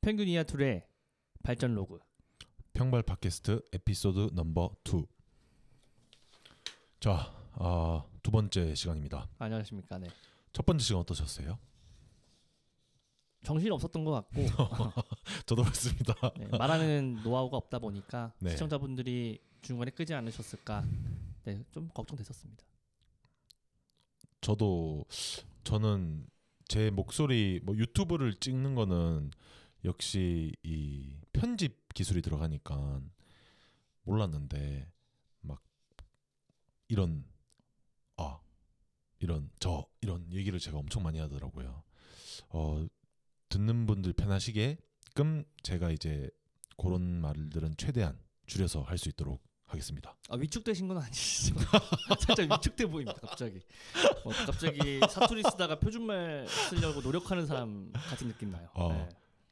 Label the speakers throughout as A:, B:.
A: 펭귄이야 둘의 발전 로그.
B: 평발 팟캐스트 에피소드 넘버 2. 자, 아, 두 번째 시간입니다.
A: 안녕하십니까. 네.
B: 첫 번째 시간 어떠셨어요?
A: 정신 없었던 것 같고
B: 저도 그렇습니다.
A: 네, 말하는 노하우가 없다 보니까
B: 네.
A: 시청자분들이 중간에 끄지 않으셨을까. 네, 좀 걱정됐었습니다.
B: 저도 저는 제 목소리 뭐 유튜브를 찍는 거는 역시 이 편집 기술이 들어가니까 몰랐는데 막 이런 아 이런 저 이런 얘기를 제가 엄청 많이 하더라고요. 어 듣는 분들 편하시게끔 제가 이제 그런 말들은 최대한 줄여서 할 수 있도록 하겠습니다.
A: 아 위축되신 건 아니시죠? 살짝 위축돼 보입니다. 갑자기. 어, 갑자기 사투리 쓰다가 표준말 쓰려고 노력하는 사람 같은 느낌 나요.
B: 어.
A: 네.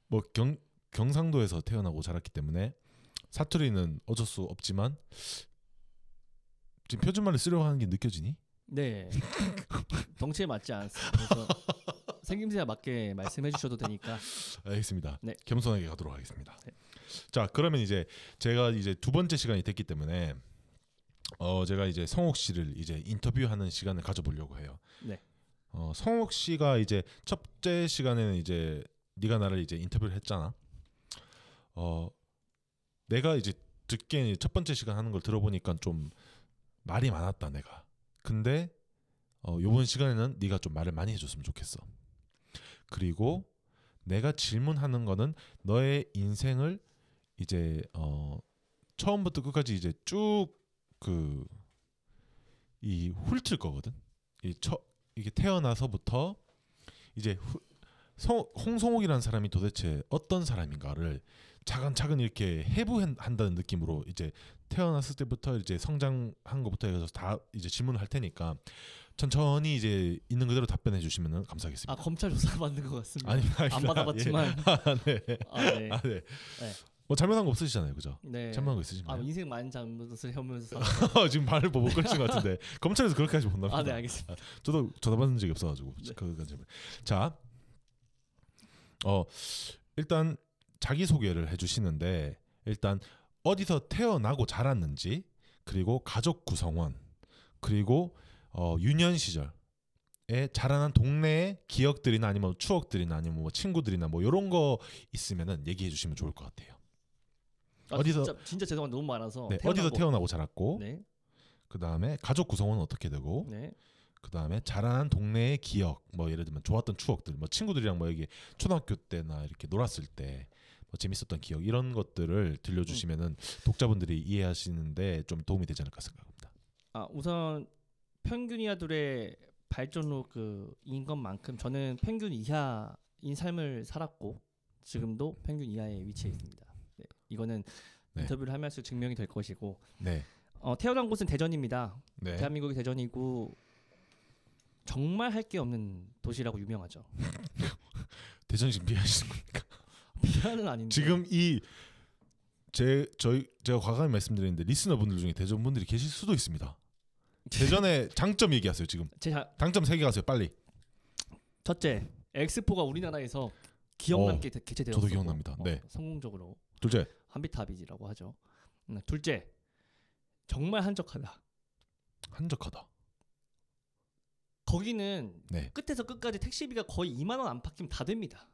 B: 뭐 경, 경상도에서 태어나고 자랐기 때문에 사투리는 어쩔 수 없지만 지금 표준말을 쓰려고 하는 게 느껴지니?
A: 네. 덩치에 맞지 않습니다. 그래서 생김새에 맞게 말씀해 주셔도 되니까
B: 알겠습니다.
A: 네.
B: 겸손하게 가도록 하겠습니다.
A: 네.
B: 자, 그러면 이제 제가 이제 두 번째 시간이 됐기 때문에 어 제가 이제 성옥 씨를 이제 인터뷰하는 시간을 가져보려고 해요.
A: 네.
B: 어 성옥 씨가 이제 첫째 시간에는 이제 네가 나를 이제 인터뷰를 했잖아. 어 내가 이제 듣기에는 첫 번째 시간 하는 걸 들어보니까 좀 말이 많았다 내가. 근데 어 요번 시간에는 네가 좀 말을 많이 해줬으면 좋겠어. 그리고 내가 질문하는 거는 너의 인생을 이제 어 처음부터 끝까지 이제 쭉 그 이 훑을 거거든. 이 처, 이게 태어나서부터 이제 후, 성, 홍성옥이라는 사람이 도대체 어떤 사람인가를 차근차근 이렇게 해부한다는 느낌으로 이제 태어났을 때부터 이제 성장한 것부터 해서 다 이제 질문을 할 테니까 천천히 이제 있는 그대로 답변해 주시면 감사하겠습니다.
A: 아 검찰 조사 받는 것 같습니다.
B: 아니,
A: 음, 안
B: 아닙니다.
A: 받아봤지만
B: 예. 아, 네.
A: 아, 네.
B: 아, 네. 뭐 잘못한 거 없으시잖아요, 그죠?
A: 네.
B: 잘못한 거
A: 아,
B: 있으신가요?
A: 인생 많은 잘못을 하면서
B: 지금 발을 보고 걸친 것 같은데 검찰에서 그렇게까지 못
A: 네.
B: 나옵니다.
A: 아, 네, 알겠습니다.
B: 저도 전화받은 적이 없어가지고
A: 네.
B: 그까지 자, 어 일단 자기 소개를 해주시는데 일단 어디서 태어나고 자랐는지 그리고 가족 구성원 그리고 어, 유년 시절에 자라난 동네의 기억들이나 아니면 추억들이나 아니면 뭐 친구들이나 뭐 이런 거 있으면은 얘기해 주시면 좋을 것 같아요.
A: 아,
B: 어디서-
A: 진짜, 진짜 죄송한 너무 많아서
B: 네,
A: 태어나고-
B: 어디서 태어나고 자랐고
A: 네.
B: 그 다음에 가족 구성원은 어떻게 되고
A: 네.
B: 그 다음에 자라난 동네의 기억 뭐 예를 들면 좋았던 추억들 뭐 친구들이랑 뭐 여기 초등학교 때나 이렇게 놀았을 때 뭐 재밌었던 기억 이런 것들을 들려주시면은 독자분들이 이해하시는데 좀 도움이 되지 않을까 생각합니다.
A: 아, 우선 평균 이하 둘의 발전로 그인 것만큼 저는 평균 이하인 삶을 살았고 지금도 평균 이하의 위치에 있습니다. 네. 이거는
B: 네.
A: 인터뷰를 하면 할수록 증명이 될 것이고
B: 네,
A: 어, 태어난 곳은 대전입니다.
B: 네,
A: 대한민국이 대전이고 정말 할 게 없는 도시라고 유명하죠.
B: 대전 지금 비하시는 거.
A: 비하는 아닌데
B: 지금 이 제 저희 제가 과감히 말씀드렸는데 리스너분들 중에 대전 분들이 계실 수도 있습니다. 대전의 장점 얘기하세요 지금.
A: 제 자,
B: 장점 세 개 하세요 빨리.
A: 첫째 엑스포가 우리나라에서 기억남게 개- 개최되었고
B: 어,
A: 어,
B: 저도 기억납니다. 네.
A: 성공적으로
B: 둘째
A: 한비타비지라고 하죠. 음, 둘째 정말 한적하다.
B: 한적하다.
A: 거기는
B: 네.
A: 끝에서 끝까지 택시비가 거의 2만 원 안팎이면 다 됩니다.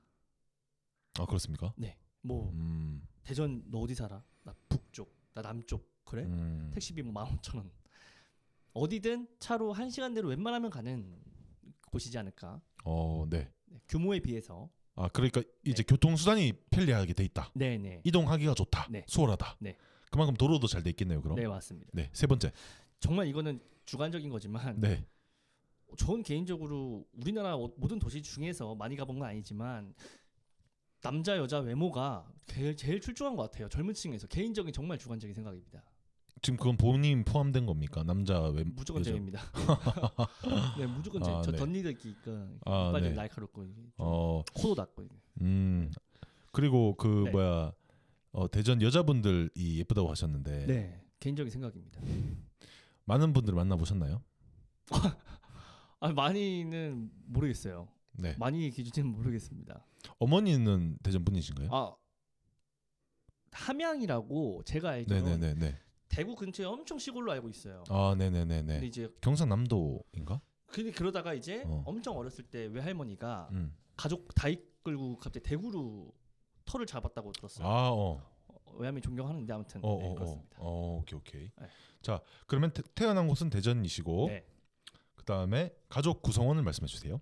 B: 아 그렇습니까?
A: 네. 뭐
B: 음,
A: 대전 너 어디 살아? 나 북쪽, 나 남쪽. 그래?
B: 음.
A: 택시비 뭐 15,000원. 어디든 차로 1시간 내로 웬만하면 가는 곳이지 않을까?
B: 어, 네.
A: 네, 규모에 비해서.
B: 아 그러니까 이제
A: 네.
B: 교통수단이 편리하게 돼 있다.
A: 네, 네.
B: 이동하기가 좋다.
A: 네.
B: 수월하다.
A: 네.
B: 그만큼 도로도 잘 돼 있겠네요. 그럼.
A: 네,
B: 네.
A: 맞습니다.
B: 세 번째.
A: 정말 이거는 주관적인 거지만
B: 네.
A: 저는 개인적으로 우리나라 어- 모든 도시 중에서 많이 가본 건 아니지만 남자 여자 외모가 제일, 제일 출중한 것 같아요 젊은 층에서 개인적인 정말 주관적인 생각입니다
B: 지금 그건 본인 포함된 겁니까? 남자 외
A: 무조건적입니다 네 무조건 제,
B: 아,
A: 저
B: 네.
A: 덧니들기니까
B: 아,
A: 이빨 좀
B: 네.
A: 날카롭고
B: 어,
A: 코도 낮고
B: 음. 그리고 그
A: 네.
B: 뭐야 어, 대전 여자분들 이 예쁘다고 하셨는데
A: 네 개인적인 생각입니다
B: 많은 분들 만나 보셨나요?
A: 아, 많이는 모르겠어요
B: 네.
A: 많이 기준은 모르겠습니다
B: 어머니는 대전 분이신가요?
A: 아 함양이라고 제가 알기로는
B: 네네네네.
A: 대구 근처에 엄청 시골로 알고 있어요.
B: 아
A: 근데
B: 네네네네.
A: 이제
B: 경상남도인가?
A: 근데 그러다가 이제
B: 어.
A: 엄청 어렸을 때 외할머니가
B: 음.
A: 가족 다 이끌고 갑자기 대구로 터를 잡았다고 들었어요.
B: 아 어.
A: 어, 외할머니 존경하는데 아무튼
B: 어,
A: 네,
B: 어, 어,
A: 그렇습니다.
B: 어, 오케이, 오케이.
A: 네.
B: 자, 그러면 태, 태어난 곳은 대전이시고,
A: 네.
B: 그 다음에 가족 구성원을 말씀해 주세요.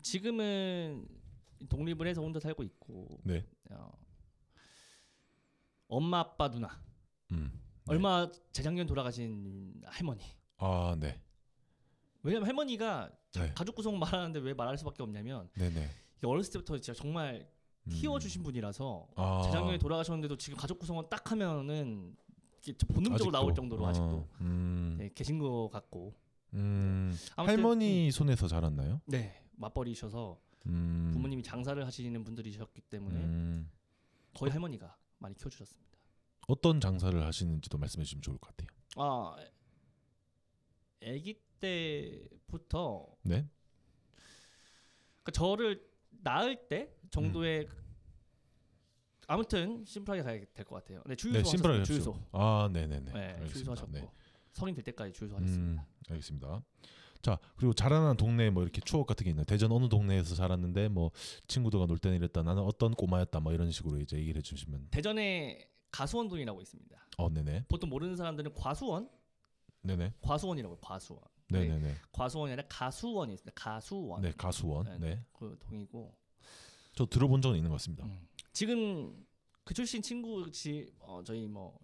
A: 지금은 독립을 해서 혼자 살고 있고
B: 네.
A: 어, 엄마 아빠 누나
B: 음, 네.
A: 얼마 재작년 돌아가신 할머니
B: 아, 네,
A: 왜냐면 할머니가
B: 네,
A: 가족 구성 말하는데 왜 말할 수밖에 없냐면
B: 네, 네.
A: 이게 어렸을 때부터 진짜 정말
B: 음.
A: 키워주신 분이라서
B: 아,
A: 재작년에 돌아가셨는데도 지금 가족 구성원 딱 하면은 이게 좀 본능적으로 나올 정도로
B: 어,
A: 아직도
B: 음,
A: 네, 계신 것 같고
B: 음.
A: 아무튼,
B: 할머니 손에서 자랐나요?
A: 네 맞벌이셔서
B: 음,
A: 부모님이 장사를 하시는 분들이셨기 때문에
B: 음.
A: 거의 할머니가 많이 키워주셨습니다.
B: 어떤 장사를 하시는지도 말씀해 주시면 좋을 것 같아요.
A: 아 아기 때부터
B: 네,
A: 그러니까 저를 낳을 때 정도의
B: 음.
A: 아무튼 심플하게 가야 될 것 같아요. 네 주유소
B: 네, 심플하게
A: 하셨어요. 주유소.
B: 하십시오. 아, 네, 네,
A: 네,
B: 네.
A: 주유소
B: 알겠습니다.
A: 하셨고
B: 네.
A: 성인 될 때까지 주유소
B: 음,
A: 하셨습니다.
B: 알겠습니다. 자 그리고 자라난 동네 뭐 이렇게 추억 같은 게 있나요? 대전 어느 동네에서 자랐는데 뭐 친구들과 놀 때는 이랬다 나는 어떤 꼬마였다 뭐 이런 식으로 이제 얘기를 해주시면
A: 대전에 가수원동이라고 있습니다.
B: 어 네네
A: 보통 모르는 사람들은 과수원,
B: 네네
A: 과수원이라고 해요. 과수원.
B: 네네네 네,
A: 과수원이 아니라 가수원이 있습니다. 가수원
B: 가수원
A: 네,
B: 네저
A: 그 동이고
B: 들어본 적은 있는 것 같습니다.
A: 음. 지금 그 출신 친구 지 어, 저희 뭐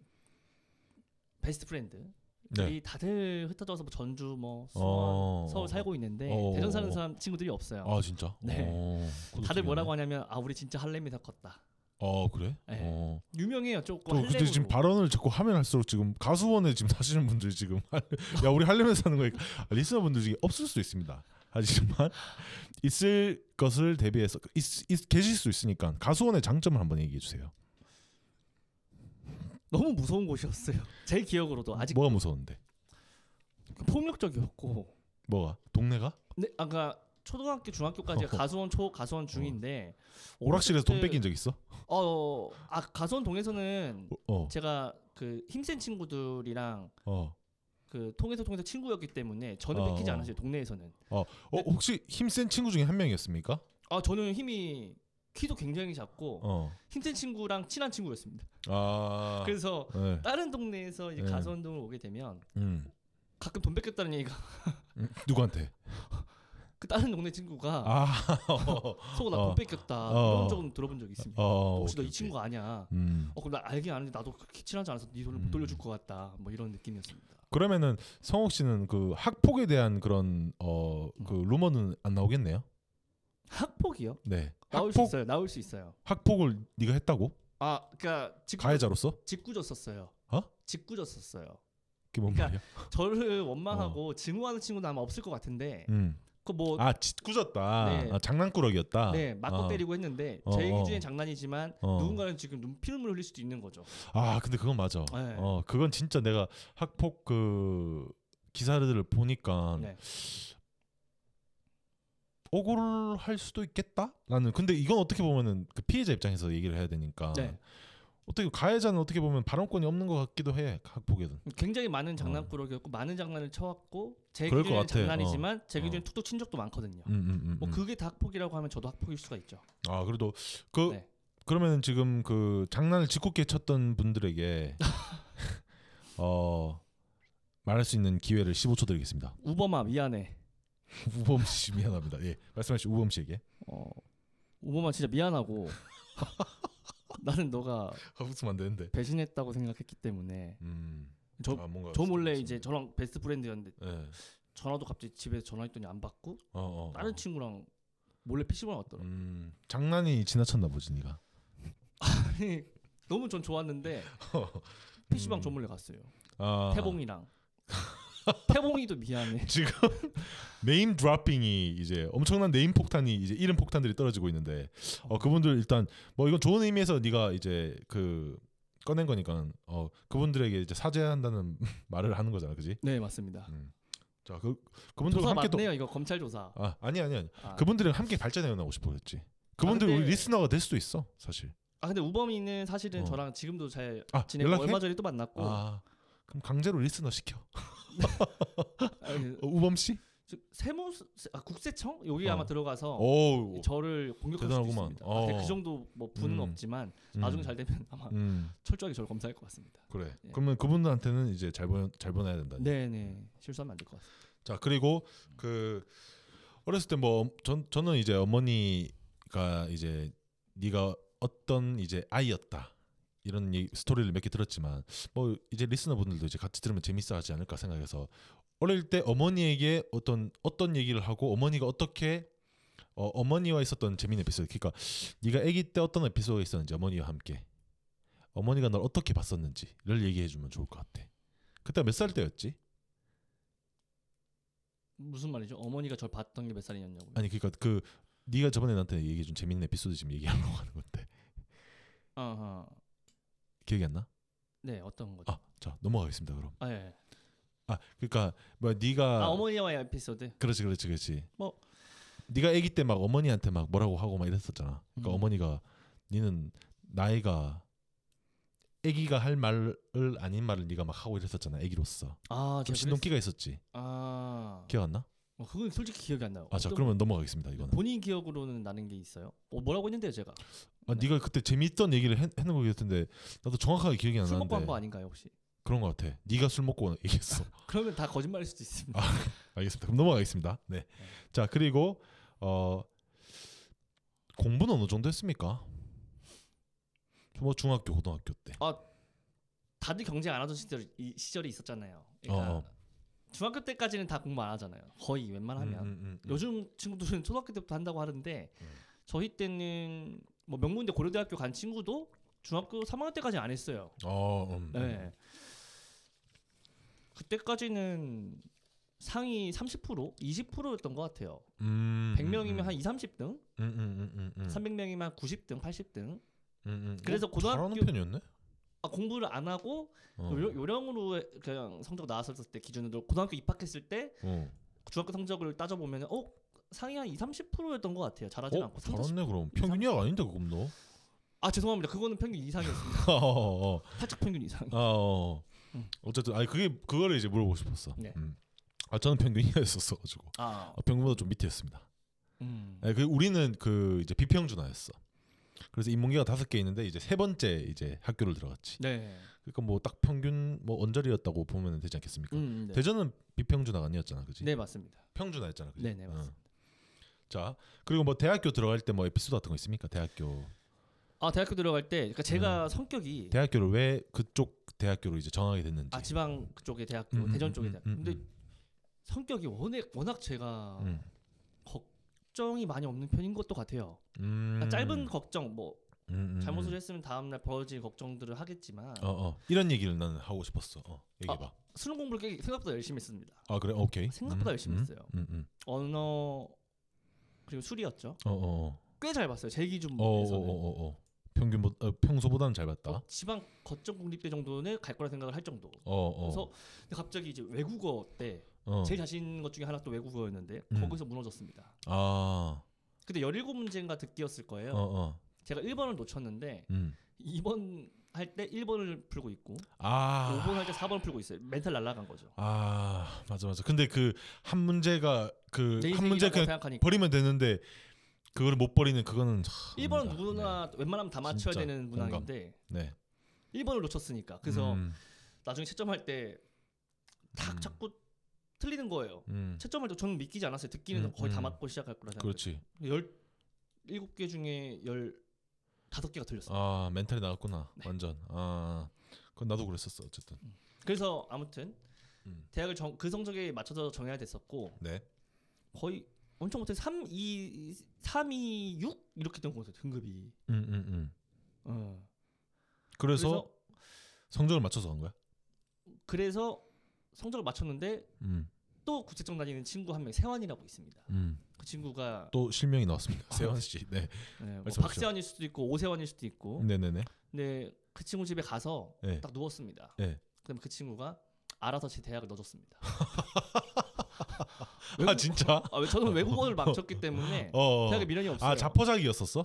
A: 베스트 프렌드
B: 네.
A: 이 다들 흩어져서 뭐 전주 뭐 수원
B: 어.
A: 서울 살고 있는데
B: 어.
A: 대전 사는 사람 친구들이 없어요.
B: 아 진짜?
A: 네.
B: 어, 그것도
A: 다들
B: 신기하네.
A: 뭐라고 하냐면 아 우리 진짜 할렘이 다 컸다.
B: 어 그래?
A: 네.
B: 어.
A: 유명해요 조금.
B: 저 근데 지금 발언을 자꾸 하면 할수록 지금 가수원에 지금 사시는 분들 지금 야 우리 할려면 사는 거니까 아, 리스너분들 중에 없을 수도 있습니다. 하지만 있을 것을 대비해서 있, 있, 계실 수 있으니까 가수원의 장점을 한번 얘기해 주세요.
A: 너무 무서운 곳이었어요. 제 기억으로도 아직
B: 뭐가 무서운데? 뭐-
A: 폭력적이었고.
B: 뭐가? 동네가?
A: 근데 아까 초등학교 중학교까지 가 가수원 초 가수원 중인데
B: 오락실에서 돈
A: 어렸을 때-
B: 뺏긴 적 있어?
A: 어, 아 가수원 동에서는
B: 어,
A: 제가 그 힘센 친구들이랑
B: 어.
A: 그 통해서 통해서 친구였기 때문에 저는
B: 어,
A: 뺏기지
B: 어.
A: 않았어요 동네에서는.
B: 어 혹시 힘센 친구 중에 한 명이었습니까?
A: 아 저는 힘이 키도 굉장히 작고
B: 어.
A: 힘센 친구랑 친한 친구였습니다.
B: 아.
A: 그래서
B: 네.
A: 다른 동네에서 이제
B: 네.
A: 가수 운동을 오게 되면
B: 음.
A: 가끔 돈 뺏겼다는 얘기가
B: 음, 누구한테?
A: 그 다른 동네 친구가
B: 아. 어.
A: 속어 나돈
B: 어.
A: 뺏겼다
B: 어.
A: 이런 적은 들어본 적이 있습니다.
B: 어,
A: 혹시 너
B: 오케이,
A: 이 친구 아냐?
B: 오케이. 음.
A: 어 그럼 나 알긴 아는데 나도 그렇게 친하지 않아서 네 돈을
B: 음.
A: 못 돌려줄 것 같다 뭐 이런 느낌이었습니다.
B: 그러면은 성욱 씨는 그 학폭에 대한 그런 어 그 루머는 안 나오겠네요.
A: 학폭이요?
B: 네.
A: 나올 수
B: 학폭
A: 있어요. 나올 수 있어요.
B: 학폭을 네가 했다고?
A: 아 그러니까 직구,
B: 가해자로서?
A: 직구졌었어요.
B: 어?
A: 직구졌었어요. 어.
B: 그게 뭔
A: 그러니까-
B: 말이야?
A: 저를 원망하고 증오하는 친구는 아마 없을 것 같은데
B: 음.
A: 그뭐
B: 아, 짓궂었다.
A: 네.
B: 아, 장난꾸러기였다.
A: 네, 맞고
B: 어.
A: 때리고 했는데
B: 어,
A: 제
B: 어.
A: 기준엔 장난이지만
B: 어.
A: 누군가는 지금 눈 피눈물 흘릴 수도 있는 거죠.
B: 아, 근데 그건 맞아.
A: 네.
B: 어, 그건 진짜 내가 학폭 그 기사들을 보니까
A: 네.
B: 억울할 수도 있겠다. 나는 근데 이건 어떻게 보면은 그 피해자 입장에서 얘기를 해야 되니까
A: 네.
B: 어떻게 가해자는 어떻게 보면 발언권이 없는 것 같기도 해 학폭에는.
A: 굉장히 많은 장난꾸러기였고 많은 장난을 쳐왔고 제
B: 그럴 것
A: 기준엔
B: 같아.
A: 장난이지만 제
B: 어.
A: 기준엔 툭툭 친 적도 많거든요.
B: 음, 음, 음,
A: 뭐
B: 음.
A: 그게 다 학폭이라고 하면 저도 학폭일 수가 있죠.
B: 아 그래도 그
A: 네.
B: 그러면 지금 그 장난을 짓궂게 쳤던 분들에게 어 말할 수 있는 기회를 15초 드리겠습니다.
A: 우범아 미안해.
B: 우범 씨 미안합니다. 예 말씀하시죠 우범 씨에게.
A: 어, 우범아 진짜 미안하고 나는 너가
B: 아, 웃으면 안 되는데.
A: 배신했다고 생각했기 때문에
B: 음.
A: 저-
B: 아, 뭔가
A: 저 몰래
B: 좀
A: 이제 저랑 베스트 프렌드였는데
B: 예. 어,
A: 전화도 갑자기 집에서 전화했더니 안 받고
B: 어, 어.
A: 다른 친구랑 몰래 PC방 왔더라고.
B: 음, 장난이 지나쳤나 보지 네가.
A: 아니, 너무 전 좋았는데 PC방 저 몰래 갔어요.
B: 음. 아,
A: 태봉이랑. 태봉이도 미안해.
B: 지금 네임 드로핑이 이제 엄청난 네임 폭탄이 이제 이름 폭탄들이 떨어지고 있는데 어 그분들 일단 뭐 이건 좋은 의미에서 네가 이제 그 꺼낸 거니까 어 그분들에게 이제 사죄한다는 말을 하는 거잖아, 그지?
A: 네, 맞습니다.
B: 음. 자, 그 그분들과
A: 조사
B: 함께 또
A: 맞네요. 이거 검찰 조사.
B: 아, 아니 아니 아니.
A: 아,
B: 그분들이랑 함께 발전해 나오고 싶었겠지. 그분들
A: 근데-
B: 우리 리스너가 될 수도 있어, 사실.
A: 아, 근데 우범이는 사실은
B: 어.
A: 저랑 지금도 잘
B: 아,
A: 지내고
B: 연락해.
A: 얼마 전에 또 만났고
B: 아. 그럼 강제로 리스너 시켜.
A: 아니,
B: 어, 우범 씨?
A: 즉, 세무 세- 아, 국세청 여기
B: 어.
A: 아마 들어가서
B: 오.
A: 저를 공격할 수도
B: 대단하구만.
A: 있습니다. 아, 근데
B: 어.
A: 그 정도 뭐 분은
B: 음.
A: 없지만 나중에
B: 음,
A: 잘 되면 아마
B: 음.
A: 철저하게 저를 검사할 것 같습니다.
B: 그래.
A: 예.
B: 그러면 그분들한테는 이제 잘 보, 잘 보내야 된다.
A: 네네 실수하면 안 될 것 같습니다.
B: 자 그리고 그 어렸을 때 뭐 전 저는 이제 어머니가 이제 네가 어떤 이제 아이였다 이런 얘기- 스토리를 몇 개 들었지만 뭐 이제 리스너분들도 이제 같이 들으면 재밌어하지 않을까 생각해서 어릴 때 어머니에게 어떤 어떤 얘기를 하고 어머니가 어떻게 어, 어머니와 있었던 재밌는 에피소드 그러니까 네가 아기 때 어떤 에피소드가 있었는지 어머니와 함께 어머니가 널 어떻게 봤었는지를 얘기해 주면 좋을 것 같아 그때 몇 살 때였지?
A: 무슨 말이죠? 어머니가 저를 봤던 게 몇 살이었냐고요?
B: 아니 그러니까 그 네가 저번에 나한테 얘기해 준 재밌는 에피소드 지금 얘기하려고 하는 건데
A: 아하.
B: 기억이 안 나?
A: 네 어떤 거죠?
B: 아, 자 넘어가겠습니다 그럼.
A: 아, 예.
B: 아, 그러니까 뭐 네가
A: 아 어머니와의 에피소드.
B: 그렇지 그렇지 그렇지.
A: 뭐.
B: 네가 아기 때 막 어머니한테 막 뭐라고 하고 막 이랬었잖아. 그러니까
A: 음.
B: 어머니가 니는 나이가 아기가 할 말을 아닌 말을 네가 막 하고 이랬었잖아. 아기로서
A: 아
B: 좀
A: 제가
B: 신동기가 있었지.
A: 그랬- 아
B: 기억 안 나?
A: 어, 그건 솔직히 기억이 안 나요.
B: 아, 자
A: 어떤-
B: 그러면 넘어가겠습니다 이거는.
A: 본인 기억으로는 나는 게 있어요. 어, 뭐라고 했는데요 제가
B: 아,
A: 네.
B: 네가 그때 재미있던 얘기를 했, 했는 거 같은데 나도 정확하게 기억이 안
A: 술
B: 나는데
A: 먹고 한 거 아닌가요 혹시?
B: 그런 거 같아. 네가 술 먹고 얘기했어.
A: 그러면 다 거짓말일 수도 있습니다.
B: 알겠습니다. 그럼 넘어가겠습니다. 네. 자 그리고 어 공부는 어느 정도 했습니까? 뭐 중학교, 고등학교 때.
A: 다들 경쟁 안 하던 시절, 이 시절이 있었잖아요. 그러니까
B: 어.
A: 중학교 때까지는 다 공부 안 하잖아요. 거의 웬만하면
B: 음, 음, 음.
A: 요즘 친구들은 초등학교 때부터 한다고 하는데
B: 음.
A: 저희 때는 뭐 명문대 고려대학교 간 친구도 중학교 3학년 때까지 안 했어요.
B: 어, 음,
A: 네. 그때까지는 상위 30% 20%였던 것 같아요.
B: 음,
A: 100명이면
B: 음,
A: 한 2, 30등,
B: 음, 음, 음, 음, 음.
A: 300명이면 한 90등, 80등.
B: 음, 음.
A: 그래서
B: 어,
A: 고등학교-
B: 잘하는 편이었네.
A: 아, 공부를 안 하고
B: 어.
A: 요령- 요령으로 그냥 성적 나왔을 때 기준으로 고등학교 입학했을 때
B: 어.
A: 중학교 성적을 따져보면 어 상위 한 2, 30%였던 것 같아요. 잘하진
B: 어,
A: 않고 30,
B: 잘했네 그럼. 평균이가 아닌데 그럼 너.
A: 아 죄송합니다. 그거는 평균 이상이었습니다.
B: 어, 어, 어.
A: 살짝 평균 이상.
B: 아, 어.
A: 음.
B: 어쨌든 아니 그게 그거를 이제 물어보고 싶었어.
A: 네.
B: 음. 아 저는 평균이었었어 가지고
A: 아,
B: 아, 평균보다 좀 밑이었습니다.
A: 음.
B: 네, 그 우리는 그 이제 비평준화였어. 그래서 인문계가 다섯 개 있는데 이제 세 번째 이제 학교를 들어갔지.
A: 네.
B: 그러니까 뭐 딱 평균 뭐 언저리였다고 보면 되지 않겠습니까?
A: 음, 네.
B: 대전은 비평준화가 아니었잖아, 그지?
A: 네 맞습니다.
B: 평준화였잖아, 그지?
A: 네, 네,
B: 어.
A: 맞습니다.
B: 자, 그리고 뭐 대학교 들어갈 때 뭐 에피소드 같은 거 있습니까? 대학교
A: 아 대학교 들어갈 때, 그러니까 제가 성격이
B: 음. 대학교를 왜 그쪽 대학교로 이제 정하게 됐는지.
A: 아 지방 쪽의 대학교,
B: 음, 음,
A: 대전
B: 음,
A: 쪽의
B: 음,
A: 대학.
B: 음,
A: 근데
B: 음.
A: 성격이 워낙 워낙 제가
B: 음.
A: 걱정이 많이 없는 편인 것도 같아요.
B: 음.
A: 그러니까 짧은 걱정, 뭐
B: 음, 음,
A: 잘못을
B: 음.
A: 했으면 다음 날 벌어질 걱정들을 하겠지만
B: 어, 어. 이런 얘기를 나는 하고 싶었어. 어, 얘기해 봐.
A: 수능 공부를 꽤 생각보다 열심히 했습니다.
B: 아, 그래. 오케이.
A: 생각보다
B: 음,
A: 열심히
B: 음,
A: 했어요.
B: 음, 음.
A: 언어 그리고 술이었죠.
B: 어, 어. 어.
A: 꽤 잘 봤어요. 제
B: 어, 어,
A: 기준에서는.
B: 어, 어, 어. 평균보다 어, 평소보다는 잘 봤다.
A: 어, 지방 거점 국립대 정도는 갈 거라 생각을 할 정도.
B: 어, 어.
A: 그래서 근데 갑자기 이제 외국어 때
B: 어.
A: 제일 자신 있는 것 중에 하나 또 외국어였는데
B: 음.
A: 거기서 무너졌습니다.
B: 아,
A: 근데 17문제인가 듣기였을 거예요.
B: 어, 어,
A: 제가 1번을 놓쳤는데
B: 음,
A: 2번 할 때 1번을 풀고 있고
B: 아,
A: 5번 할 때 4번을 풀고 있어요. 멘탈 날아간 거죠.
B: 아, 맞아, 맞아. 근데 그 한 문제가 그
A: 내
B: 한 문제
A: 인생이라고
B: 그냥 음.
A: 생각하니까
B: 버리면 되는데 그걸 못 버리는 그거는 하,
A: 1번은
B: 아닙니다.
A: 누구나 웬만하면 다 맞춰야
B: 네. 진짜
A: 되는
B: 공감.
A: 문항인데
B: 네, 네.
A: 1번을 놓쳤으니까 그래서
B: 음,
A: 나중에 채점할 때 딱
B: 음.
A: 자꾸 틀리는 거예요.
B: 음,
A: 채점할 때 저는 믿기지 않았어요. 듣기는
B: 음,
A: 거의 다
B: 음.
A: 맞고 시작할 거라 생각.
B: 그렇지.
A: 열 일곱 개 중에 열 다섯 개가 틀렸어. 요
B: 아, 멘탈이 나갔구나, 완전. 아, 그건 나도 그랬었어, 어쨌든.
A: 그래서 아무튼
B: 음.
A: 대학을 정, 그 성적에 맞춰서 정해야 됐었고
B: 네,
A: 거의 엄청 못해 3, 2, 3, 2, 6 이렇게 된 것 같아요 등급이.
B: 음, 음, 음.
A: 어.
B: 그래서, 성적을 맞춰서 간 거야.
A: 그래서 그래서 성적을 맞췄는데
B: 음,
A: 또 국제청 다니는 친구 한 명 세환이라고 있습니다.
B: 음.
A: 그 친구가
B: 또 실명이 나왔습니다,
A: 아.
B: 세원 씨. 네,
A: 네, 뭐
B: 말씀하십시오.
A: 박세환일 수도 있고 오세환일 수도 있고
B: 네, 네, 네.
A: 근데 그 친구 집에 가서
B: 네.
A: 딱 누웠습니다.
B: 네.
A: 그럼 그 친구가 알아서 제 대학을 넣어줬습니다.
B: 아 진짜?
A: 아, 왜- 저는 외국어를 망쳤기 때문에
B: 어.
A: 대학에 미련이 없어요.
B: 아 자포자기였었어?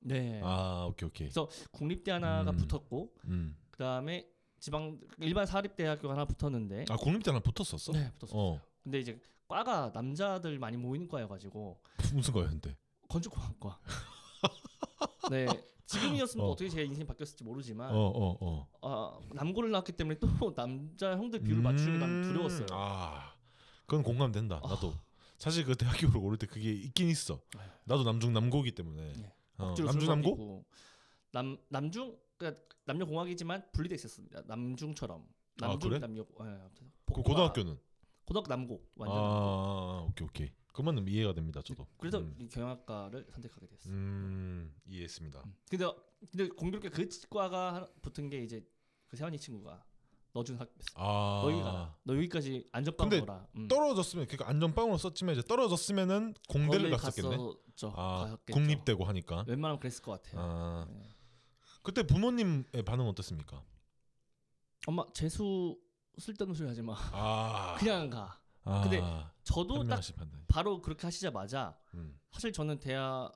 A: 네.
B: 아 오케이 오케이.
A: 국립대 하나가
B: 음.
A: 붙었고
B: 음.
A: 그다음에 지방 일반 사립대학교 하나 붙었는데
B: 아 국립대랑 붙었었어?
A: 네, 붙었어요.
B: 어
A: 근데 이제 과가 남자들 많이 모이는 과여 가지고
B: 무슨 거였는데?
A: 건축공학과. 네. 지금이었으면
B: 어.
A: 어. 떻게제 인생이 바뀌었을지 모르지만
B: 어 어 어.
A: 아, 남고를 나왔기 때문에 또 남자 형들 비율을 맞추려고 난 두려웠어요.
B: 음.
A: 아.
B: 아 그건 공감된다. 나도 사실 그 대학교로 오를 때 그게 있긴 있어.
A: 아휴.
B: 나도 남중 남고기 때문에.
A: 네.
B: 어,
A: 억지로
B: 남중
A: 술
B: 남고?
A: 먹이고. 남 남중 그러니까 남녀 공학이지만 분리돼 있었습니다. 남중처럼
B: 아,
A: 남중
B: 그래?
A: 남녀 예, 아무튼
B: 그
A: 복과,
B: 고등학교는?
A: 고등학교 남고
B: 아,
A: 완전
B: 아 오케이 오케이. 그만은 이해가 됩니다 저도.
A: 그래서
B: 음,
A: 이 경영학과를 선택하게 됐어요.
B: 음, 이해했습니다.
A: 음. 근데 근데 공교롭게 그 치과가 하나- 붙은 게 이제 그 세환이 친구가 넣어준 학교였어.
B: 아
A: 너희가 너 여기까지 안전빵
B: 근데
A: 넣어라. 음.
B: 떨어졌으면 그러니까 안전빵으로 썼지만 이제 떨어졌으면은 공대를
A: 원래
B: 갔었겠네.
A: 갔었죠.
B: 아
A: 갔겠죠.
B: 국립대고 하니까.
A: 웬만하면 그랬을 것 같아요.
B: 아
A: 네.
B: 그때 부모님의 반응 어땠습니까?
A: 엄마 재수 쓸데없는 소리 하지 마.
B: 아
A: 그냥 가.
B: 아,
A: 근데 저도 딱
B: 현명하신 판단.
A: 바로 그렇게 하시자마자
B: 음.
A: 사실 저는 대학을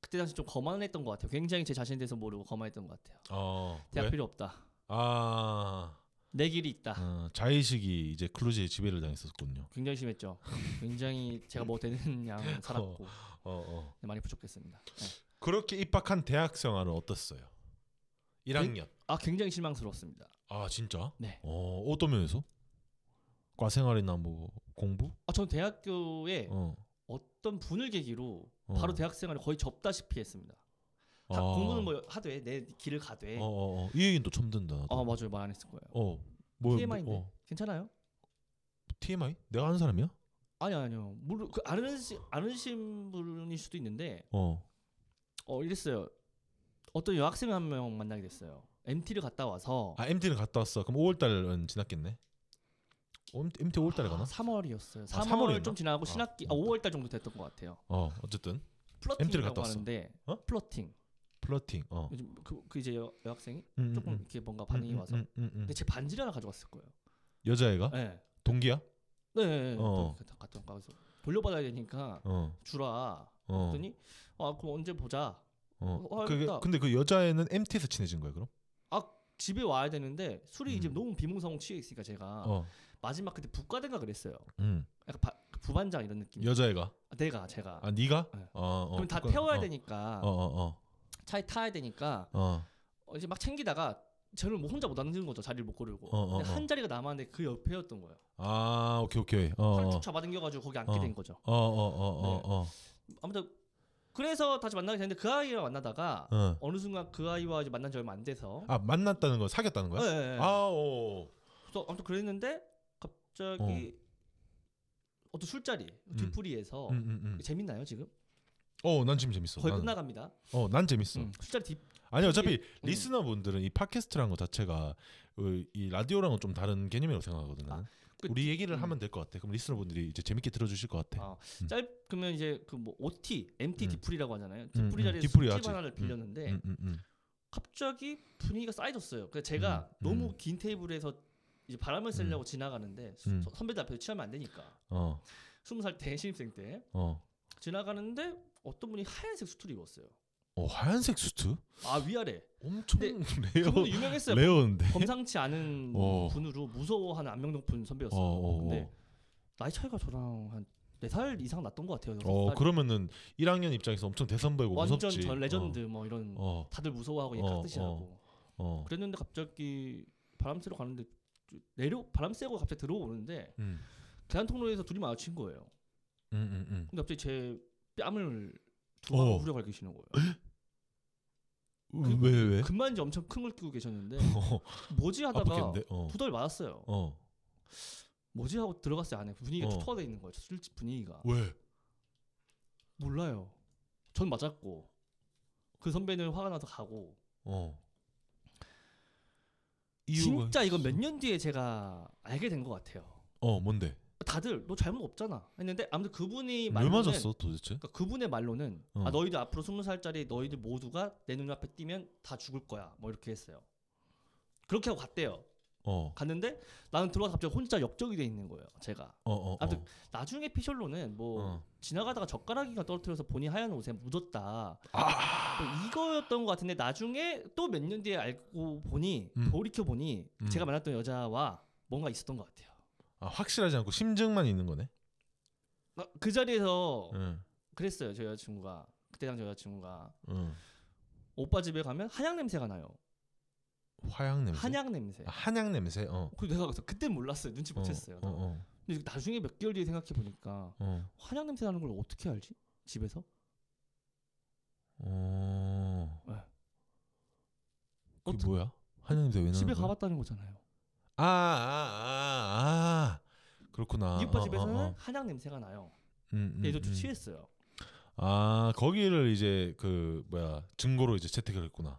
A: 그때 당시 좀 거만했던 것 같아요. 굉장히 제 자신에 대해서 모르고 거만했던 것 같아요.
B: 어
A: 대학
B: 왜?
A: 필요 없다.
B: 아
A: 내 길이 있다.
B: 어, 자의식이 이제 클루즈의 지배를 당했었군요.
A: 굉장히 심했죠. 굉장히 제가 뭐 되는 양 살았고
B: 어, 어.
A: 네, 많이 부족했습니다. 네.
B: 그렇게 입학한 대학 생활은 어땠어요? 1학년.
A: 아 굉장히 실망스러웠습니다.
B: 아 진짜?
A: 네.
B: 어 어떤 면에서? 과 생활이나 뭐 공부?
A: 아, 저는 대학교에
B: 어.
A: 어떤 분을 계기로
B: 어.
A: 바로 대학 생활을 거의 접다시피 했습니다. 다
B: 아.
A: 공부는 뭐 하되 내 길을 가되.
B: 어, 어, 어. 이 얘기는 또 처음 듣는다. 나도.
A: 아 맞아요 말 안 했을 거예요.
B: 어. 뭐
A: TMI인데
B: 뭐, 어.
A: 괜찮아요?
B: TMI? 내가 아는 사람이야?
A: 아니 아니요 모르 그 아는 시- 아는 분일 수도 있는데
B: 어.
A: 어 이랬어요. 어떤 여학생 한 명 만나게 됐어요. MT를 갔다 와서
B: 아 MT는 갔다 왔어. 그럼 5월달은 지나겠네. 어, MT 5월달에 가나?
A: 3월이었어요.
B: 아,
A: 3월
B: 삼월이었나?
A: 좀 지나고
B: 아,
A: 신학기 아, 5월 달 정도 됐던 것 같아요.
B: 어 어쨌든 MT 를 갔다
A: 플러팅이라고
B: 왔어.
A: 하는데
B: 어?
A: 플러팅
B: 플러팅. 어.
A: 요즘 그, 그 이제 여, 여학생이
B: 음, 음,
A: 조금
B: 음.
A: 이렇게 뭔가 반응이
B: 음, 음,
A: 와서
B: 음, 음, 음.
A: 근데 제 반지를 하나 가져갔을 거예요.
B: 여자애가
A: 네.
B: 동기야?
A: 네, 네, 네.
B: 어.
A: 갔다 갔다 가서 돌려받아야 되니까
B: 어.
A: 주라.
B: 어.
A: 그랬더니 아 그럼 언제 보자.
B: 어.
A: 어,
B: 그게
A: 알겠다.
B: 근데 그 여자애는 MT에서 친해진 거야, 그럼?
A: 집에 와야 되는데 술이 이제
B: 음.
A: 너무 비몽사몽 취해 있으니까 제가
B: 어.
A: 마지막 그때 북과대가 그랬어요.
B: 음.
A: 약간 바- 부반장 이런 느낌.
B: 여자애가.
A: 아, 내가 제가
B: 아, 네가?
A: 네.
B: 어, 어.
A: 그럼 다
B: 그건-
A: 태워야
B: 어.
A: 되니까
B: 어, 어,
A: 차에 타야 되니까
B: 어. 어.
A: 어, 이제 막 챙기다가 저를 뭐 혼자 못 앉는 거죠 자리를 못 고르고
B: 어, 어,
A: 근데
B: 어.
A: 한 자리가 남았는데 그 옆에였던 거예요
B: 아, 오케이, 오케이. 어.
A: 팔을
B: 어.
A: 쭉 잡아당겨가지고 거기 앉게
B: 어.
A: 된 거죠
B: 어, 어, 어,
A: 네.
B: 어, 어.
A: 아무튼 그래서 다시 만나게 됐는데 그 아이랑 만나다가
B: 어.
A: 어느 순간 그 아이와 이제 만난 지 얼마 안 돼서
B: 아, 만났다는 거, 사귀었다는 거야?
A: 예, 예, 예.
B: 아, 오.
A: 그래서 아무튼 그랬는데 갑자기 어. 떤 술자리 뒷풀이에서
B: 음, 음, 음.
A: 재밌나요 지금?
B: 어, 난 지금 재밌어.
A: 거의
B: 난,
A: 끝나갑니다
B: 어, 난 재밌어.
A: 음, 술자리 뒷
B: 아니 어차피
A: 음.
B: 리스너분들은 이 팟캐스트라는 것 자체가 어, 이 라디오랑은 좀 다른 개념이라고 생각하거든. 나는.
A: 그-
B: 우리 얘기를
A: 음.
B: 하면 될 것 같아. 그럼 리스너분들이 이제 재밌게 들어주실 것 같아.
A: 아, 짧 그러면 이제 그 뭐 OT, MT
B: 네. 음.
A: 디풀이라고 하잖아요.
B: 음,
A: 디풀이
B: 음,
A: 자리에서
B: 디풀이
A: 술집
B: 하지.
A: 하나를
B: 음,
A: 빌렸는데
B: 음, 음, 음.
A: 갑자기 분위기가 쌓여졌어요. 그래서 제가
B: 음,
A: 너무
B: 음.
A: 긴 테이블에서 이제 바람을 쐬려고 지나가는데 수-
B: 음.
A: 저- 선배들 앞에서 취하면 안 되니까
B: 어,
A: 스무 살 때 신입생 때
B: 어.
A: 지나가는데 어떤 분이 하얀색 수트를 입었어요.
B: 어, 하얀색 수트?
A: 아 위아래
B: 엄청 레어.
A: 그분도 유명했어요.
B: 레어인데.
A: 범상치 않은
B: 네. 어.
A: 분으로 무서워하는 안명 높은
B: 어,
A: 선배였어요.
B: 어,
A: 근데
B: 어.
A: 나이 차이가 저랑 한 네 살 이상 났던 것 같아요. 여섯
B: 어,
A: 살.
B: 그러면은 1학년 입장에서 엄청 대선배고
A: 완전
B: 무섭지.
A: 전 레전드 뭐 이런
B: 어,
A: 다들 무서워하고
B: 어,
A: 얘 깍듯이하고
B: 어, 어.
A: 그랬는데 갑자기 바람 쐬러 가는데 내려 바람 쐬고 갑자기 들어오는데
B: 음,
A: 계단 통로에서 둘이 마주친 거예요.
B: 음, 음, 음.
A: 근데 갑자기 제 뺨을 두 방울
B: 어. 음,
A: 후려갈기시는 거예요. 그-
B: 왜 왜?
A: 금만지 엄청 큰 걸 끼고 계셨는데
B: 네? 어,
A: 뭐지 하다가
B: 아프겠는데. 어,
A: 두덜 맞았어요.
B: 어.
A: 뭐지 하고 들어갔어요 안에 분위기가
B: 어.
A: 초토화돼 있는 거예요. 술집 분위기가
B: 왜?
A: 몰라요. 전 맞았고 그 선배는 화가 나서 가고
B: 어. 이유가
A: 진짜 이건 몇 년 뒤에 제가 알게 된 것 같아요.
B: 어, 뭔데?
A: 다들 너 잘못 없잖아 했는데 아무튼 그분이
B: 왜
A: 말로는
B: 맞았어 도대체?
A: 그러니까 그분의 말로는
B: 어.
A: 아 너희들 앞으로 스무 살짜리 너희들 모두가 내 눈앞에 띄면 다 죽을 거야 뭐 이렇게 했어요. 그렇게 하고 갔대요.
B: 어.
A: 갔는데 나는 들어가서 갑자기 혼자 역적이 돼 있는 거예요. 제가
B: 어, 어, 어.
A: 아무튼 나중에 피셜로는 뭐
B: 어.
A: 지나가다가 젓가락이가 떨어뜨려서 본인 하얀 옷에 묻었다.
B: 아.
A: 뭐 이거였던 것 같은데 나중에 또 몇 년 뒤에 알고 보니
B: 음.
A: 돌이켜 보니
B: 음.
A: 제가 만났던 여자와 뭔가 있었던 것 같아요.
B: 아, 확실하지 않고 심증만 있는 거네.
A: 아, 그 자리에서
B: 응.
A: 그랬어요. 저 여자친구가 그때 당시 여자친구가
B: 응.
A: 오빠 집에 가면 한약 냄새가 나요.
B: 화양 냄새.
A: 한약 냄새.
B: 아, 한약 냄새. 어.
A: 그 내가 그래서 그때 몰랐어요. 눈치 못 챘어요.
B: 어, 어,
A: 근데 나중에 몇 개월 뒤에 생각해 보니까
B: 어.
A: 한약 냄새 나는 걸 어떻게 알지? 집에서?
B: 어.
A: 네.
B: 그게
A: 어떡-
B: 뭐야? 한약 냄새 왜 나는
A: 집에
B: 거야?
A: 가봤다는 거잖아요.
B: 아, 아, 아, 아. 그렇구나.
A: 이 오빠
B: 어,
A: 집에서는
B: 어, 어.
A: 한약 냄새가 나요.
B: 음, 음,
A: 얘도
B: 음.
A: 취했어요.
B: 아, 거기를 이제 그 뭐야? 증거로 이제 채택을 했구나.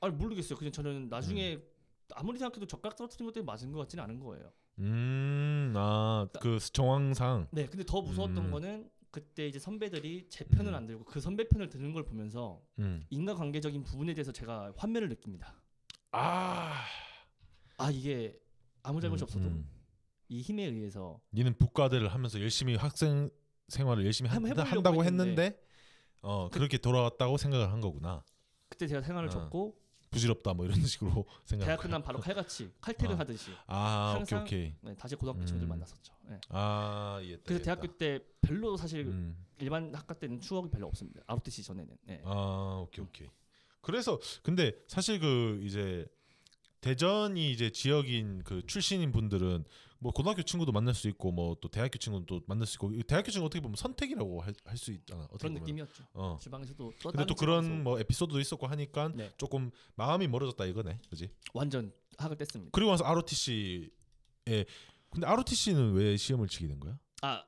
A: 아니 모르겠어요. 그냥 저는 나중에 아무리 생각해도 젓가락 떨어뜨린 것 때문에 맞은 것 같지는 않은 거예요.
B: 음, 아, 그 정황상.
A: 네, 근데 더 무서웠던
B: 음.
A: 거는 그때 이제 선배들이 제 편을
B: 음.
A: 안 들고 그 선배 편을 드는 걸 보면서
B: 음.
A: 인간관계적인 부분에 대해서 제가 환멸을 느낍니다.
B: 아.
A: 아 이게 아무 뭐 잘못이
B: 음,
A: 없어도
B: 음.
A: 이 힘에 의해서
B: 니는 북과대를 하면서 열심히 학생 생활을 열심히
A: 한번
B: 한다,
A: 해보려고
B: 한다고
A: 했는데.
B: 했는데, 어 그렇게 돌아왔다고 생각을 한 거구나
A: 그때 제가 생활을
B: 어.
A: 접고
B: 부질없다 뭐 이런 식으로 생각
A: 대학 끝난 바로 칼같이 칼퇴를
B: 어.
A: 하듯이
B: 아 오케이
A: 항상-
B: 오케이
A: 네, 다시 고등학교 친구들
B: 음.
A: 만났었죠. 네.
B: 아 이해했다
A: 그래서
B: 이해했다.
A: 대학교 때그 별로 사실
B: 음.
A: 일반 학과 때는 추억이 별로 없습니다. 아홉 대시 전에는. 네.
B: 아 오케이 오케이 그래서 근데 사실 그 이제 대전이 이제 지역인 그 출신인 분들은 뭐 고등학교 친구도 만날 수 있고 뭐 또 대학교 친구도 만날 수 있고 이 대학교 친구 어떻게 보면 선택이라고 할 수 있잖아 어떻게
A: 그런
B: 보면.
A: 느낌이었죠.
B: 어
A: 주방에서도
B: 근데 또 그런 뭐 에피소드도 있었고 하니까
A: 네.
B: 조금 마음이 멀어졌다 이거네 그지
A: 완전 학을 뗐습니다.
B: 그리고 나서 ROTC에 근데 ROTC는 왜 시험을 치게 된 거야?
A: 아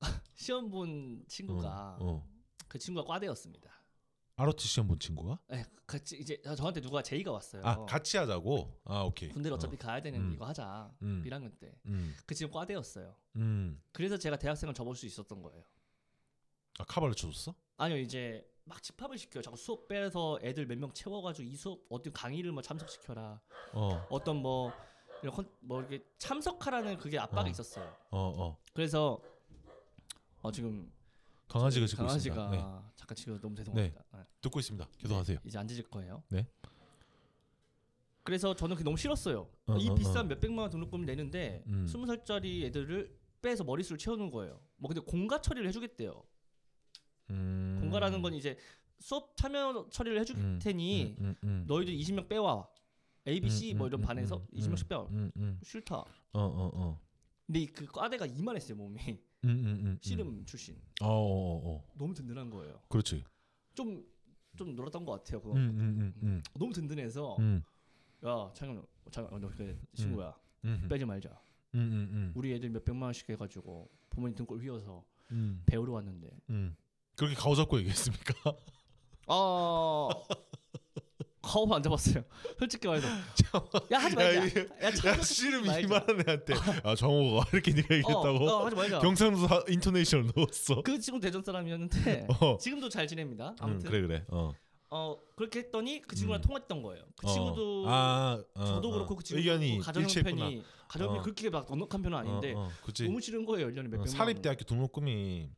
A: 시험 본 친구가
B: 어, 어.
A: 그 친구가 과대였습니다.
B: ROTC 시험 본 친구가?
A: 네, 같이 이제 저한테 누가 제의가 네, 왔어요.
B: 아 같이 하자고? 아 오케이
A: 군대를 어차피
B: 어.
A: 가야 되는
B: 음.
A: 이거 하자.
B: 음.
A: 1학년 때.
B: 음,
A: 그 친구 과대였어요.
B: 음.
A: 그래서 제가 대학생을 접을 수 있었던 거예요.
B: 아 카바를 쳐줬어?
A: 아니요 이제 막 집합을 시켜요. 자꾸 수업 빼서 애들 몇 명 채워가지고 이 수업 어떤 강의를 뭐 참석시켜라.
B: 어어어
A: 어떤 뭐 이런 컨, 뭐 이렇게 참석하라는 그게 압박이
B: 어.
A: 있었어요.
B: 어.
A: 그래서 어 지금
B: 강아지가 지고
A: 강아지가
B: 있습니다 네.
A: 잠깐 지금 너무 죄송합니다. 네.
B: 듣고 있습니다 계속하세요
A: 이제 안 짖을 거예요.
B: 네.
A: 그래서 저는 그게 너무 싫었어요.
B: 어,
A: 이
B: 어,
A: 비싼
B: 어.
A: 몇백만 원 등록금을 내는데
B: 음.
A: 스무 살짜리 애들을 빼서 머릿수를 채우는 거예요. 뭐 근데 공과 처리를 해주겠대요.
B: 음.
A: 네. 공과라는 건 이제 수업 참여 처리를 해줄
B: 음,
A: 테니
B: 음, 음, 음.
A: 너희들 20명 빼와. A, B, C
B: 음,
A: 뭐
B: 음,
A: 이런
B: 음,
A: 반에서
B: 음,
A: 20명씩 빼와.
B: 음, 음.
A: 싫다.
B: 어, 어, 어.
A: 근데 이그 과대가 이만했어요 몸이.
B: 음, 음, 음, 음.
A: 씨름 출신.
B: 어, 어, 어, 어.
A: 너무 든든한 거예요.
B: 그렇지.
A: 좀 좀 놀았던 것 같아요. 그거. 어.
B: 음, 음, 음, 음.
A: 너무 든든해서
B: 음,
A: 야 창현 창현 너그 친구야
B: 음,
A: 빼지 말자.
B: 음, 음,
A: 우리 애들 몇 백만 원씩 해가지고 부모님 등골 휘어서
B: 음.
A: 배우러 왔는데.
B: 음. 그렇게 가오잡고 얘기했습니까?
A: 아 가오프 안 잡았어요. 솔직히 말해서. 야 하지 말자.
B: 야, 이거-
A: 야,
B: 야
A: 창현
B: 씨름
A: 말자.
B: 이만한 애한테 아 정호가 이렇게 네가 얘기했다고
A: 어, 어, 하지 말자.
B: 경상도 사- 인토네이션을 넣었어.
A: 그 친구 대전 사람이었는데
B: 어.
A: 지금도 잘 지냅니다.
B: 음,
A: 아무튼
B: 그래 그래. 어.
A: 어 그렇게 했더니 그 친구랑
B: 음.
A: 통했던 거예요. 그
B: 어.
A: 친구도
B: 아, 어,
A: 저도
B: 어.
A: 그렇고 그 친구
B: 의견이 일치했구나.
A: 가정형편이 가정형편이
B: 어.
A: 그렇게 막 넉넉한 편은 아닌데
B: 어, 어. 그치.
A: 너무 싫은 거예요. 1년에
B: 어,
A: 몇백만 원.
B: 사립대학교 등록금이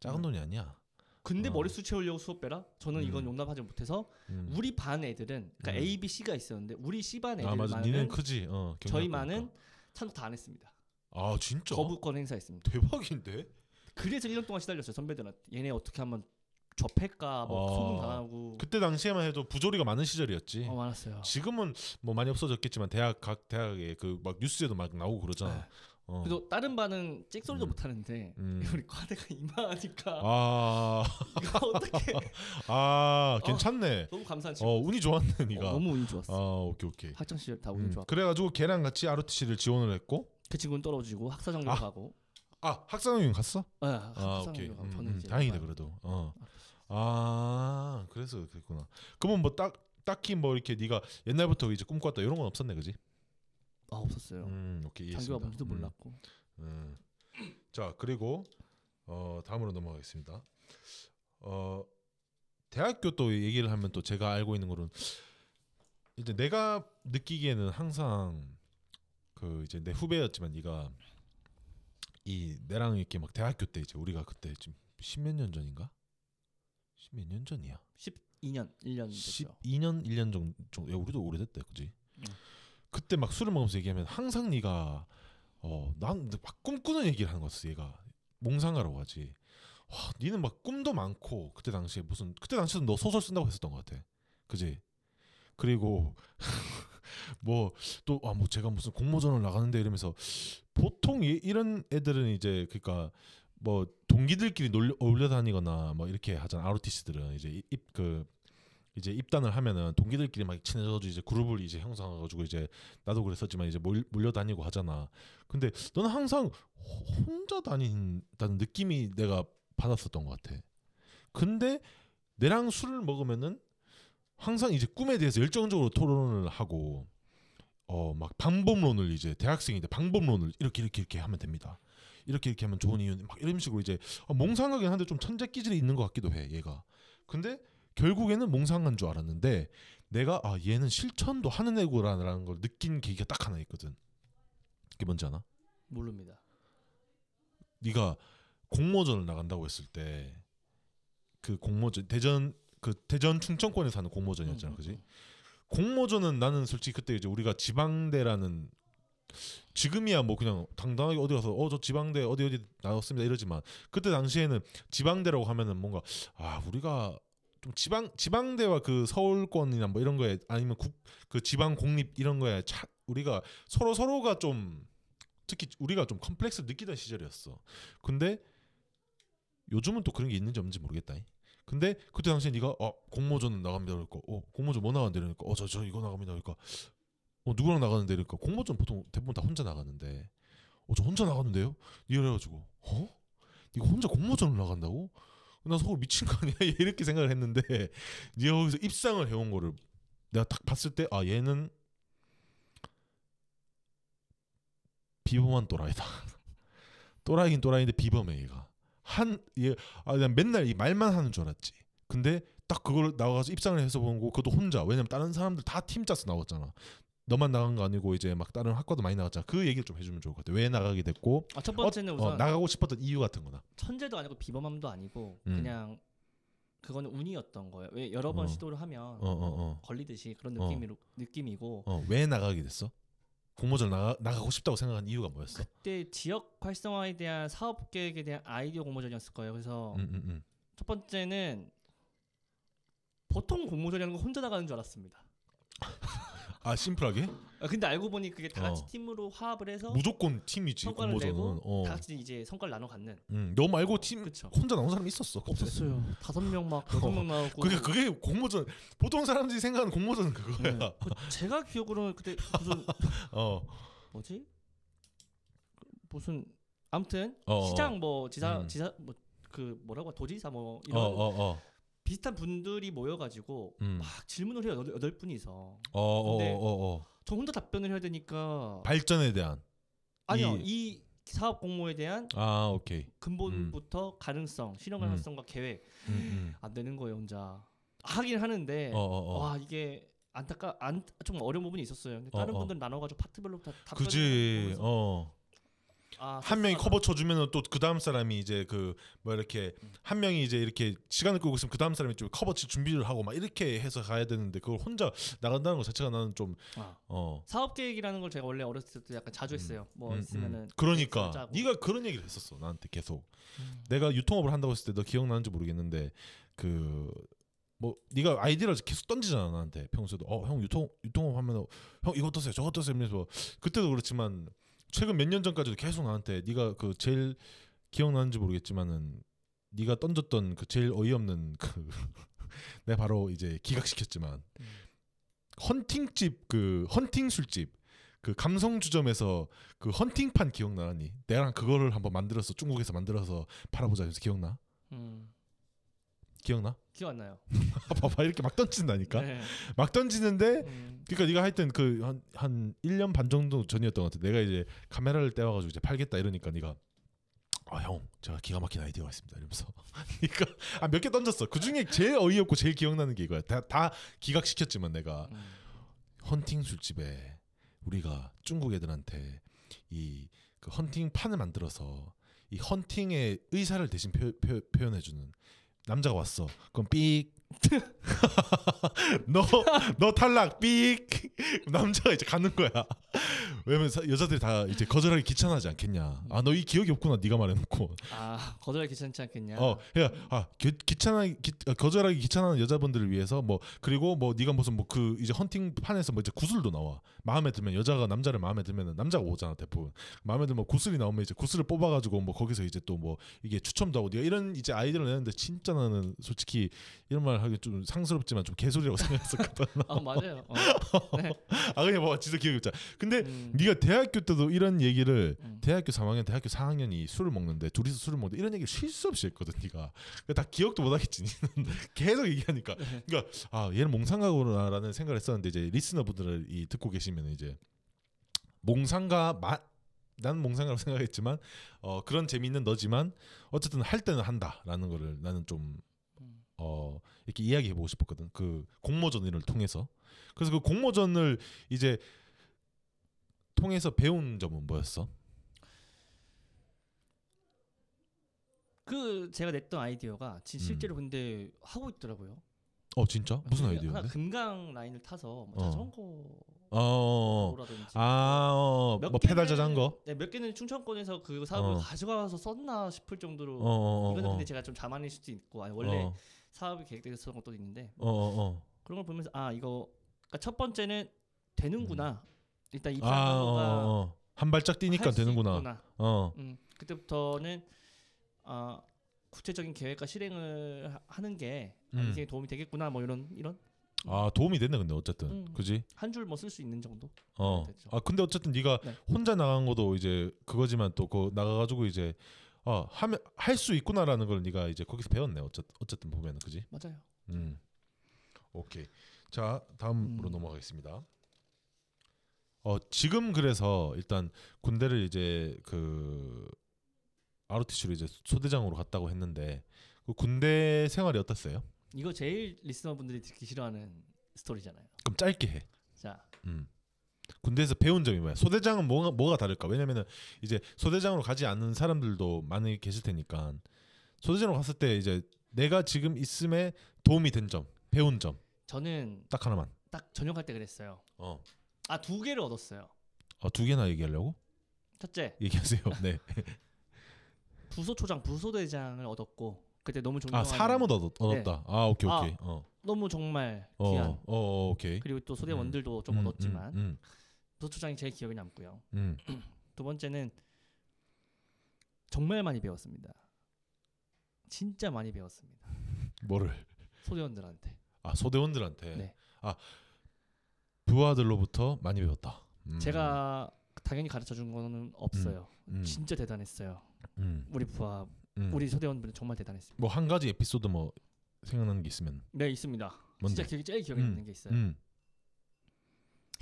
B: 작은
A: 음.
B: 돈이 아니야.
A: 근데
B: 어.
A: 머릿수 채우려고 수업 빼라? 저는 이건
B: 음.
A: 용납하지 못해서
B: 음.
A: 우리 반 애들은 그러니까
B: 음.
A: A, B, C가 있었는데 우리 C 반
B: 아 맞아. 니는
A: 애들만은
B: 크지. 어. 경력
A: 저희
B: 보니까.
A: 반은 참석 다 안 했습니다.
B: 아 진짜.
A: 거부권 행사했습니다.
B: 대박인데.
A: 그래서 1년 동안 시달렸어요. 선배들한테 얘네 어떻게 한번 접할까 뭐
B: 어.
A: 소문 당하고
B: 그때 당시에만 해도 부조리가 많은 시절이었지.
A: 어, 많았어요.
B: 지금은 뭐 많이 없어졌겠지만 대학 각 대학에 그 막 뉴스에도 막 나오고
A: 네.
B: 그러잖아. 어.
A: 그래도 다른 반은 찍소리도
B: 음.
A: 못 하는데
B: 음.
A: 우리 과대가 이만하니까
B: 아,
A: 이거 어떻게
B: 아
A: 어.
B: 괜찮네.
A: 너무 감사한 친구.
B: 어 운이 좋았네
A: 어,
B: 니가.
A: 너무 운이 좋았어.
B: 아 오케이 오케이.
A: 학창 시절 다 운이
B: 음,
A: 좋았고
B: 그래가지고 걔랑 같이 ROTC를 지원을 했고
A: 그 친구는 떨어지고 학사 정도
B: 아.
A: 가고.
B: 아 학사능력 갔어?
A: 네,
B: 아
A: 학사
B: 오케이.
A: 정도 가고
B: 음,
A: 저는
B: 음,
A: 이제
B: 다행이다
A: 약간
B: 그래도. 어. 아 그래서 그랬구나. 그러면 뭐 딱 딱히 뭐 이렇게 네가 옛날부터 이제 꿈꿔왔다 이런 건 없었네 그지?
A: 아 없었어요.
B: 음 오케이
A: 장교가
B: 이해했습니다.
A: 뭔지도
B: 음,
A: 몰랐고.
B: 음. 자 그리고 어, 다음으로 넘어가겠습니다. 어, 대학교 또 얘기를 하면 또 제가 알고 있는 거는 이제 내가 느끼기에는 항상 그 이제 내 후배였지만 네가 이 내랑 이렇게 막 대학교 때 이제 우리가 그때 지금 십몇 년 전인가? 십몇 년 전이야.
A: 12년 1년 됐죠.
B: 12년 1년 정도, 정도. 야, 우리도 오래됐다 그지
A: 응.
B: 그때 막 술을 먹으면서 얘기하면 항상 네가 어난막 꿈꾸는 얘기를 하는 거였어 얘가 몽상하라고 하지 와 니는 막 꿈도 많고 그때 당시에 무슨 그때 당시에도 너 소설 쓴다고 했었던 것 같아 그지 그리고 뭐 또 아 뭐 제가 무슨 공모전을 나가는데 이러면서 보통 이, 이런 애들은 이제 그러니까 뭐 동기들끼리 놀려 어울려 다니거나 뭐 이렇게 하잖아 ROTC들은 이제 입그 이제 입단을 하면은 동기들끼리 막 친해져가지고 이제 그룹을 이제 형성해가지고 이제 나도 그랬었지만 이제 몰, 몰려 다니고 하잖아. 근데 너는 항상 호- 혼자 다닌다는 느낌이 내가 받았었던 것 같아. 근데 내랑 술을 먹으면은 항상 이제 꿈에 대해서 열정적으로 토론을 하고 어 막 방법론을 이제 대학생인데 방법론을 이렇게 이렇게 이렇게 하면 됩니다. 이렇게 이렇게 하면 좋은 이유 막 이런 식으로 이제 아, 몽상하긴 한데 좀 천재 기질이 있는 것 같기도 해 얘가. 근데 결국에는 몽상한 줄 알았는데 내가 아 얘는 실천도 하는 애구라는 걸 느낀 계기가 딱 하나 있거든. 그게 뭔지 아나?
A: 모릅니다.
B: 네가 공모전을 나간다고 했을 때 그 공모전 대전 그 대전 충청권에서 하는 공모전이었잖아,
A: 음,
B: 그지?
A: 음,
B: 공모전은 나는 솔직히 그때 이제 우리가 지방대라는 지금이야 뭐 그냥 당당하게 어디 가서 어 저 지방대 어디 어디 나왔습니다 이러지만 그때 당시에는 지방대라고 하면은 뭔가 아 우리가 좀 지방 지방대와 그 서울권이나 뭐 이런 거에 아니면 국 그 지방 공립 이런 거에 차, 우리가 서로 서로가 좀 특히 우리가 좀 컴플렉스 느끼던 시절이었어. 근데 요즘은 또 그런 게 있는지 없는지 모르겠다. 근데 그때 당시에 네가 어 공모전 나갑니다 그러니까 어 공모전 뭐 나가는데 그러니까 어저 저 이거 나갑니다 그러니까 어 누구랑 나가는데 그러니까 공모전 보통 대부분 다 혼자 나가는데 어 저 혼자 나가는데요 네 이래가지고 어 네가 혼자 공모전을 나간다고 나 서울 미친 거 아니야 이렇게 생각을 했는데 네가 거기서 입상을 해온 거를 내가 딱 봤을 때 아 얘는 비범한 또라이다 또라이긴 또라이인데 비범해 얘가 한얘아 난 맨날 이 말만 하는 줄 알았지 근데 딱 그걸 나가서 입상을 해서 본 거고 그것도 혼자 왜냐면 다른 사람들 다 팀 짜서 나왔잖아 너만 나간 거 아니고 이제 막 다른 학과도 많이 나갔잖아 그 얘기를 좀 해주면 좋을 것 같아 왜 나가게 됐고
A: 아, 첫 번째는 우선
B: 어, 나가고 싶었던 이유 같은 거나
A: 천재도 아니고 비범함도 아니고
B: 음.
A: 그냥 그거는 운이었던 거예요. 왜 여러 번
B: 어.
A: 시도를 하면
B: 어 어어어왜
A: 걸리듯이 그런
B: 어.
A: 느낌이로, 느낌이고
B: 나가게 됐어 공모전 나가, 나가고 싶다고 생각한 이유가 뭐였어
A: 그때 지역 활성화에 대한 사업 계획에 대한 아이디어 공모전이었을 거예요. 그래서
B: 음, 음, 음.
A: 첫 번째는 보통 공모전이라는 건 혼자 나가는 줄 알았습니다.
B: 아 심플하게
A: 아, 근데 알고 보니 그게 다 같이
B: 어.
A: 팀으로 화합을 해서
B: 무조건 팀이지
A: 성과를
B: 공모전은
A: 내고
B: 어.
A: 다 같이 이제 성과를 나눠 갖는.
B: 음, 너 말고 팀
A: 그쵸.
B: 혼자 나온 사람이 있었어 그때.
A: 없었어요. 다섯 명막 여섯 명 나오고.
B: 그게 그게 공모전 보통 사람들이 생각하는 공모전은 그거야
A: 네. 그 제가 기억으로는 그때 무슨
B: 어
A: 뭐지? 그 무슨 아무튼
B: 어,
A: 시장 뭐 지사
B: 음.
A: 지사 뭐 그 뭐라고 도지사 뭐
B: 어,
A: 이런
B: 어, 어.
A: 비슷한 분들이 모여가지고
B: 음.
A: 막 질문을 해요 여덟, 여덟 분이서
B: 어, 어,
A: 근데-
B: 어, 어, 어.
A: 저 혼자 답변을 해야 되니까
B: 발전에 대한.
A: 아니요 이 사업 공모에 대한
B: 아, 오케이.
A: 근본부터 가능성 실현
B: 음.
A: 가능성과 계획
B: 음, 음.
A: 안 되는 거예요 혼자 하긴 하는데
B: 어, 어, 어.
A: 음. 와 이게 안타까 안 좀 어려운 부분이 있었어요 근데 다른
B: 어, 어.
A: 분들 나눠가지고 파트별로 다 답변을
B: 그지.
A: 하면서
B: 어.
A: 아,
B: 한 명이
A: 속상하다.
B: 커버 쳐주면은 또 그 다음 사람이 이제 그 뭐 이렇게
A: 음.
B: 한 명이 이제 이렇게 시간을 끌고 있으면 그 다음 사람이 좀 커버 칠 준비를 하고 막 이렇게 해서 가야 되는데 그걸 혼자 나간다는 것 자체가 나는 좀
A: 아.
B: 어.
A: 사업 계획이라는 걸 제가 원래 어렸을 때 약간 자주 했어요. 뭐
B: 음, 음.
A: 있으면은 계획
B: 그러니까
A: 짜고.
B: 네가 그런 얘기를 했었어 나한테 계속
A: 음.
B: 내가 유통업을 한다고 했을 때 너 기억나는지 모르겠는데 그 뭐 네가 아이디어를 계속 던지잖아 나한테 평소에도 어 형 유통 유통업 하면 형 이거 어떠세요 저거 어떠세요 이러면서 그때도 그렇지만 최근 몇 년 전까지도 계속 나한테 네가 그 제일 기억나는지 모르겠지만은 네가 던졌던 그 제일 어이없는 그 내가 바로 이제 기각시켰지만
A: 음.
B: 헌팅집 그 헌팅 술집 그 감성 주점에서 그 헌팅판 기억나니? 내랑 그거를 한번 만들었어 중국에서 만들어서 팔아보자 해서 기억나?
A: 음,
B: 기억나?
A: 기억 안 나요.
B: 봐봐 이렇게 막 던진다니까
A: 네.
B: 막 던지는데
A: 음,
B: 그러니까 네가 하여튼 그한한 1년 반 정도 전이었던 것 같아. 내가 이제 카메라를 떼와 가지고 이제 팔겠다 이러니까 네가 아 형 제가 기가 막힌 아이디어가 있습니다 이러면서 그러니까 아, 몇 개 던졌어 그 중에 제일 어이없고 제일 기억나는 게 이거야 다, 다 기각시켰지만 내가
A: 음.
B: 헌팅 술집에 우리가 중국 애들한테 이 그 헌팅 판을 만들어서 이 헌팅의 의사를 대신 표, 현해주는 남자가 왔어. 그럼 삑. 너, 너 탈락 삑. 남자가 이제 가는 거야. 왜냐면 사- 여자들이 다 이제 거절하기 귀찮아지 않겠냐. 아 너 이 기억이 없구나. 네가 말해놓고.
A: 아 거절하기 귀찮지 않겠냐.
B: 어, 야, 아, 귀, 귀찮아, 귀, 아, 거절하기 귀찮은 여자분들을 위해서 뭐 그리고 뭐 네가 무슨 뭐 그 이제 헌팅 판에서 뭐 이제 구슬도 나와. 마음에 들면 여자가 남자를 마음에 들면 남자가 오잖아 대부분. 마음에 들면 뭐 구슬이 나오면 이제 구슬을 뽑아가지고 뭐 거기서 이제 또 뭐 이게 추첨도 하고 네가 이런 이제 아이디어를 내는데 진짜 나는 솔직히 이런 말 하기 좀 상스럽지만 좀 개소리라고 생각했었거든.
A: 아 맞아요. 어.
B: 아 그냥 뭐 진짜 기억이 없잖아. 근데
A: 음,
B: 네가 대학교 때도 이런 얘기를
A: 음.
B: 대학교 3학년, 대학교 4학년이 술을 먹는데 둘이서 술을 먹는데 이런 얘기를 쉴 수 없이 했거든 네가. 그러니까 다 기억도 못 하겠지.
A: 음.
B: 니는 계속 얘기하니까.
A: 네.
B: 그러니까 아 얘는 몽상가구나라는 생각을 했었는데 이제 리스너분들을 이 듣고 계시면 이제 몽상가 맛. 난 몽상가라고 생각했지만 어, 그런 재미있는 너지만 어쨌든 할 때는 한다라는 거를 나는 좀
A: 음.
B: 어, 이렇게 이야기해 보고 싶었거든. 그 공모전을 통해서. 그래서 그 공모전을 이제 통해서 배운 점은 뭐였어?
A: 그 제가 냈던 아이디어가 진 실제로
B: 음.
A: 근데 하고 있더라고요.
B: 어 진짜? 무슨
A: 근데 하나
B: 아이디어인데?
A: 금강 라인을 타서 뭐
B: 어.
A: 자전거라든지
B: 어, 어. 아, 어,
A: 몇
B: 뭐 페달
A: 개는-
B: 자전거.
A: 네, 몇 개는 충청권에서 그 사업을
B: 어.
A: 가져가서 썼나 싶을
B: 어,
A: 정도로
B: 어, 어,
A: 이거는
B: 어.
A: 근데 제가 좀 자만일 수도 있고 아니 원래
B: 어,
A: 사업이 계획돼서 그런 것도 있는데
B: 어, 어, 어.
A: 그런 걸 보면서 아 이거 그러니까 첫 번째는 되는구나 일단 이
B: 음. 아, 어,
A: 플랫폼가
B: 어, 어. 한 발짝 뛰니까 되는구나. 어,
A: 음, 그때부터는 아 구체적인 계획과 실행을 하- 하는 게 아,
B: 음.
A: 인생에 도움이 되겠구나 뭐 이런 이런
B: 아 도움이 됐네 근데 어쨌든,
A: 음.
B: 그지?
A: 한 줄 뭐 쓸 수 있는 정도
B: 어.
A: 됐죠.
B: 아 근데 어쨌든 네가
A: 네.
B: 혼자 나간 것도 이제 그거지만 또 그 나가가지고 이제 아 하면 할 수 있구나라는 걸 네가 이제 거기서 배웠네. 어쨌든 어쨌든 보면은 그지?
A: 맞아요.
B: 음. 오케이. 자 다음으로
A: 음.
B: 넘어가겠습니다. 어 지금 그래서 일단 군대를 이제 그 ROTC로 이제 소대장으로 갔다고 했는데 그 군대 생활이 어땠어요?
A: 이거 제일 리스너분들이 듣기 싫어하는 스토리잖아요.
B: 그럼 짧게 해.
A: 자,
B: 음. 군대에서 배운 점이 뭐야? 소대장은 뭐가 뭐가 다를까? 왜냐면은 이제 소대장으로 가지 않는 사람들도 많이 계실 테니까 소대장으로 갔을 때 이제 내가 지금 있음에 도움이 된 점, 배운 점 딱
A: 저는
B: 하나만.
A: 딱 전역할 때 그랬어요.
B: 어.
A: 아 두 개를 얻었어요.
B: 어, 두 개나 얘기하려고?
A: 첫째
B: 얘기하세요. 네.
A: 부소초장, 부소대장을 얻었고 그때 너무 존경하는
B: 아 사람은 얻었, 얻었다. 아 오케이
A: 아,
B: 오케이. 어.
A: 너무 정말
B: 어,
A: 귀한
B: 어, 어 오케이.
A: 그리고 또 소대원들도 좀
B: 음,
A: 얻었지만
B: 음,
A: 부소초장이 제일 기억에 남고요.
B: 음, 음.
A: 두 번째는 정말 많이 배웠습니다. 진짜 많이 배웠습니다.
B: 뭐를?
A: 소대원들한테.
B: 아 소대원들한테.
A: 네.
B: 아 부하들로부터 많이 배웠다. 음,
A: 제가 당연히 가르쳐 준 거는 없어요.
B: 음,
A: 진짜 대단했어요.
B: 음,
A: 우리 부하,
B: 음.
A: 우리 소대원분들 정말 대단했습니다.
B: 뭐 한 가지 에피소드 뭐 생각나는 게 있으면
A: 네 있습니다.
B: 뭔데?
A: 진짜 기억이 제일 기억에
B: 음,
A: 남는 게 있어요.
B: 음,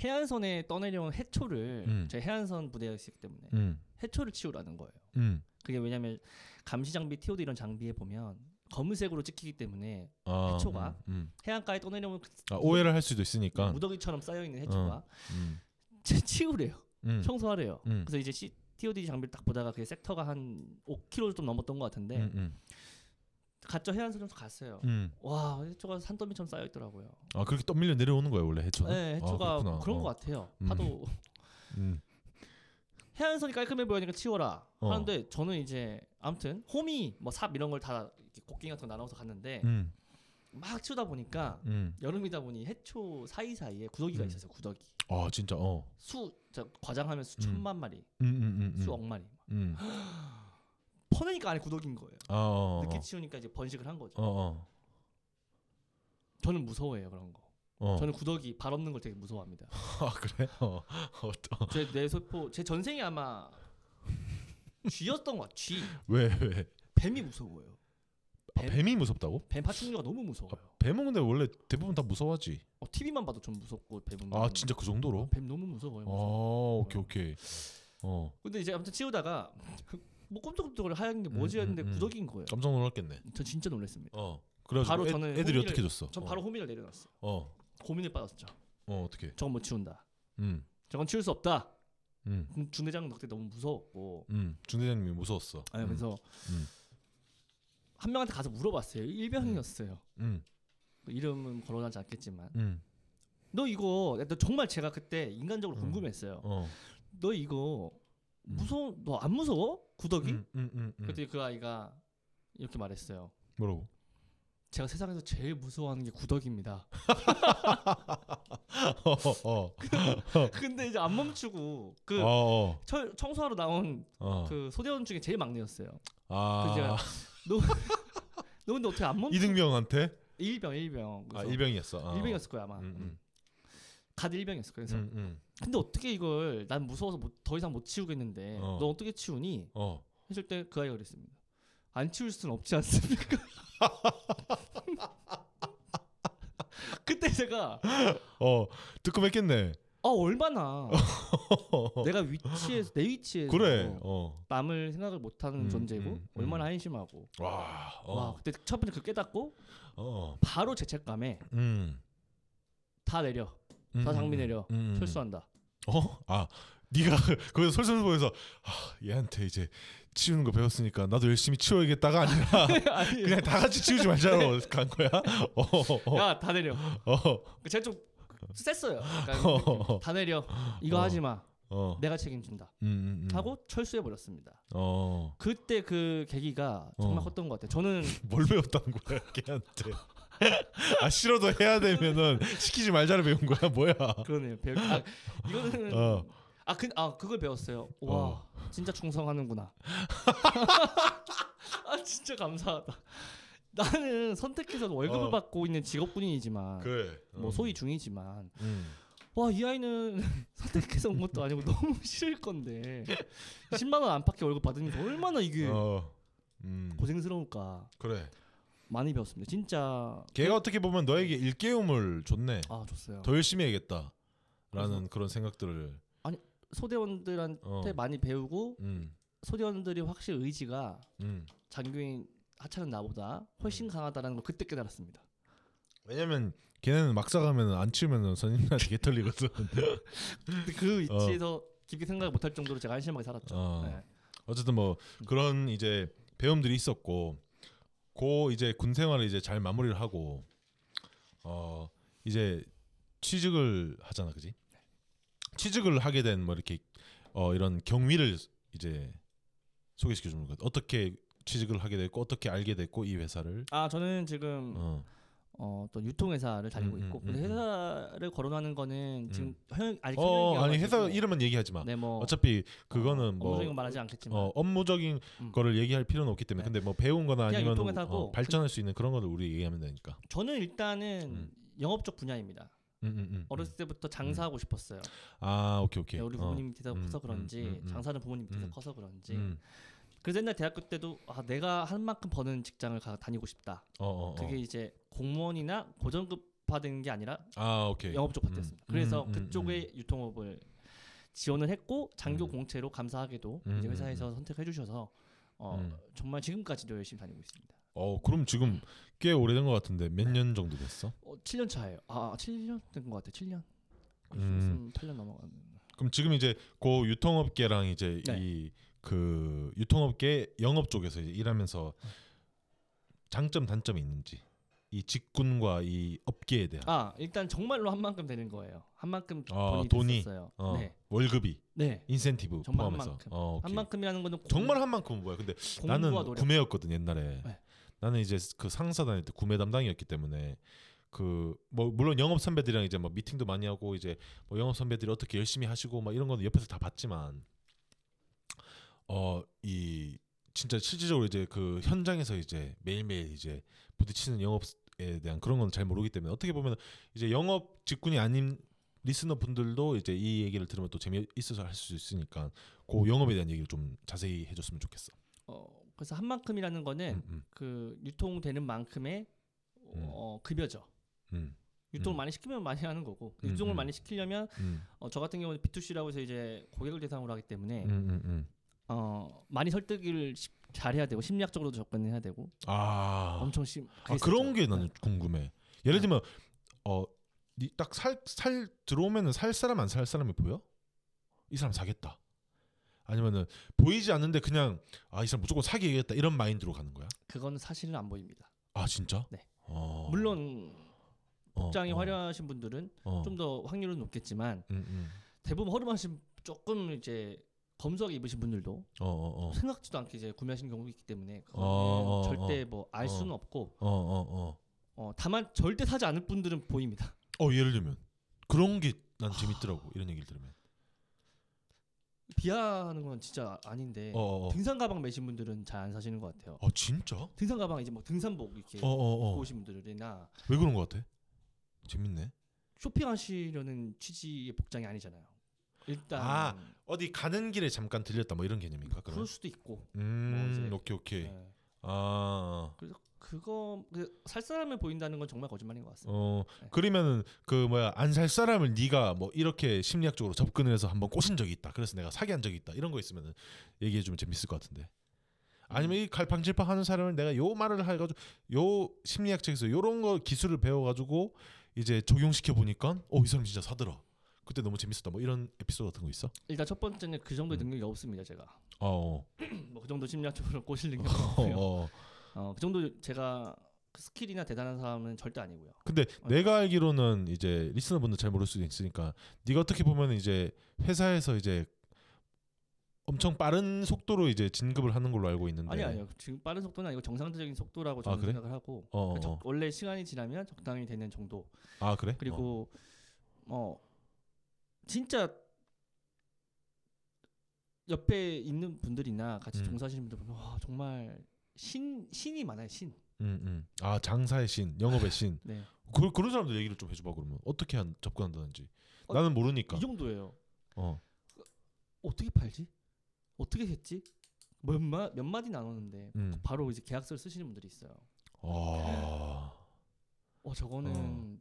A: 해안선에 떠내려온 해초를
B: 음.
A: 저희 해안선 부대였기 때문에
B: 음,
A: 해초를 치우라는 거예요.
B: 음.
A: 그게 왜냐면 감시 장비, TOD 이런 장비에 보면 검은색으로 찍히기 때문에
B: 아,
A: 해초가?
B: 음, 음.
A: 해안가에 떠내려온 그
B: 아, 오해를 할 수도 있으니까.
A: 무더기처럼 쌓여 있는 해초가
B: 음,
A: 치우래요.
B: 음,
A: 청소하래요.
B: 음.
A: 그래서 이제 C, TOD 장비를 딱 보다가 그 섹터가 한 5km 좀 넘었던 것 같은데
B: 음, 음,
A: 갔죠 해안선으로 가서 갔어요.
B: 음.
A: 와 해초가 산더미처럼 쌓여 있더라고요.
B: 아 그렇게 떠밀려 내려오는 거예요 원래 해초는? 아,
A: 네, 해초가 그런 것 같아요.
B: 음.
A: 파도
B: 음,
A: 해안선이 깔끔해 보이니까 치워라
B: 어.
A: 하는데 저는 이제 아무튼 호미 뭐 삽 이런 걸 다 곡괭이 같은 거 나눠서 갔는데
B: 음,
A: 막 치우다 보니까
B: 음.
A: 여름이다 보니 해초 사이사이에 구더기가
B: 음.
A: 있었어요 구더기
B: 아 진짜 어.
A: 수 자, 과장하면 수 천만 마리
B: 음, 음, 음, 음.
A: 수억 마리
B: 음.
A: 퍼내니까 안에 구더기인 거예요
B: 아, 어, 어,
A: 늦게 치우니까 이제 번식을 한 거죠
B: 어, 어,
A: 저는 무서워해요 그런 거
B: 어.
A: 저는 구더기 발 없는 걸 되게 무서워합니다
B: 아 그래? 어, 어, 또.
A: 제 뇌세포 제 전생이 아마 쥐였던 것 같아 쥐
B: 왜 왜?
A: 뱀이 무서워요
B: 아,
A: 뱀?
B: 뱀이 무섭다고?
A: 뱀 파충류가 너무 무서워요
B: 뱀은 근데 원래 대부분 다 무서워하지.
A: 어, TV만 봐도 좀 무섭고 뱀은
B: 아 진짜 그 정도로?
A: 음. 뱀 너무 무서워요.
B: 아
A: 무서워. 음.
B: 오케이 오케이. 어
A: 근데 이제 아무튼 치우다가 뭐 꼼짝꼼짝 하얀 게 뭐지
B: 음, 음,
A: 했는데
B: 음.
A: 구더기인 거예요.
B: 깜짝 놀랐겠네.
A: 전 진짜 놀랐습니다.
B: 어. 그래가지고
A: 바로
B: 애,
A: 저는
B: 애들이
A: 호미를-
B: 어떻게 줬어?
A: 전 바로 호미를 내려놨어요.
B: 어. 어.
A: 고민에 빠졌죠.
B: 어 어떻게?
A: 저건 못 치운다.
B: 음.
A: 저건 치울 수 없다.
B: 음,
A: 음, 중대장 넉대 너무 무서웠고
B: 음, 중대장님이 무서웠어.
A: 아니,
B: 음,
A: 그래서
B: 음.
A: 한 명한테 가서 물어봤어요. 일병이었어요.
B: 음,
A: 이름은 거론하지 않겠지만
B: 음,
A: 너 이거 너 정말 제가 그때 인간적으로
B: 음.
A: 궁금했어요.
B: 어,
A: 너 이거
B: 음.
A: 무서워? 너 안 무서워? 구더기?
B: 음, 음, 음, 음.
A: 그랬더니 그 아이가 이렇게 말했어요.
B: 뭐라고?
A: 제가 세상에서 제일 무서워하는 게 구더기입니다.
B: 어, 어,
A: 그 근데 이제 안 멈추고 그
B: 어,
A: 철- 청소하러 나온
B: 어,
A: 그 소대원 중에 제일 막내였어요. 그 제가
B: 아,
A: 너 근데 어떻게 안 멈?
B: 이등병한테?
A: 일병 일병.
B: 아, 일병이었어. 어.
A: 일병이었을 거야 아마.
B: 음, 음.
A: 가드 일병이었어. 그래서
B: 음, 음.
A: 근데 어떻게 이걸 난 무서워서 못- 더 이상 못 치우겠는데
B: 어.
A: 너 어떻게 치우니?
B: 어,
A: 했을 때 그 아이가 그랬습니다. 안 치울 수는 없지 않습니까? 그때 제가
B: 어, 뜨끔했겠네.
A: 아 얼마나 내가 위치에서 내 위치에서
B: 어. 그래. 네. 어,
A: 남을 생각을 못하는
B: 음,
A: 존재고
B: 음,
A: 얼마나 한심하고
B: 와, 어,
A: 와 그때 첫 번째 그 깨닫고
B: 어,
A: 바로 죄책감에
B: 음,
A: 다 내려
B: 음,
A: 다 장미
B: 음,
A: 내려.
B: 음, 음.
A: 철수한다
B: 어? 아, 네가 거기서 솔솔 보여서 아, 얘한테 이제 치우는 거 배웠으니까 나도 열심히 치워야겠다가 아니라
A: 아니,
B: 그냥 다 같이 치우지 말자로 간 거야. 어, 어,
A: 네. 야 다 내려
B: 어,
A: 그 제가 좀 셌어요 약간
B: 어.
A: 다 내려 이거
B: 어.
A: 하지 마
B: 어,
A: 내가 책임진다
B: 음, 음, 음.
A: 하고 철수해 버렸습니다
B: 어,
A: 그때 그 계기가 정말
B: 어.
A: 컸던 것 같아요 저는
B: 뭘 배웠다는 거야 걔한테. 아 싫어도 해야 되면은 시키지 말자를 배운 거야 뭐야?
A: 그러네요 배울 아, 이거는
B: 어.
A: 아, 그, 아 그걸 배웠어요 와 진짜 충성하는구나 아 진짜 감사하다 나는 선택해서 월급을
B: 어.
A: 받고 있는 직업군인이지만
B: 그래.
A: 뭐
B: 음,
A: 소위 중이지만
B: 음.
A: 와 이 아이는 선택해서 온 것도 아니고 너무 싫을 건데 10만 원 안팎의 월급 받으니까 얼마나 이게
B: 어, 음.
A: 고생스러울까
B: 그래.
A: 많이 배웠습니다 진짜
B: 걔가 어떻게 보면 너에게 일깨움을 줬네.
A: 아 좋았어요
B: 더 열심히 해야겠다라는
A: 그래서-
B: 그런 생각들을.
A: 소대원들한테
B: 어.
A: 많이 배우고
B: 음,
A: 소대원들이 확실히 의지가
B: 음.
A: 장교인 하찮은 나보다 훨씬 강하다라는 걸 그때 깨달았습니다
B: 왜냐면 걔네는 막사 가면 안 치우면 선임한테 개털리거든.
A: 근데 그 위치에서 깊게 생각을 못할 정도로 제가 한심하게 살았죠
B: 어.
A: 네.
B: 어쨌든 뭐 그런 이제 배움들이 있었고 고 이제 군 생활을 이제 잘 마무리를 하고 어 이제 취직을 하잖아, 그지? 취직을 하게 된 뭐 이렇게 어 이런 경위를 이제 소개시켜 주는 것 같아. 어떻게 취직을 하게 됐고 어떻게 알게 됐고 이 회사를
A: 아 저는 지금
B: 어,
A: 어, 또 유통회사를 다니고
B: 음,
A: 있고
B: 음,
A: 근데
B: 음, 음.
A: 회사를 거론하는 거는 지금 허용, 아직
B: 어 아니
A: 허용이어가지고
B: 회사 이름은 얘기하지 마.
A: 네, 뭐
B: 어차피 그거는
A: 업무
B: 뭐
A: 적인 건 말하지 않겠지만
B: 어, 업무적인
A: 음.
B: 거를 얘기할 필요는 없기 때문에
A: 네.
B: 근데 뭐 배운 거나
A: 그냥
B: 아니면
A: 유통에서
B: 어,
A: 하고
B: 발전할 수 있는 그런 거를 우리 얘기하면 되니까.
A: 저는 일단은
B: 음.
A: 영업 쪽 분야입니다.
B: 음, 음, 음, 음.
A: 어렸을 때부터 장사하고 싶었어요. 네,
B: 아 오케이 오케이.
A: 우리
B: 어.
A: 부모님 밑에서
B: 음,
A: 커서
B: 음,
A: 그런지
B: 음, 음.
A: 장사는 부모님 밑에서
B: 음.
A: 커서 그런지
B: 음.
A: 그래서 옛날 대학교 때도 아, 내가 한 만큼 버는 직장을 가, 다니고 싶다.
B: 어, 어, 어.
A: 그게 이제 공무원이나 고정급화된 게 아니라
B: 아 오케이.
A: 영업 쪽
B: 음.
A: 파트였습니다. 그래서
B: 음, 음,
A: 그쪽에 유통업을 지원을 했고 장교
B: 음.
A: 공채로 감사하게도
B: 음,
A: 이제
B: 음,
A: 회사에서 선택해 주셔서 어,
B: 음.
A: 정말 지금까지도 열심히 다니고 있습니다.
B: 어 그럼 지금 꽤 오래된 것 같은데
A: 네.
B: 몇 년 정도 됐어?
A: 어, 7년 차예요. 아, 7년 된 것 같아요. 7년.
B: 음.
A: 8년 넘어가는.
B: 그럼 지금 이제 고 유통업계랑 이제
A: 네.
B: 이 그 유통업계 영업 쪽에서 이제 일하면서 장점 단점이 있는지 이 직군과 이 업계에 대한
A: 아, 일단 정말로 한 만큼 되는 거예요. 한 만큼
B: 아,
A: 돈이,
B: 돈이.
A: 됐었어요.
B: 어,
A: 네.
B: 월급이
A: 네.
B: 인센티브
A: 정말 한
B: 포함해서
A: 만큼.
B: 어, 오케이.
A: 한 만큼이라는 거는 공,
B: 정말 한 만큼은 뭐야? 근데
A: 공부와
B: 나는
A: 노력.
B: 구매였거든 옛날에.
A: 네.
B: 나는 이제 그 상사 다닐 때 구매 담당이었기 때문에 그 뭐 물론 영업 선배들이랑 이제 뭐 미팅도 많이 하고 이제 뭐 영업 선배들이 어떻게 열심히 하시고 막 이런 거는 옆에서 다 봤지만 어 이 진짜 실질적으로 이제 그 현장에서 이제 매일매일 이제 부딪히는 영업에 대한 그런 건 잘 모르기 때문에 어떻게 보면 이제 영업 직군이 아닌 리스너 분들도 이제 이 얘기를 들으면 또 재미 있어서 할 수 있으니까 그 영업에 대한 얘기를 좀 자세히 해줬으면 좋겠어.
A: 어, 그래서 한 만큼이라는 거는
B: 음, 음,
A: 그 유통되는 만큼의 어, 급여죠.
B: 음,
A: 유통을
B: 음.
A: 많이 시키면 많이 하는 거고
B: 음,
A: 유통을
B: 음.
A: 많이 시키려면
B: 음,
A: 어, 저 같은 경우는 B2C라고 해서 이제 고객을 대상으로 하기 때문에
B: 음, 음, 음.
A: 어, 많이 설득을 시- 잘해야 되고 심리학적으로도 접근해야 되고
B: 아,
A: 엄청 네. 심
B: 아 그런 게 나는 궁금해. 예를 들면 어, 딱살살 들어오면은 살 사람 안 살 사람이 보여? 이 사람 사겠다. 아니면은 보이지 않는데 그냥 아 이 사람 무조건 사기겠다 이런 마인드로 가는 거야.
A: 그건 사실은 안 보입니다.
B: 아 진짜?
A: 네.
B: 어.
A: 물론
B: 어,
A: 복장이
B: 어,
A: 화려하신 분들은
B: 어.
A: 좀 더 확률은 높겠지만
B: 음, 음.
A: 대부분 허름하신 조금 이제 검소하게 입으신 분들도
B: 어, 어, 어.
A: 생각지도 않게 이제 구매하신 경우도 있기 때문에 그거는
B: 어, 어,
A: 절대 뭐 알 수는 없고
B: 어, 어, 어.
A: 어, 다만 절대 사지 않을 분들은 보입니다.
B: 어 예를 들면 그런 게 난 재밌더라고 이런 얘기를 들으면.
A: 비하하는 건 진짜 아닌데
B: 어, 어, 어.
A: 네. 등산 가방 매신 분들은 잘 안 사시는 것 같아요.
B: 아 진짜? 어,
A: 등산 가방 이제 뭐 등산복 이렇게
B: 어,
A: 입고
B: 어.
A: 오신 분들이나
B: 왜 그런 거 같아? 재밌네.
A: 쇼핑하시려는 취지의 복장이 아니잖아요. 일단
B: 아, 어디 가는 길에 잠깐 들렸다 뭐 이런 개념인가
A: 그럴
B: 그러면?
A: 수도 있고.
B: 음,
A: 뭐 이제-
B: 오케이 오케이.
A: 네.
B: 아,
A: 그거 그 살 사람을 보인다는 건 정말 거짓말인 것 같습니다.
B: 어
A: 네.
B: 그러면은 그 뭐야 안 살 사람을 네가 뭐 이렇게 심리학적으로 접근을 해서 한번 꼬신 적이 있다. 그래서 내가 사기 한 적이 있다. 이런 거 있으면은 얘기해 주면 재밌을 것 같은데. 아니면
A: 음.
B: 이 갈팡질팡 하는 사람을 내가 요 말을 해가지고 요 심리학 책에서 요런 거 기술을 배워가지고 이제 적용시켜 보니까 어이 사람 진짜 사더라. 그때 너무 재밌었다. 뭐 이런 에피소드 같은 거 있어?
A: 일단 첫 번째는 그 정도의
B: 음.
A: 능력이 없습니다. 제가
B: 아, 어.
A: 뭐 그 정도 심리학적으로 꼬실 능력
B: 어,
A: 없고요.
B: 어.
A: 어, 그 정도 제가 그 스킬이나 대단한 사람은 절대 아니고요.
B: 근데
A: 어.
B: 내가 알기로는 이제 리스너분들 잘 모를 수도 있으니까 네가 어떻게 보면 이제 회사에서 이제 엄청 빠른 속도로 이제 진급을 하는 걸로 알고 있는데
A: 아니 아니요. 지금 빠른 속도는 아니고 정상적인 속도라고
B: 아,
A: 저는
B: 그래?
A: 생각을 하고
B: 어, 어,
A: 그러니까 적-
B: 어.
A: 원래 시간이 지나면 적당히 되는 정도.
B: 아 그래 어.
A: 그리고 어 진짜 옆에 있는 분들이나 같이
B: 음.
A: 종사하시는 분들 보면 와 정말 신 신이 많아요 신.
B: 음, 음. 아 장사의 신 영업의 신
A: 네.
B: 그, 그런 사람들 얘기를 좀 해줘봐 그러면 어떻게 한, 접근한다든지
A: 어,
B: 나는 모르니까
A: 이 정도예요.
B: 어.
A: 어떻게 팔지? 어떻게 했지? 몇마몇 마디 나눴는데
B: 음.
A: 바로 이제 계약서를 쓰시는 분들이 있어요.
B: 아
A: 어 저거는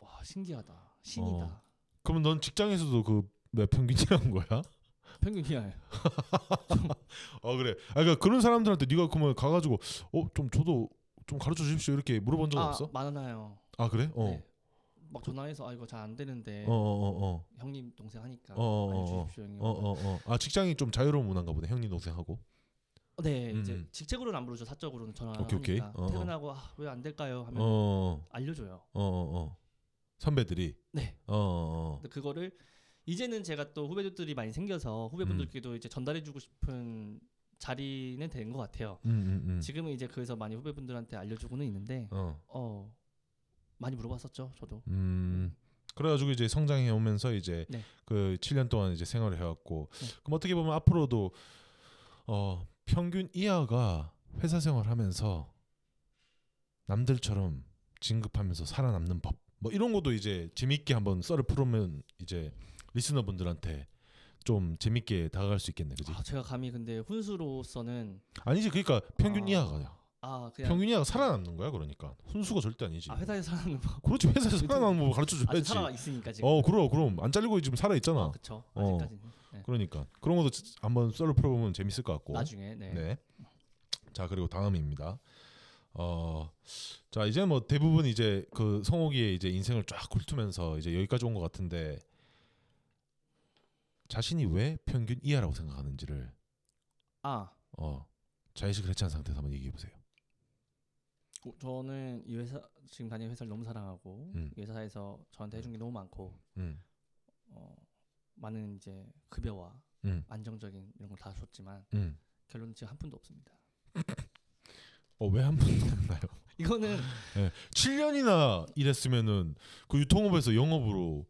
A: 와 신기하다 신이다
B: 어. 그럼 넌 직장에서도 그몇 평균이란 거야?
A: 평균이야.
B: 아 그래. 아 그러니까 그런 사람들한테 네가 그러면 가가지고 어 좀 저도 좀 가르쳐 주십시오 이렇게 물어본 적
A: 아
B: 없어?
A: 많아요.
B: 아 그래? 어.
A: 네. 막 전화해서 아 이거 잘 안 되는데
B: 어, 어, 어, 어.
A: 형님 동생 하니까
B: 어, 어, 어,
A: 알려주십시오 형님.
B: 어, 어, 어. 아 직장이 좀 자유로운 문화인가 보네. 형님 동생하고.
A: 네 이제
B: 음.
A: 직책으로는 안 부르죠 사적으로는 전화
B: 오케이, 오케이.
A: 하니까
B: 어, 어.
A: 퇴근하고 아, 왜 안 될까요
B: 어,
A: 하면
B: 어,
A: 알려줘요.
B: 어, 어. 선배들이.
A: 네.
B: 어, 어, 어.
A: 근데 그거를 이제는 제가 또 후배들이 많이 생겨서 후배분들께도
B: 음.
A: 이제 전달해주고 싶은 자리는 된 것 같아요.
B: 음, 음, 음.
A: 지금은 이제 그래서 많이 후배분들한테 알려주고는 있는데
B: 어.
A: 어 많이 물어봤었죠 저도.
B: 음. 그래가지고 이제 성장해 오면서 이제
A: 네.
B: 그 7년 동안 이제 생활을 해왔고
A: 네.
B: 그럼 어떻게 보면 앞으로도 어 평균 이하가 회사 생활하면서 남들처럼 진급하면서 살아남는 법 뭐 이런 것도 이제 재밌게 한번 썰을 풀으면 이제 리스너분들한테 좀 재밌게 다가갈 수 있겠네, 그지?
A: 아, 제가 감히 근데 훈수로서는
B: 아니지, 그러니까 평균
A: 아,
B: 이하가요.
A: 아 그냥
B: 평균 이하가 살아남는 거야, 그러니까 훈수가 절대 아니지.
A: 아, 회사에서 살아남는 법
B: 그렇지, 회사에서
A: 그래도-
B: 살아남는 법 가르쳐
A: 아직
B: 줘야지.
A: 살아 있으니까 지금.
B: 어, 그럼 그럼 안 잘리고 지금 살아 있잖아.
A: 뭐 아, 그쵸
B: 어.
A: 아직까지는. 네.
B: 그러니까 그런 것도 지- 한번 썰을 풀어보면 재밌을 것 같고.
A: 나중에 네.
B: 네. 자 그리고 다음입니다. 어, 자 이제 뭐 대부분 이제 그 성옥이의 이제 인생을 쫙 훑으면서 이제 여기까지 온 것 같은데 자신이 왜 평균 이하라고 생각하는지를
A: 아
B: 어 자의식을 해체한 상태에서 한번 얘기해 보세요.
A: 어, 저는 이 회사 지금 다니는 회사를 너무 사랑하고
B: 음.
A: 이 회사에서 저한테 해준 게 너무 많고
B: 음,
A: 어, 많은 이제 급여와
B: 음,
A: 안정적인 이런 걸 다 줬지만
B: 음.
A: 결론은 지금 한 푼도 없습니다.
B: 어왜한 번도 안 나요?
A: 이거는
B: 7년이나 일했으면은 그 유통업에서 영업으로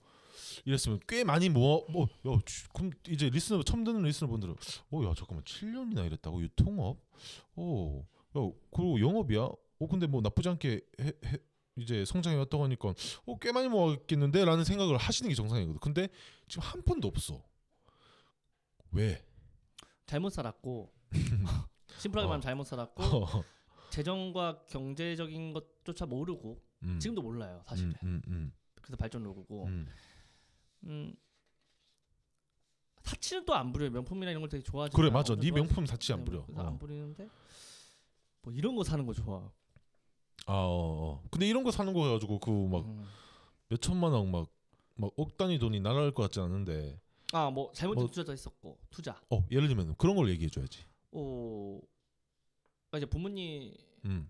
B: 일했으면 꽤 많이 모아 뭐 야, 치- 그럼 이제 리스너 처음 듣는 리스너분들은 어 야 잠깐만 7년이나 일했다고 유통업 어야 그리고 영업이야 어 근데 뭐 나쁘지 않게 해, 해, 이제 성장해 왔다고 하니까 어 꽤 많이 모았겠는데라는 생각을 하시는 게 정상이거든 근데 지금 한 푼도 없어 왜
A: 잘못 살았고 심플하게
B: 어.
A: 말하면 잘못 살았고 재정과 경제적인 것조차 모르고
B: 음,
A: 지금도 몰라요 사실. 은
B: 음, 음,
A: 그래서 발전 로그고 음.
B: 음,
A: 사치는 또 안 부려요 명품이나 이런 걸 되게 좋아하지.
B: 그래 맞아 네 명품 사치 안 부려
A: 안
B: 어.
A: 부리는데 뭐 이런 거 사는 거 좋아.
B: 아 어, 어. 근데 이런 거 사는 거뭐 해가지고 그막
A: 음.
B: 몇 천만 원 막 막 억 단위 돈이 날아갈 것 같지 않은데
A: 아 뭐 잘못된
B: 뭐-
A: 투자도 했었고 투자.
B: 어 예를 들면 그런 걸 얘기해줘야지.
A: 어 그러니까 이제 부모님께서
B: 음,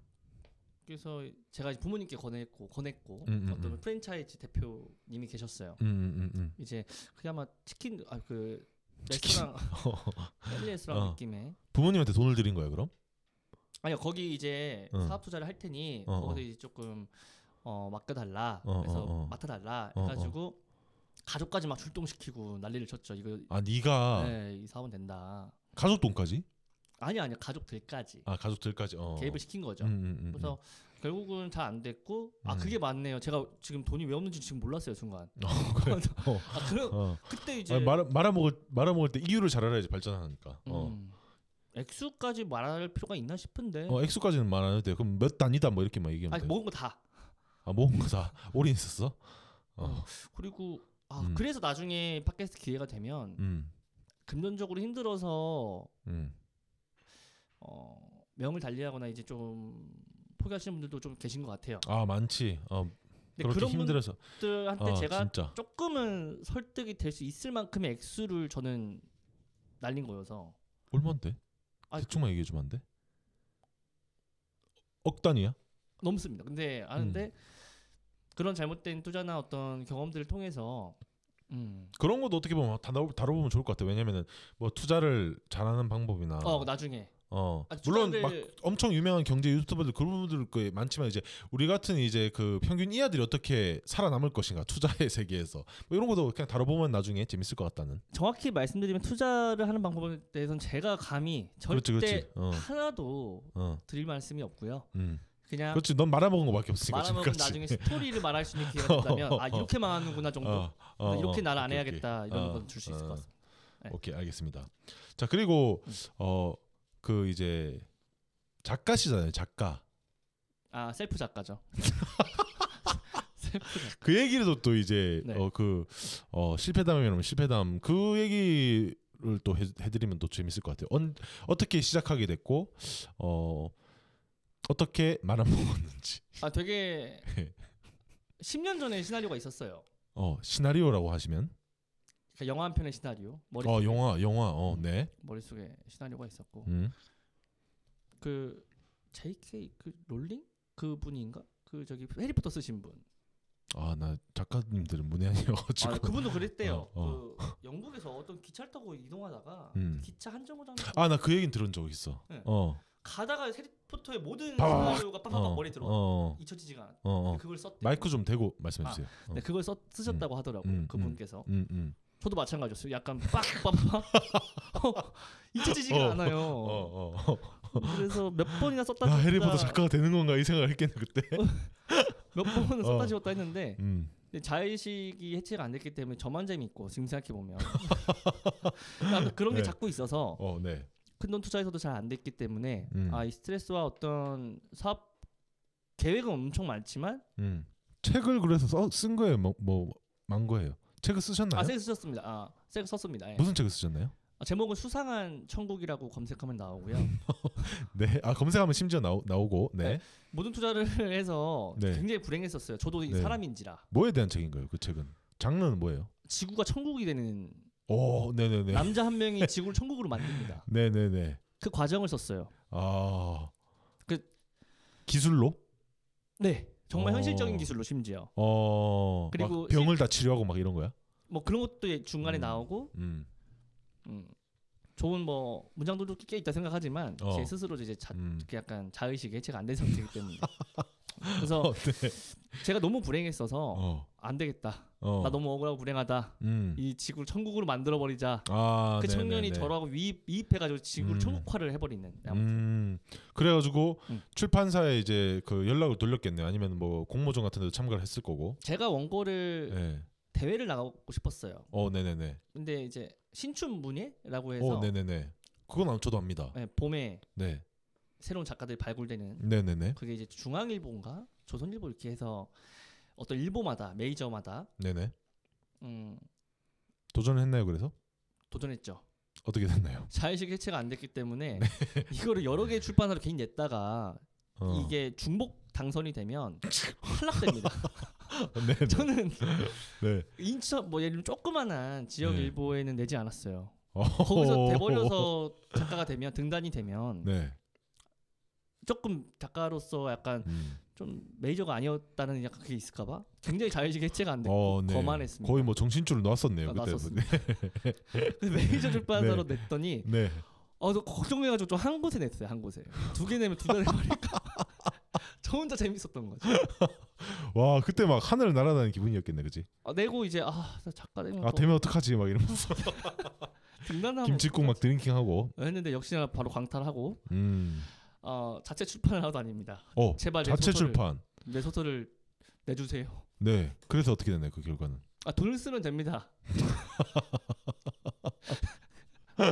A: 제가 이제 부모님께 권했고 권했고
B: 음, 음,
A: 어떤
B: 음.
A: 프랜차이즈 대표님이 계셨어요.
B: 음, 음, 음, 음.
A: 이제 그나마 치킨 아 그
B: 치킨.
A: 레스토랑 펠리 레스토랑
B: 어.
A: 느낌의
B: 부모님한테 돈을 드린 거예요 그럼?
A: 아니요 거기 이제
B: 어.
A: 사업 투자를 할 테니
B: 어,
A: 거기서
B: 어.
A: 이제 조금 어 맡겨달라
B: 어,
A: 그래서
B: 어, 어.
A: 맡아달라
B: 어, 어.
A: 해가지고 가족까지 막 출동시키고 난리를 쳤죠 이거
B: 아 네가
A: 네, 이 사업은 된다
B: 가족 돈까지?
A: 아니 아니 가족들까지
B: 아 가족들까지. 어.
A: 개입을 시킨 거죠
B: 음, 음, 음,
A: 그래서 결국은 잘 안 됐고 아
B: 음.
A: 그게 맞네요 제가 지금 돈이 왜 없는지 지금 몰랐어요 순간
B: 음. 어, 그래. 어.
A: 아 그럼
B: 어.
A: 그때 이제
B: 아, 말아 말아먹을 말아먹을 때 이유를 잘 알아야지 발전하니까. 어.
A: 음, 액수까지 말할 필요가 있나 싶은데
B: 어 액수까지는 말 안 해도 돼. 그럼 몇 단위다 뭐 이렇게 막 얘기하면
A: 아니
B: 돼.
A: 먹은 거다
B: 아 모은 거다 올인 있었어? 어.
A: 그리고 아
B: 음.
A: 그래서 나중에 팟캐스트 기회가 되면
B: 음.
A: 금전적으로 힘들어서
B: 음.
A: 어, 명을 달리하거나 이제 좀 포기하시는 분들도 좀 계신 것 같아요.
B: 아 많지. 어
A: 근데
B: 그렇게
A: 그런
B: 힘들어서.
A: 분들한테
B: 아,
A: 제가
B: 진짜.
A: 조금은 설득이 될 수 있을 만큼의 액수를 저는 날린 거여서
B: 얼마인데?
A: 아니,
B: 대충만 얘기해 주면 안 돼? 억 단위야?
A: 넘습니다. 근데
B: 음.
A: 아는데 그런 잘못된 투자나 어떤 경험들을 통해서 음.
B: 그런 것도 어떻게 보면 다 다뤄- 다뤄보면 좋을 것 같아. 요 왜냐면은 뭐 투자를 잘하는 방법이나
A: 어 나중에
B: 어.
A: 아니,
B: 아. 물론 막
A: 투자를-
B: 엄청 유명한 경제 유튜버들 그런 분들 꽤 많지만 이제 우리 같은 이제 그 평균 이하들이 어떻게 살아남을 것인가 투자의 세계에서 뭐 이런 것도 그냥 다뤄보면 나중에 재밌을 것 같다는.
A: 정확히 말씀드리면 투자를 하는 방법에 대해서는 제가 감히 절대
B: 그렇지 그렇지. 어.
A: 하나도
B: 어.
A: 드릴 말씀이 없고요.
B: 음.
A: 그냥
B: 그렇지. 넌 말아먹은 거밖에 없으니까
A: 말하면
B: 지금까지.
A: 나중에 스토리를 말할 수 있는 기회가 된다면 아
B: 어, 어.
A: 이렇게 망하는구나 정도 나 이렇게 날 안
B: 오케이, 오케이.
A: 해야겠다 이런
B: 어,
A: 건 줄 수 있을
B: 어.
A: 것 같습니다. 네.
B: 오케이 알겠습니다. 자 그리고
A: 음.
B: 어 그 이제 작가시잖아요 작가.
A: 아 셀프 작가죠. 셀프 작가.
B: 그 얘기도 또 이제
A: 네.
B: 어 그 어, 실패담이라면 실패담 그 얘기를 또 해, 해드리면 또 재밌을 것 같아요. 언, 어떻게 시작하게 됐고 어 어떻게 뭐, 말아먹었는지
A: 아 되게
B: 네.
A: 10년 전에 시나리오가 있었어요.
B: 어 시나리오라고 하시면
A: 그러니까 영화 한 편의 시나리오 머릿속에,
B: 어 영화 영화 어네
A: 머릿속에 시나리오가 있었고
B: 음.
A: 그 J.K. 그 롤링 그 분인가 그 저기 해리포터 쓰신 분.
B: 아나 작가님들은 문외한이어가지고
A: 아 그분도 그랬대요.
B: 어, 어.
A: 그 영국에서 어떤 기차를 타고 이동하다가
B: 음.
A: 기차 한 정거장
B: 아 나 그 얘긴 들은 적 있어
A: 네.
B: 어
A: 가다가 해리포터의 모든
B: 빠바박.
A: 시나리오가 빠바박
B: 어,
A: 머리 들어
B: 어,
A: 잊혀지지가 않았.
B: 어, 어.
A: 그걸 썼대.
B: 마이크 좀 대고 말씀해
A: 아,
B: 주세요 어.
A: 네, 그걸 써, 쓰셨다고 하더라고요.
B: 음,
A: 그분께서.
B: 음, 음.
A: 저도 마찬가지였어요. 약간 빡빡빡 어, 잊혀지지가
B: 어,
A: 않아요.
B: 어, 어, 어.
A: 그래서 몇 번이나 썼다
B: 나
A: 지웠다-
B: 해리포터 작가가 되는 건가 이 생각을 했겠네 그때
A: 몇 번은
B: 어.
A: 썼다 지웠다 했는데
B: 음.
A: 근데 자의식이 해체가 안 됐기 때문에 저만 재미있고 지금 생각해 보면 그러니까 그런 게
B: 네.
A: 자꾸 있어서
B: 어, 네.
A: 큰돈 투자에서도 잘 안 됐기 때문에
B: 음.
A: 아 이 스트레스와 어떤 사업 계획은 엄청 많지만
B: 음. 책을 그래서 써, 쓴 거예요. 뭐, 뭐만 거예요. 책을 쓰셨나요?
A: 아색 쓰셨습니다. 아색 썼습니다. 예.
B: 네. 무슨 책을 쓰셨나요?
A: 아, 제목은 수상한 천국이라고 검색하면 나오고요.
B: 네. 아, 검색하면 심지어 나오, 나오고. 네.
A: 네. 모든 투자를 해서
B: 네.
A: 굉장히 불행했었어요. 저도 이
B: 네.
A: 사람인지라
B: 뭐에 대한 책인가요? 그 책은. 장르는 뭐예요?
A: 지구가 천국이 되는
B: 오, 네, 네, 네.
A: 남자 한 명이 지구를 천국으로 만듭니다.
B: 네, 네, 네.
A: 그 과정을 썼어요.
B: 아.
A: 그-
B: 기술로?
A: 네, 정말
B: 어.
A: 현실적인 기술로 심지어
B: 어.
A: 그리고
B: 막 병을 다 치료하고 막 이런 거야?
A: 뭐 그런 것도 예- 중간에
B: 음.
A: 나오고
B: 음.
A: 음, 좋은 뭐 문장들도 꽤 있다 생각하지만
B: 어.
A: 제 스스로 이제 자,
B: 음.
A: 그 약간 자의식이 해체가 안 된 상태이기 때문에 그래서
B: 어, 네.
A: 제가 너무 불행했어서
B: 어.
A: 안 되겠다.
B: 어.
A: 나 너무 억울하고 불행하다.
B: 음.
A: 이 지구를 천국으로 만들어 버리자.
B: 아,
A: 그
B: 네,
A: 청년이
B: 네, 네.
A: 저라고 위입, 위입해가지고 지구를
B: 음.
A: 천국화를 해버리는
B: 음, 그래가지고
A: 음.
B: 출판사에 이제 그 연락을 돌렸겠네요. 아니면 뭐 공모전 같은 데도 참가를 했을 거고.
A: 제가 원고를
B: 네.
A: 대회를 나가고 싶었어요.
B: 어, 네네네.
A: 근데 이제 신춘 문예라고 해서
B: 어, 네네네. 그건 아- 저도 압니다.
A: 예, 봄에
B: 네,
A: 새로운 작가들이 발굴되는
B: 음. 네네네.
A: 그게 이제 중앙일보인가 조선일보 이렇게 해서 어떤 일보마다 메이저마다
B: 네네.
A: 음,
B: 도전을 했나요? 그래서
A: 도전했죠.
B: 어떻게 됐나요?
A: 자의식 해체가 안 됐기 때문에
B: 네.
A: 이거를 여러 개 출판사로 개인 냈다가
B: 어.
A: 이게 중복 당선이 되면 탈락됩니다.
B: 네, 네.
A: 저는
B: 네.
A: 인천 뭐 예를 들면 조그만한 지역
B: 네.
A: 일보에는 내지 않았어요.
B: 어,
A: 거기서 돼버려서 작가가 되면 등단이 되면
B: 네.
A: 조금 작가로서 약간
B: 음.
A: 좀 메이저가 아니었다는 약간 그게 있을까봐 굉장히 자의식 해체가 안 됐고
B: 어, 네.
A: 거만했습니다.
B: 거의 뭐 정신줄을 놨었네요
A: 아,
B: 그때.
A: 놨었습니다. 그 메이저 출판사로 냈더니
B: 네.
A: 어저 걱정돼가지고 좀 한 곳에 냈어요 한 곳에 두 개 내면 두달 해버릴까. 저 혼자 재밌었던 거죠.
B: 와 그때 막 하늘 날아다니는 기분이었겠네, 그지?
A: 아, 내고 이제 아나 작가 되면
B: 아
A: 또
B: 되면 어떡하지? 막 이러면서
A: 등단하면
B: 김치국 막 드링킹하고.
A: 했는데 역시나 바로 광탈하고
B: 음.
A: 어, 자체 출판을 하고 다닙니다.
B: 어
A: 제발 내
B: 자체
A: 소설을,
B: 출판.
A: 내 소설을 내주세요.
B: 네. 그래서 어떻게 됐나요 그 결과는?
A: 아 돈을 쓰면 됩니다.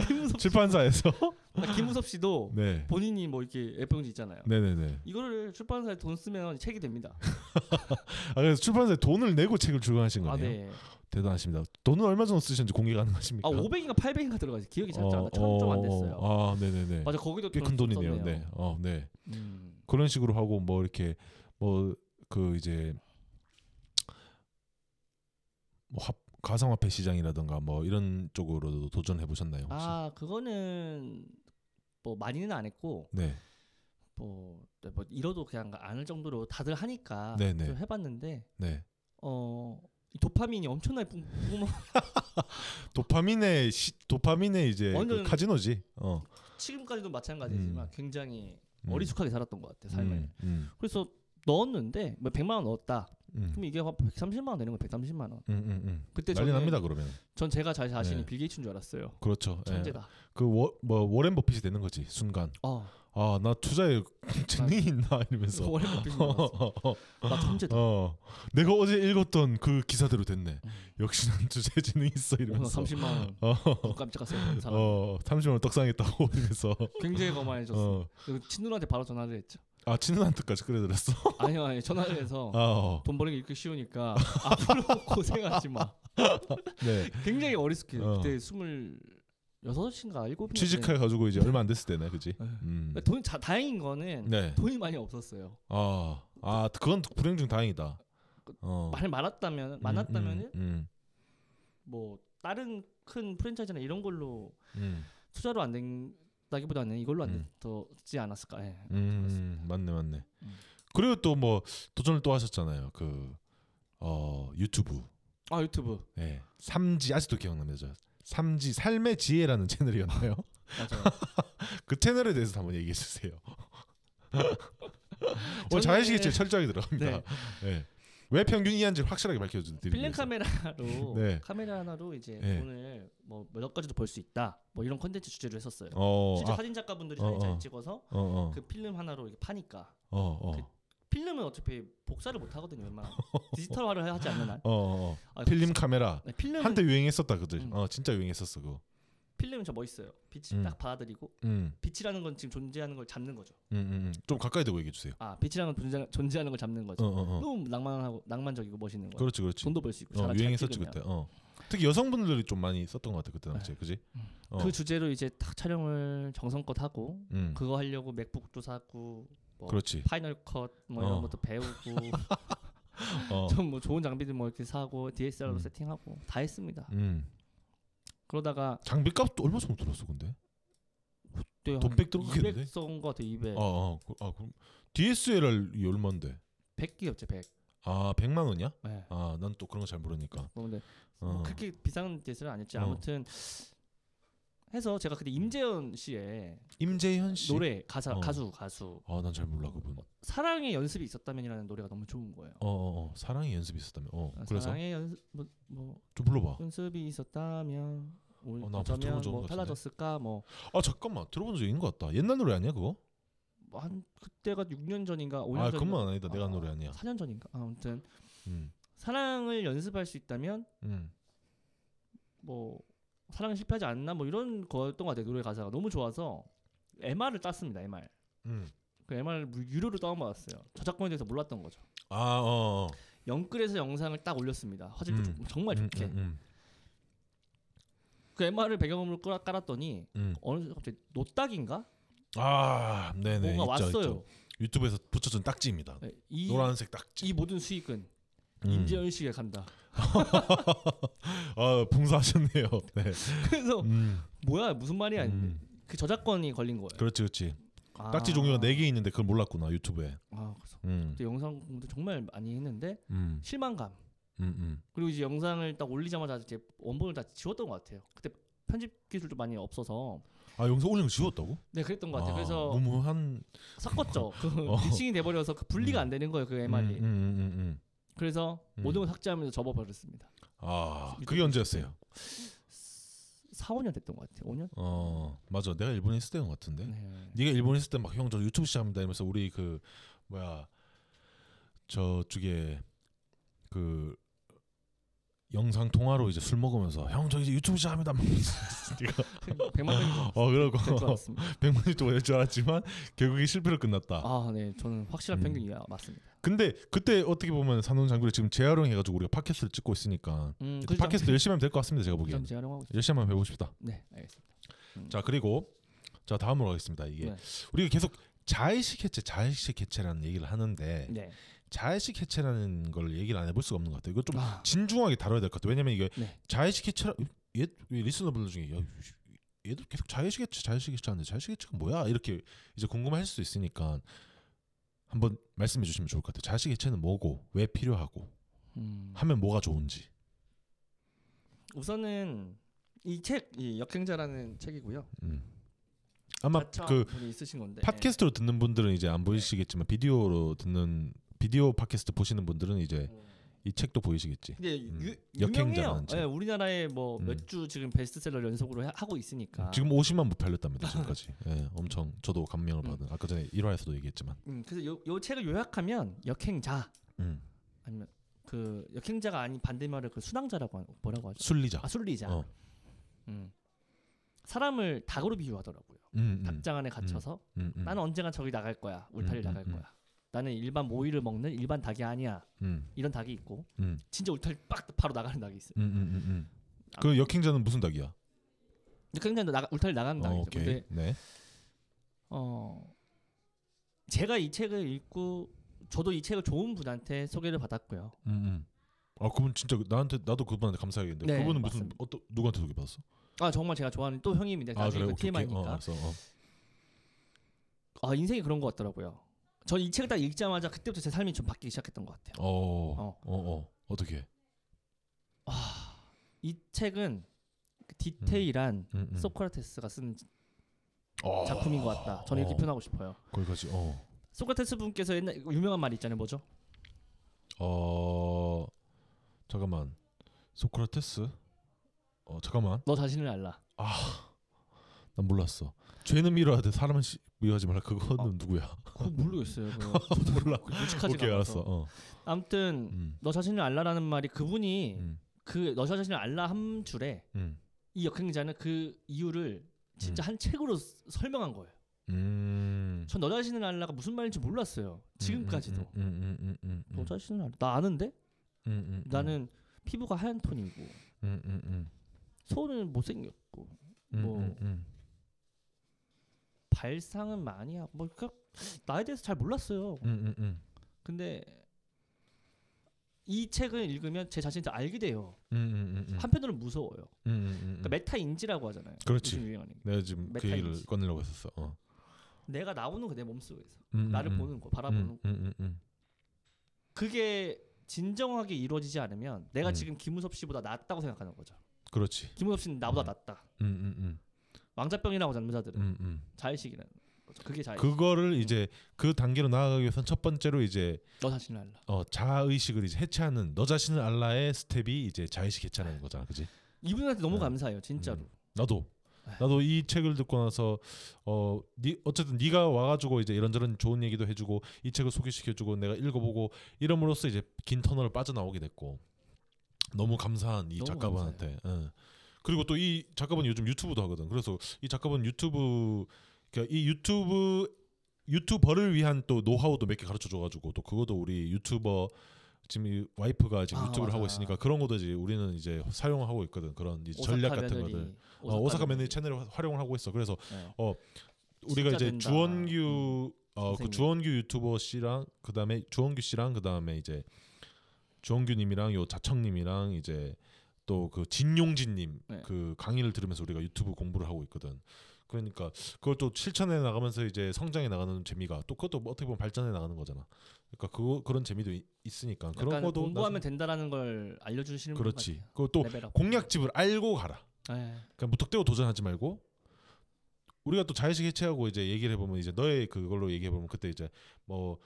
A: 김우섭,
B: 출판사에서.
A: 아, 김우섭 씨도
B: 네.
A: 본인이 뭐 이렇게 애플지 있잖아요.
B: 네네네.
A: 이거를 출판사에 돈 쓰면 책이 됩니다.
B: 아 그래서 출판사에 돈을 내고 책을 출간하신 거네요.
A: 아 네.
B: 대단하십니다. 돈은 얼마 정도 쓰셨는지 공개 가능하십니까?
A: 아 500인가 800인가 들어가지 기억이 잘안 나.
B: 그러니까. 어,
A: 천좀안
B: 어,
A: 됐어요.
B: 아 네네네.
A: 맞아 거기도
B: 꽤 큰 돈이네요. 네. 어 네.
A: 음.
B: 그런 식으로 하고 뭐 이렇게 뭐 그 이제 뭐 합, 가상화폐 시장이라든가 뭐 이런 쪽으로도 도전해 보셨나요 혹시?
A: 아 그거는 뭐 많이는 안 했고
B: 네.
A: 뭐, 네, 뭐 이러도 그냥 안 할 정도로 다들 하니까
B: 네네.
A: 좀 해봤는데
B: 네.
A: 어이 도파민이 엄청나게 뿜- 뿜어
B: 도파민의 시, 도파민의 이제 그
A: 완전-
B: 카지노지. 어.
A: 지금까지도 마찬가지지만
B: 음.
A: 굉장히
B: 음.
A: 어리숙하게 살았던 것 같아 삶을.
B: 음, 음,
A: 그래서 넣었는데 뭐 100만 원 넣었다.
B: 음.
A: 그럼 이게 한 130만 원 되는 거예요. 130만 원.
B: 음, 음, 음.
A: 그때
B: 난리
A: 저는
B: 납니다 그러면.
A: 전 제가 자 자신이
B: 네.
A: 빌 게이츠인 줄 알았어요.
B: 그렇죠. 예.
A: 천재다.
B: 그뭐 워렌 버핏이 되는 거지 순간.
A: 어.
B: 아 나 투자에 재능이 있나 이러면서.
A: 워렌 버핏인 줄 알았어. 나 천재다.
B: 어, 내가 어제 읽었던 그 기사대로 됐네.
A: 음.
B: 역시 난 주제 지능 있어
A: 오늘
B: 이러면서.
A: 30만 원.
B: 어,
A: 너무 깜짝했어요. 그 사람.
B: 어, 30만 원 떡상했다고 이러면서.
A: 굉장히 거만해졌어.
B: 어,
A: 그리고 친누나한테 바로 전화를 했죠.
B: 아 친누나한테까지 끌어들였어.
A: 아니요, 아니 전화를 해서
B: 아, 어,
A: 돈 버는 게 이렇게 쉬우니까 앞으로 고생하지 마.
B: 네.
A: 굉장히 어리숙해요.
B: 어.
A: 그때 스물 여섯인가 일곱.
B: 취직해 가지고 이제 얼마 안 됐을 때네, 그지?
A: 네.
B: 음.
A: 돈 자, 다행인 거는
B: 네.
A: 돈이 많이 없었어요.
B: 아, 아 그건 불행 중 다행이다. 어.
A: 만약 많았다면 많았다면 은
B: 음, 음,
A: 뭐 다른 큰 프랜차이즈나 이런 걸로
B: 음,
A: 투자로 안 된다기보다는 이걸로 안
B: 음.
A: 됐지 않았을까. 예.
B: 음, 음, 맞네, 맞네.
A: 음.
B: 그리고 또 뭐 도전을 또 하셨잖아요. 그 어, 유튜브.
A: 아 유튜브
B: 네. 삼지 아직도 기억납니다. 저. 삼지 삶의 지혜라는 채널이었나요?
A: 맞아요.
B: 그 채널에 대해서 한번 얘기해 주세요. 오늘
A: 저는-
B: 자의식이 제일 철저하게 들어갑니다.
A: 네.
B: 네. 왜 평균 이한지 확실하게 밝혀드리기
A: 필름
B: 위해서.
A: 카메라로
B: 네.
A: 카메라 하나로 이제
B: 네.
A: 돈을 뭐몇 가지도 벌 수 있다. 뭐 이런 컨텐츠 주제로 했었어요.
B: 어,
A: 실제
B: 아,
A: 사진 작가분들이
B: 어,
A: 사진 잘
B: 어.
A: 찍어서
B: 어, 어,
A: 그 필름 하나로 이렇게 파니까
B: 어, 어,
A: 그- 필름은 어차피 복사를 못 하거든요. 웬만 디지털화를 하지 않는 한.
B: 어, 어,
A: 아,
B: 어. 필름 카메라
A: 네, 필름은
B: 한때 유행했었다 그들.
A: 음.
B: 어, 진짜 유행했었어 그거.
A: 필름은 저 멋있어요. 빛을
B: 음.
A: 딱 받아들이고
B: 음,
A: 빛이라는 건 지금 존재하는 걸 잡는 거죠.
B: 음, 음, 음. 좀 가까이 대고 얘기해 주세요.
A: 아 빛이라는 건 존재, 존재하는 걸 잡는
B: 어,
A: 거죠.
B: 어, 어.
A: 너무 낭만하고 낭만적이고 멋있는 거예요.
B: 그렇지, 그렇지.
A: 돈도 벌 수 있고
B: 어,
A: 잘
B: 유행했었지
A: 찍으면.
B: 그때. 어. 특히 여성분들이 좀 많이 썼던 것 같아 그때 당시에, 그지? 어.
A: 네. 그 주제로 이제 딱 촬영을 정성껏 하고
B: 음,
A: 그거 하려고 맥북도 사고 뭐
B: 그렇지.
A: 파이널 컷 뭐 이런
B: 어. 것도
A: 것도 배우고
B: 어,
A: 좀 뭐 좋은 장비들 뭐 이렇게 사고 DSLR로
B: 음.
A: 세팅하고 다 했습니다.
B: 음.
A: 그러다가
B: 장비값도 얼마 정도 들었어 근데?
A: 네. 그때
B: 돈백 들어가겠는데?
A: 200 써온 것 같아요. 200.
B: 어, 어, 그, 아 그럼 DSLR 얼마인데?
A: 100기였죠 100.
B: 아 100만 원이야?
A: 네.
B: 아 난 또 그런 거 잘 모르니까.
A: 뭐 근데 뭐
B: 어.
A: 그렇게 비싼 DSLR 아니었지.
B: 어.
A: 아무튼 해서 제가 그때 임재현 씨의
B: 임재현 씨.
A: 노래 가사
B: 어.
A: 가수 가수
B: 아난 잘 몰라 그분. 어,
A: 사랑의 연습이 있었다면이라는 노래가 너무 좋은 거예요.
B: 어, 어 사랑의 연습이 있었다며. 어
A: 아,
B: 그래서
A: 사랑의 연습 뭐, 뭐
B: 좀 불러봐.
A: 연습이 있었다면
B: 나
A: 오-
B: 아무튼
A: 어쩌면
B: 들어본 적은
A: 뭐
B: 없는데.
A: 달라졌을까 뭐,
B: 아 잠깐만 들어본 적 있는 것 같다. 옛날 노래 아니야 그거?
A: 뭐한 그때가 6년 전인가 5년
B: 아
A: 전
B: 그건 아니다. 내가 한 노래 아니야.
A: 4년 전인가 아, 아무튼
B: 음,
A: 사랑을 연습할 수 있다면
B: 음,
A: 뭐 사랑을 실패하지 않나 뭐 이런 거였던 것 같아요 노래 가사가 너무 좋아서 MR을 땄습니다 MR
B: 음.
A: 그 MR을 유료로 다운받았어요 저작권에 대해서 몰랐던 거죠
B: 아 어. 어.
A: 영끌에서 영상을 딱 올렸습니다 화질도
B: 음.
A: 좋- 정말
B: 음,
A: 좋게
B: 음, 음,
A: 그 MR을 배경음으로 깔아, 깔았더니
B: 음.
A: 어느 순간 갑자기 노딱인가
B: 아 네네.
A: 뭔가
B: 있죠,
A: 왔어요
B: 있죠. 유튜브에서 붙여준 딱지입니다.
A: 네, 이,
B: 노란색 딱지.
A: 이 모든 수익은
B: 음.
A: 임재현식에 간다.
B: 아 봉사하셨네요. 네.
A: 그래서
B: 음,
A: 뭐야 무슨 말이야 했는데
B: 음.
A: 그 저작권이 걸린 거예요.
B: 그렇지 그렇지.
A: 아.
B: 딱지 종류가 4개 있는데 그걸 몰랐구나 유튜브에.
A: 아, 그래서
B: 음.
A: 그때 영상 공부 정말 많이 했는데
B: 음.
A: 실망감.
B: 음. 음.
A: 그리고 이제 영상을 딱 올리자마자 이제 원본을 다 지웠던 것 같아요. 그때 편집 기술도 많이 없어서
B: 아 영상 올린 거 지웠다고?
A: 네 그랬던 것 같아요.
B: 아,
A: 그래서
B: 무모한
A: 섞었죠. 그
B: 어.
A: 미칭이 돼버려서 그 분리가 안 되는 거예요 그 MR이.
B: 음, 음, 음, 음, 음.
A: 그래서
B: 음.
A: 모든 걸 삭제하면서 접어버렸습니다.
B: 아 그게 언제였어요?
A: 4, 5년 됐던 것 같아요. 5년?
B: 어 맞아 내가 일본에 있을 때인 것 같은데.
A: 네.
B: 네가 일본에 있을 때 막 형 저 유튜브 시작합니다 이러면서 우리 그 뭐야 저쪽에 그 영상 통화로 이제 술 먹으면서 형 저 이제 유튜브 시작합니다 막 네가
A: 100만 명이
B: 어 그러고
A: 될줄 알았습니다.
B: 백만 유튜브 될줄 알았지만 결국에 실패로 끝났다.
A: 아, 네, 저는 확실한
B: 음.
A: 평균이야 맞습니다.
B: 근데 그때 어떻게 보면 산혼 장구를 지금 재활용해가지고 우리가 팟캐스트를 찍고 있으니까
A: 음,
B: 팟캐스트 열심히 하면 될 것 같습니다 제가 보기에는
A: 제 활용하고 있어요.
B: 열심히 한번 해봅시다.
A: 네, 알겠습니다.
B: 자 그리고 자 다음으로 가겠습니다 이게
A: 네.
B: 우리가 계속 자의식 해체 자의식 해체라는 얘기를 하는데
A: 네,
B: 자의식 해체라는 걸 얘기를 안 해볼 수가 없는 것 같아요. 이거 좀
A: 아,
B: 진중하게 다뤄야 될 것 같아요. 왜냐면 이게
A: 네.
B: 자의식 해체라 얘, 얘 리스너분들 중에 야, 얘도 계속 자의식 해체 자의식 해체하는데 자의식 해체가 뭐야 이렇게 이제 궁금할 수도 있으니까 한번 말씀해 주시면 좋을 것 같아요. 자의식 해체는 뭐고 왜 필요하고
A: 음,
B: 하면 뭐가 좋은지.
A: 우선은 이 책, 이 역행자라는 책이고요.
B: 음. 아마
A: 자차
B: 그
A: 분이 있으신 건데
B: 팟캐스트로 듣는 분들은 이제 안 보이시겠지만 비디오로 듣는 비디오 팟캐스트 보시는 분들은 이제 이 책도 보이시겠지.
A: 네. 근데 유,
B: 음,
A: 유명해요.
B: 역행자라는 책.
A: 네, 우리나라에 뭐 몇
B: 음.
A: 주 지금 베스트셀러 연속으로 하, 고 있으니까.
B: 지금 50만 부 팔렸답니다 지금까지. 예, 엄청 저도 감명을 받은. 아까 전에 1화에서도 얘기했지만.
A: 음, 그래서 요, 요 책을 요약하면 역행자
B: 음.
A: 아니면 그 역행자가 아닌 반대말을 그 순항자라고 하- 뭐라고 하죠?
B: 순리자.
A: 아 순리자.
B: 어.
A: 음. 사람을 닭으로 비유하더라고요.
B: 음, 음,
A: 닭장 안에 갇혀서
B: 음, 음,
A: 나는 언젠간 저기 나갈 거야. 울타리를
B: 음, 음,
A: 나갈
B: 음.
A: 거야. 나는 일반 모이를 먹는 일반 닭이 아니야.
B: 음,
A: 이런 닭이 있고
B: 음,
A: 진짜 울타리 빡 바로 나가는 닭이 있어요.
B: 음, 음, 음, 음.
A: 아.
B: 그 역행자는 무슨 닭이야?
A: 역행자도 나가, 울타리 나가는
B: 어,
A: 닭이죠. 근데
B: 오케이. 네.
A: 어 제가 이 책을 읽고 저도 이 책을 좋은 분한테 소개를 받았고요.
B: 음, 음. 아 그분 진짜 나한테 나도 그분한테 감사하겠는데
A: 네,
B: 그분은 무슨
A: 맞습니다.
B: 어떤 누구한테 소개 받았어?
A: 아 정말 제가 좋아하는 또 형님인데
B: 아
A: 나중에
B: 그래
A: 그
B: 오케이 오케이. 어,
A: TMI니까
B: 알았어. 어.
A: 아 인생이 그런 것 같더라고요. 전 이 책을 딱 읽자마자 그때부터 제 삶이 좀 바뀌기 시작했던 것 같아요.
B: 어, 어,
A: 어.
B: 어, 어. 어떻게?
A: 이 책은 그 디테일한
B: 음, 음.
A: 소크라테스가 쓴
B: 어.
A: 작품인 것 같다. 저는 이렇게
B: 어.
A: 표현하고 싶어요.
B: 거기까지. 어,
A: 소크라테스 분께서 옛날 그 유명한 말이 있잖아요. 뭐죠?
B: 어. 잠깐만. 소크라테스. 어 잠깐만.
A: 너 자신을 알라.
B: 난 몰랐어. 죄는 미워하되 사람은 시- 미워하지 말라. 그거는
A: 어. 음.
B: 누구야?
A: 그거 모르겠어요.
B: 몰라.
A: 무식하지
B: 오케이 알았어. 어.
A: 아무튼
B: 음.
A: 너 자신을 알라라는 말이 그분이
B: 음.
A: 그 너 자신을 알라 한 줄에
B: 음.
A: 이 역행자는 그 이유를 진짜 한 책으로 스- 설명한 거예요.
B: 음.
A: 전 너 자신을 알라가 무슨 말인지 몰랐어요. 지금까지도.
B: 음, 음, 음, 음, 음,
A: 너
B: 음,
A: 자신을 알아. 나 아는데?
B: 음, 음, 음.
A: 나는 피부가 하얀 톤이고
B: 음, 음, 음,
A: 소는 못생겼고
B: 음,
A: 뭐-
B: 음, 음.
A: 발상은 많이 하고 뭐 그러니까 나에 대해서 잘 몰랐어요.
B: 음, 음, 음.
A: 근데 이 책을 읽으면 제 자신을 다 알게 돼요.
B: 음, 음, 음, 음.
A: 한편으로는 무서워요.
B: 음, 음, 음, 음.
A: 그러니까 메타 인지라고 하잖아요.
B: 그렇지.
A: 요즘 유행하는 게.
B: 내가 지금 그 얘기를
A: 메타인지.
B: 꺼내려고 했었어. 어.
A: 내가 나오는 거 내 몸속에서
B: 음, 음,
A: 나를
B: 음.
A: 보는 거 바라보는
B: 음,
A: 거.
B: 음, 음, 음.
A: 그게 진정하게 이루어지지 않으면 내가
B: 음.
A: 지금 김우섭 씨보다 낫다고 생각하는 거죠.
B: 그렇지.
A: 김우섭 씨는 나보다
B: 음.
A: 낫다.
B: 음, 음, 음.
A: 왕자병이라고 하는 여자들은
B: 음, 음.
A: 자의식이라는 거죠. 그게 자의식.
B: 그거를 이제 그 단계로 나아가기 위해선 첫 번째로 이제
A: 너 자신을 알라.
B: 어, 자의식을 이제 해체하는 너 자신을 알라의 스텝이 이제 자의식 해체하는 거잖아, 그지?
A: 이분한테 너무
B: 네.
A: 감사해요. 진짜로.
B: 나도
A: 네.
B: 나도 이 책을 듣고 나서 어 니, 어쨌든 네가 와가지고 이제 이런저런 좋은 얘기도 해주고 이 책을 소개시켜주고 내가 읽어보고 이름으로써 이제 긴 터널을 빠져나오게 됐고 너무 감사한 이
A: 너무
B: 작가분한테 예. 그리고 또 이 작가분 요즘 유튜브도 하거든 그래서 이 작가분 유튜브 그러니까 이 유튜브 유튜버를 위한 또 노하우도 몇 개 가르쳐 줘가지고 또 그것도 우리 유튜버 지금 이 와이프가 지금
A: 아,
B: 유튜브를 하고
A: 맞아.
B: 있으니까 그런 것도 이제 우리는 이제 사용을 하고 있거든 그런 이제 전략
A: 오사카
B: 같은
A: 며느리,
B: 것들 어, 오사카 매니 채널을 화- 활용을 하고 있어. 그래서
A: 네.
B: 우리가
A: 진짜
B: 이제
A: 된다. 음.
B: 주원규 어, 그
A: 선생님.
B: 주원규 유튜버 씨랑 그다음에 주원규 씨랑 그다음에 이제 주원규님이랑 요 자청님이랑 이제 또 그 진용진님
A: 네.
B: 그 강의를 들으면서 우리가 유튜브 공부를 하고 있거든. 그러니까 그걸 또 실천해 나가면서 이제 성장해 나가는 재미가 또 그것도 뭐 어떻게 보면 발전해 나가는 거잖아. 그러니까 그 그런 재미도 이- 있으니까 그런
A: 약간
B: 것도
A: 공부하면
B: 나중에-
A: 된다라는 걸 알려주시는 분
B: 그렇지.
A: 같아요. 네.
B: 그또
A: 레벨업.
B: 공략집을 알고 가라.
A: 네.
B: 그냥 그러니까 무턱대고 도전하지 말고 우리가 또 자의식 해체하고 이제 얘기를 해보면 이제 너의 그걸로 얘기해보면 그때 이제 뭐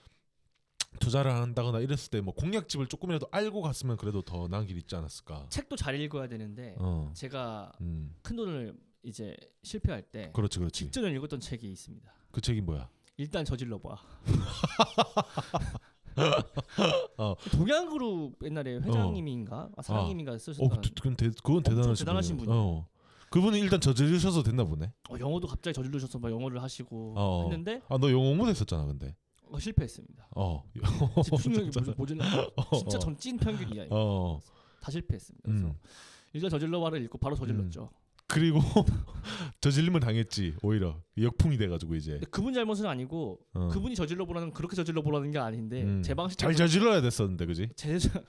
B: 투자를 한다거나 이랬을 때 뭐 공략집을 조금이라도 알고 갔으면 그래도 더 나은 길 있지 않았을까.
A: 책도 잘 읽어야 되는데
B: 어,
A: 제가
B: 음,
A: 큰 돈을 이제 실패할 때
B: 그렇지, 그렇지.
A: 직전에 읽었던 책이 있습니다.
B: 그 책이 뭐야?
A: 일단 저질러 봐.
B: 어.
A: 동양그룹 옛날에 회장님인가 아, 사장님인가
B: 어,
A: 쓰셨던
B: 그, 그건 대, 그건
A: 엄청
B: 대단하신,
A: 대단하신
B: 분이네.
A: 분이에요.
B: 어, 그분은 일단 저지르셔서 됐나 보네.
A: 어, 영어도 갑자기 저질러셔서 막 영어를 하시고
B: 어.
A: 했는데
B: 아, 너 영어 못했었잖아, 근데.
A: 어, 실패했습니다.
B: 어,
A: 집중력이
B: 진짜.
A: 무슨 모질라.
B: 어,
A: 진짜 전 찐 편견이야. 이거.
B: 어,
A: 다 실패했습니다. 그래서
B: 음.
A: 일단 저질러 봐를 읽고 바로 저질렀죠.
B: 그리고 저질림을 당했지. 오히려 역풍이 돼가지고 이제.
A: 근데 그분 잘못은 아니고
B: 어.
A: 그분이 저질러 보라는 그렇게 저질러 보라는 게 아닌데
B: 음.
A: 제 방식
B: 잘 저질러야 됐었는데 그지?
A: 제 자-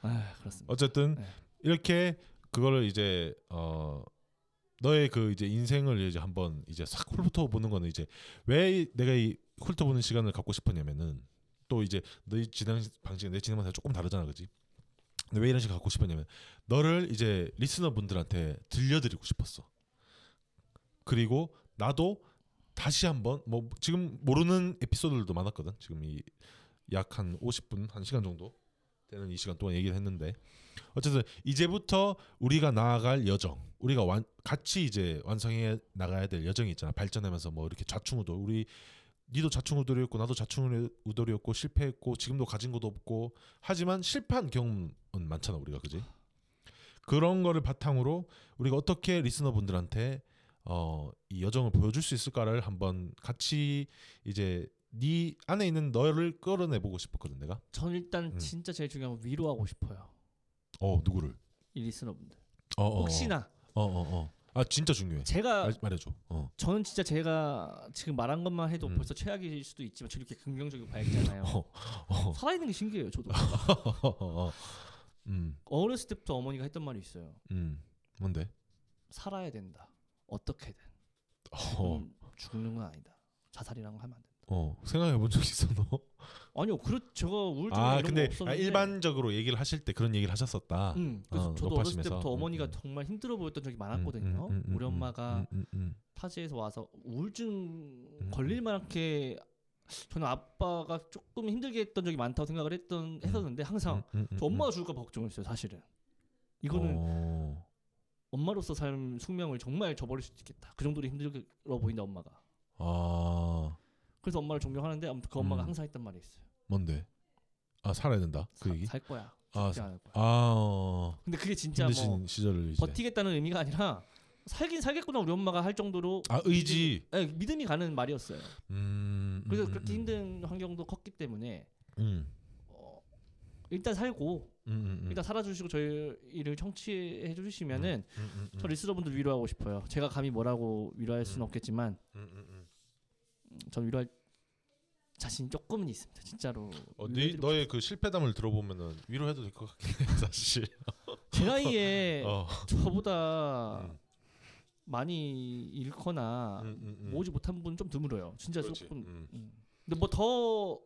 A: 아 그렇습니다.
B: 어쨌든
A: 네.
B: 이렇게 그거를 이제 어 너의 그 이제 인생을 이제 한번 이제 싹 훑어 보는 거는 이제 왜 내가 이 훑어 보는 시간을 갖고 싶었냐면은 또 이제 너의 진행 방식 내 진행 방식 조금 다르잖아 그지? 근데 왜 이런 식을 갖고 싶었냐면 너를 이제 리스너 분들한테 들려드리고 싶었어. 그리고 나도 다시 한번 뭐 지금 모르는 에피소드들도 많았거든. 지금 이 약 한 50분 한 시간 정도 되는 이 시간 동안 얘기를 했는데 어쨌든 이제부터 우리가 나아갈 여정, 우리가 완, 같이 이제 완성해 나가야 될 여정이 있잖아. 발전하면서 뭐 이렇게 좌충우돌. 우리 니도 좌충우돌이었고 나도 좌충우돌이었고 실패했고 지금도 가진 것도 없고 하지만 실패한 경험은 많잖아 우리가 그지? 그런 거를 바탕으로 우리가 어떻게 리스너분들한테 어, 이 여정을 보여줄 수 있을까를 한번 같이 이제 네 안에 있는 너를 끌어내보고 싶었거든 내가.
A: 전 일단
B: 음.
A: 진짜 제일 중요한 건 위로하고 싶어요.
B: 어 누구를?
A: 이 리스너분들.
B: 어, 어, 어.
A: 혹시나
B: 어, 어, 어. 아 진짜 중요해.
A: 제가
B: 말, 말해줘. 어.
A: 저는 진짜 제가 지금 말한 것만 해도
B: 음.
A: 벌써 최악일 수도 있지만 저 이렇게 긍정적이고 밝잖아요.
B: 어, 어.
A: 살아있는 게 신기해요. 저도
B: 어. 음,
A: 어렸을 때부터 어머니가 했던 말이 있어요.
B: 음. 뭔데?
A: 살아야 된다. 어떻게든
B: 어,
A: 음, 죽는 건 아니다. 자살이라는 건 하면 안 된다.
B: 어. 생각해본 적 있어 너?
A: 아니요, 그렇 제가 우울증
B: 아,
A: 이런
B: 근데
A: 거
B: 아,
A: 없었는데.
B: 일반적으로 얘기를 하실 때 그런 얘기를 하셨었다.
A: 음, 그래서
B: 어,
A: 저도 어렸을
B: 노파심에서.
A: 때부터 어머니가
B: 음, 음.
A: 정말 힘들어 보였던 적이
B: 음,
A: 많았거든요.
B: 음, 음, 음,
A: 우리
B: 음,
A: 엄마가
B: 음, 음, 음.
A: 타지에서 와서 우울증
B: 음.
A: 걸릴 만하게 저는 아빠가 조금 힘들게 했던 적이 많다고 생각을 했던 했었는데 항상
B: 음, 음, 음,
A: 저 엄마가 죽을까 봐 걱정했어요 사실은 이거는
B: 어.
A: 엄마로서 삶 숙명을 정말 저버릴 수도 있겠다 그 정도로 힘들어 보인다 엄마가
B: 아,
A: 그래서 엄마를 존경하는데 아무튼 그 엄마가
B: 음.
A: 항상 했던 말이 있어요
B: 뭔데? 아, 살아야 된다. 그
A: 사-
B: 얘기?
A: 살 거야
B: 아,
A: 죽지 않을 거야
B: 아, 어.
A: 근데 그게 진짜
B: 힘드신
A: 뭐
B: 시절을 이제.
A: 버티겠다는 의미가 아니라 살긴 살겠구나 우리 엄마가 할 정도로
B: 아, 의지.
A: 예, 믿음이 가는 말이었어요
B: 음. 음,
A: 그래서
B: 음,
A: 그렇게
B: 음.
A: 힘든 환경도 컸기 때문에
B: 음.
A: 어, 일단 살고
B: 음, 음, 음.
A: 일단 살아주시고 저희를 청취해 주시면은
B: 음, 음, 음.
A: 저 리스너분들 위로하고 싶어요. 제가 감히 뭐라고 위로할 수는
B: 음.
A: 없겠지만
B: 음, 음, 음.
A: 전 위로할 자신 이 조금은 있습니다. 진짜로.
B: 어, 네,
A: 위로해드리고
B: 너의 그 실패담을 들어보면은 위로해도 될 것 같긴 해 사실.
A: 싶- 제 나이에
B: 어.
A: 저보다
B: 음,
A: 많이 잃거나
B: 음, 음, 음.
A: 아, 모으지 못한 분은 좀 드물어요. 진짜
B: 그렇지.
A: 조금.
B: 음.
A: 음. 근데 뭐 더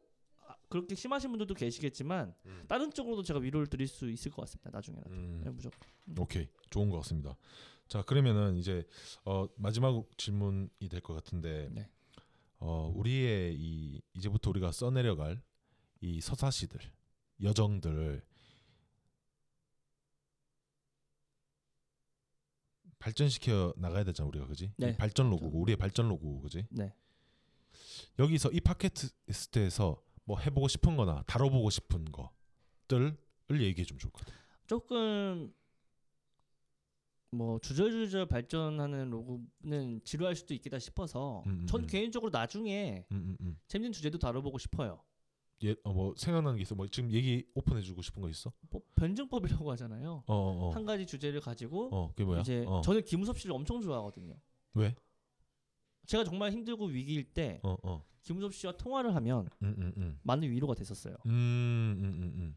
A: 그렇게 심하신 분들도 계시겠지만
B: 음.
A: 다른 쪽으로도 제가 위로를 드릴 수 있을 것 같습니다. 나중에라도.
B: 음.
A: 네, 무조건.
B: 오케이 좋은 것 같습니다. 자 그러면은 이제 어, 마지막 질문이 될 것 같은데
A: 네.
B: 어, 우리의 이 이제부터 우리가 써내려갈 이 서사시들 여정들을 발전시켜 나가야 되잖아 우리가 그지?
A: 네.
B: 이 발전 로고고 우리의 발전 로고고 그지?
A: 네.
B: 여기서 이 팟캐스트에서 뭐 해보고 싶은거나 다뤄보고 싶은 것들을 얘기해 주면 좋을 것 같아.
A: 조금 뭐 주저주저 발전하는 로그는 지루할 수도 있겠다 싶어서
B: 음, 음,
A: 전
B: 음.
A: 개인적으로 나중에
B: 음, 음, 음.
A: 재밌는 주제도 다뤄보고 싶어요.
B: 예, 어, 뭐 생각나는 게 있어? 뭐 지금 얘기 오픈해주고 싶은 거 있어?
A: 뭐 변증법이라고 하잖아요.
B: 어, 어, 어.
A: 한 가지 주제를 가지고
B: 어, 그게 뭐야?
A: 이제
B: 어,
A: 저는 김우섭 씨를 엄청 좋아하거든요.
B: 왜?
A: 제가 정말 힘들고 위기일 때
B: 어, 어,
A: 김우섭 씨와 통화를 하면
B: 음, 음, 음.
A: 많은 위로가 됐었어요.
B: 음, 음, 음, 음.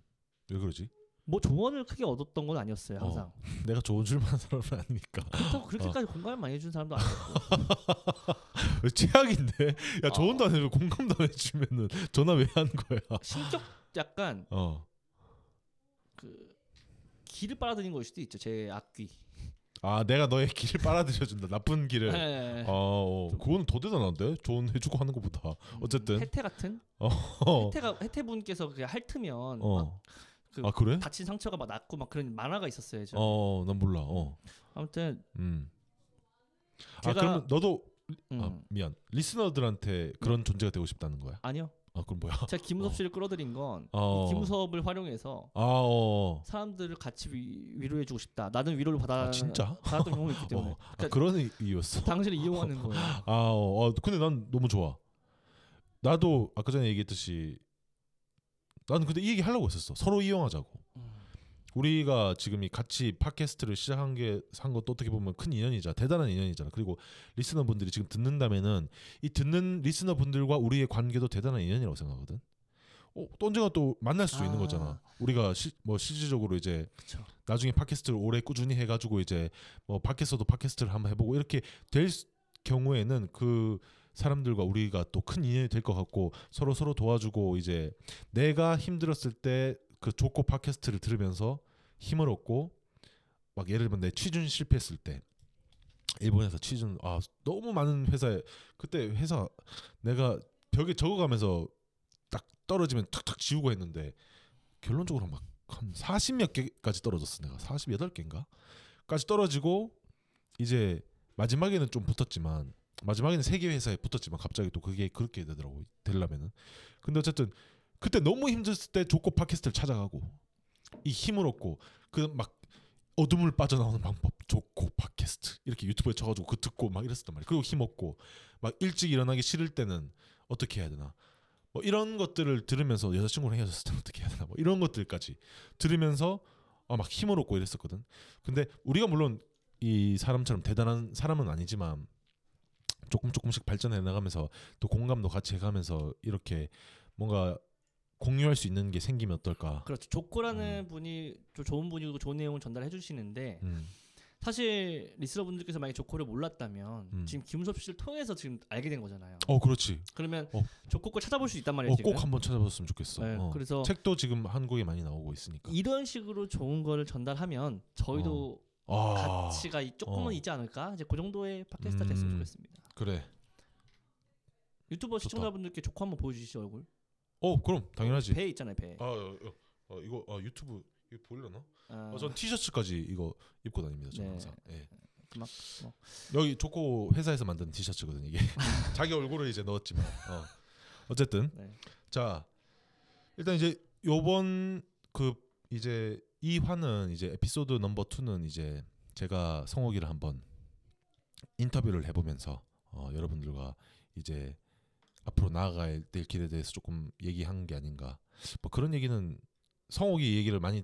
B: 왜 그러지?
A: 뭐 조언을 크게 얻었던 건 아니었어요 항상.
B: 내가 좋은 줄만 사람은 아니니까.
A: 그렇다고 그렇게까지
B: 어.
A: 공감을 많이 해준 사람도 아니었고.
B: 최악인데. 야
A: 어.
B: 조언도 안 해주고 공감도 안 해주면은 전화 왜 한 거야?
A: 신격 약간
B: 어.
A: 그 길을 빨아들인 걸 수도 있죠 제 악귀.
B: 아 내가 너의 길을 빨아들여준다. 나쁜 길을.
A: 네.
B: 아, 어, 그거는 더 대단한데 조언해주고 하는 것보다. 어쨌든.
A: 혜태 같은
B: 어,
A: 혜태가 혜태 분께서 그냥 핥으면 막
B: 어.
A: 그
B: 아 그래?
A: 다친 상처가 막 낫고 막 그런 만화가 있었어요. 저.
B: 어, 난 몰라. 어,
A: 아무튼
B: 음. 아
A: 걔가-
B: 그러면 너도
A: 음,
B: 아, 미안 리스너들한테 그런 존재가 되고 싶다는 거야.
A: 아니요.
B: 아 그럼 뭐야?
A: 제가 김우섭 씨를 끌어들인 건
B: 어.
A: 이 김우섭을 활용해서
B: 아, 어.
A: 사람들을 같이 위, 로해주고 싶다. 나는 위로를 받아
B: 아 진짜?
A: 받았던 경험이 있기 때문에 그러니까
B: 어, 아, 그런 이- 이유였어.
A: 당신을 이용하는 거예요.
B: 아, 어, 어, 근데 난 너무 좋아. 나도 아까 전에 얘기했듯이 나는 근데 이 얘기 하려고 했었어. 서로 이용하자고.
A: 음.
B: 우리가 지금 이 같이 팟캐스트를 시작한 게산 것도 어떻게 보면 큰 인연이자 대단한 인연이잖아. 그리고 리스너분들이 지금 듣는다면은 이 듣는 리스너분들과 우리의 관계도 대단한 인연이라고 생각하거든. 어, 또 언젠가 또 만날 수도 있는
A: 아.
B: 거잖아. 우리가 시, 뭐 실질적으로 이제
A: 그쵸.
B: 나중에 팟캐스트를 오래 꾸준히 해가지고 이제 뭐 밖에서도 팟캐스트를 한번 해보고 이렇게 될 수- 경우에는 그 사람들과 우리가 또 큰 인연이 될 것 같고 서로 서로 도와주고 이제 내가 힘들었을 때 그 좋고 팟캐스트를 들으면서 힘을 얻고 막 예를 들면 내 취준 실패했을 때 일본에서 취준 아 너무 많은 회사에 그때 회사 내가 벽에 적어가면서 딱 떨어지면 탁탁 지우고 했는데 결론적으로 막 한 40몇 개까지 떨어졌어 내가 48개인가 까지 떨어지고 이제 마지막에는 좀 붙었지만 마지막에는 세 개 회사에 붙었지만 갑자기 또 그게 그렇게 되더라고 되려면은 근데 어쨌든 그때 너무 힘들었을 때 좋고 팟캐스트를 찾아가고 이 힘을 얻고 그 막 어둠을 빠져나오는 방법 좋고 팟캐스트 이렇게 유튜브에 쳐가지고 그 듣고 막 이랬었단 말이야 그리고 힘 얻고 막 일찍 일어나기 싫을 때는 어떻게 해야 되나 뭐 이런 것들을 들으면서 여자친구랑 헤어졌을 때 어떻게 해야 되나 뭐 이런 것들까지 들으면서 아, 막 힘을 얻고 이랬었거든. 근데 우리가 물론 이 사람처럼 대단한 사람은 아니지만 조금 조금씩 발전해 나가면서 또 공감도 같이 해가면서 이렇게 뭔가 공유할 수 있는 게 생기면 어떨까.
A: 그렇죠. 조코라는 분이 좀 좋은 분이고 좋은 내용을 전달해 주시는데
B: 음,
A: 사실 리스너분들께서 만약에 조코를 몰랐다면
B: 음.
A: 지금 김우섭 씨를 통해서 지금 알게 된 거잖아요.
B: 어 그렇지.
A: 그러면
B: 어.
A: 조코 걸 찾아볼 수 있단 말이에요.
B: 어,
A: 지금.
B: 꼭 한번 찾아봤으면 좋겠어.
A: 네,
B: 어.
A: 그래서
B: 책도 지금 한국에 많이 나오고 있으니까.
A: 이런 식으로 좋은 거를 전달하면 저희도
B: 아
A: 가치가 이- 조금은
B: 어.
A: 있지 않을까? 이제 그 정도의 팟캐스트가 됐으면
B: 음.
A: 좋겠습니다.
B: 그래.
A: 유튜버 시청자분들께 조코 한번 보여주시죠 얼굴.
B: 어 그럼 당연하지.
A: 배 있잖아요 배.
B: 아 어, 어, 어, 이거 아, 유튜브 이거 보일려나?
A: 아,
B: 어, 전 티셔츠까지 이거 입고 다닙니다. 저는
A: 네.
B: 항상. 예.
A: 그만- 뭐.
B: 여기 조코 회사에서 만든 티셔츠거든 이게. 자기 얼굴을 이제 넣었지만. 어. 어쨌든
A: 네.
B: 자 일단 이제 요번 그 이제 이 화는 이제 에피소드 넘버 2는 이제 제가 성욱이를 한번 인터뷰를 해보면서 어, 여러분들과 이제 앞으로 나아가야 될 길에 대해서 조금 얘기한 게 아닌가 뭐 그런 얘기는 성욱이 얘기를 많이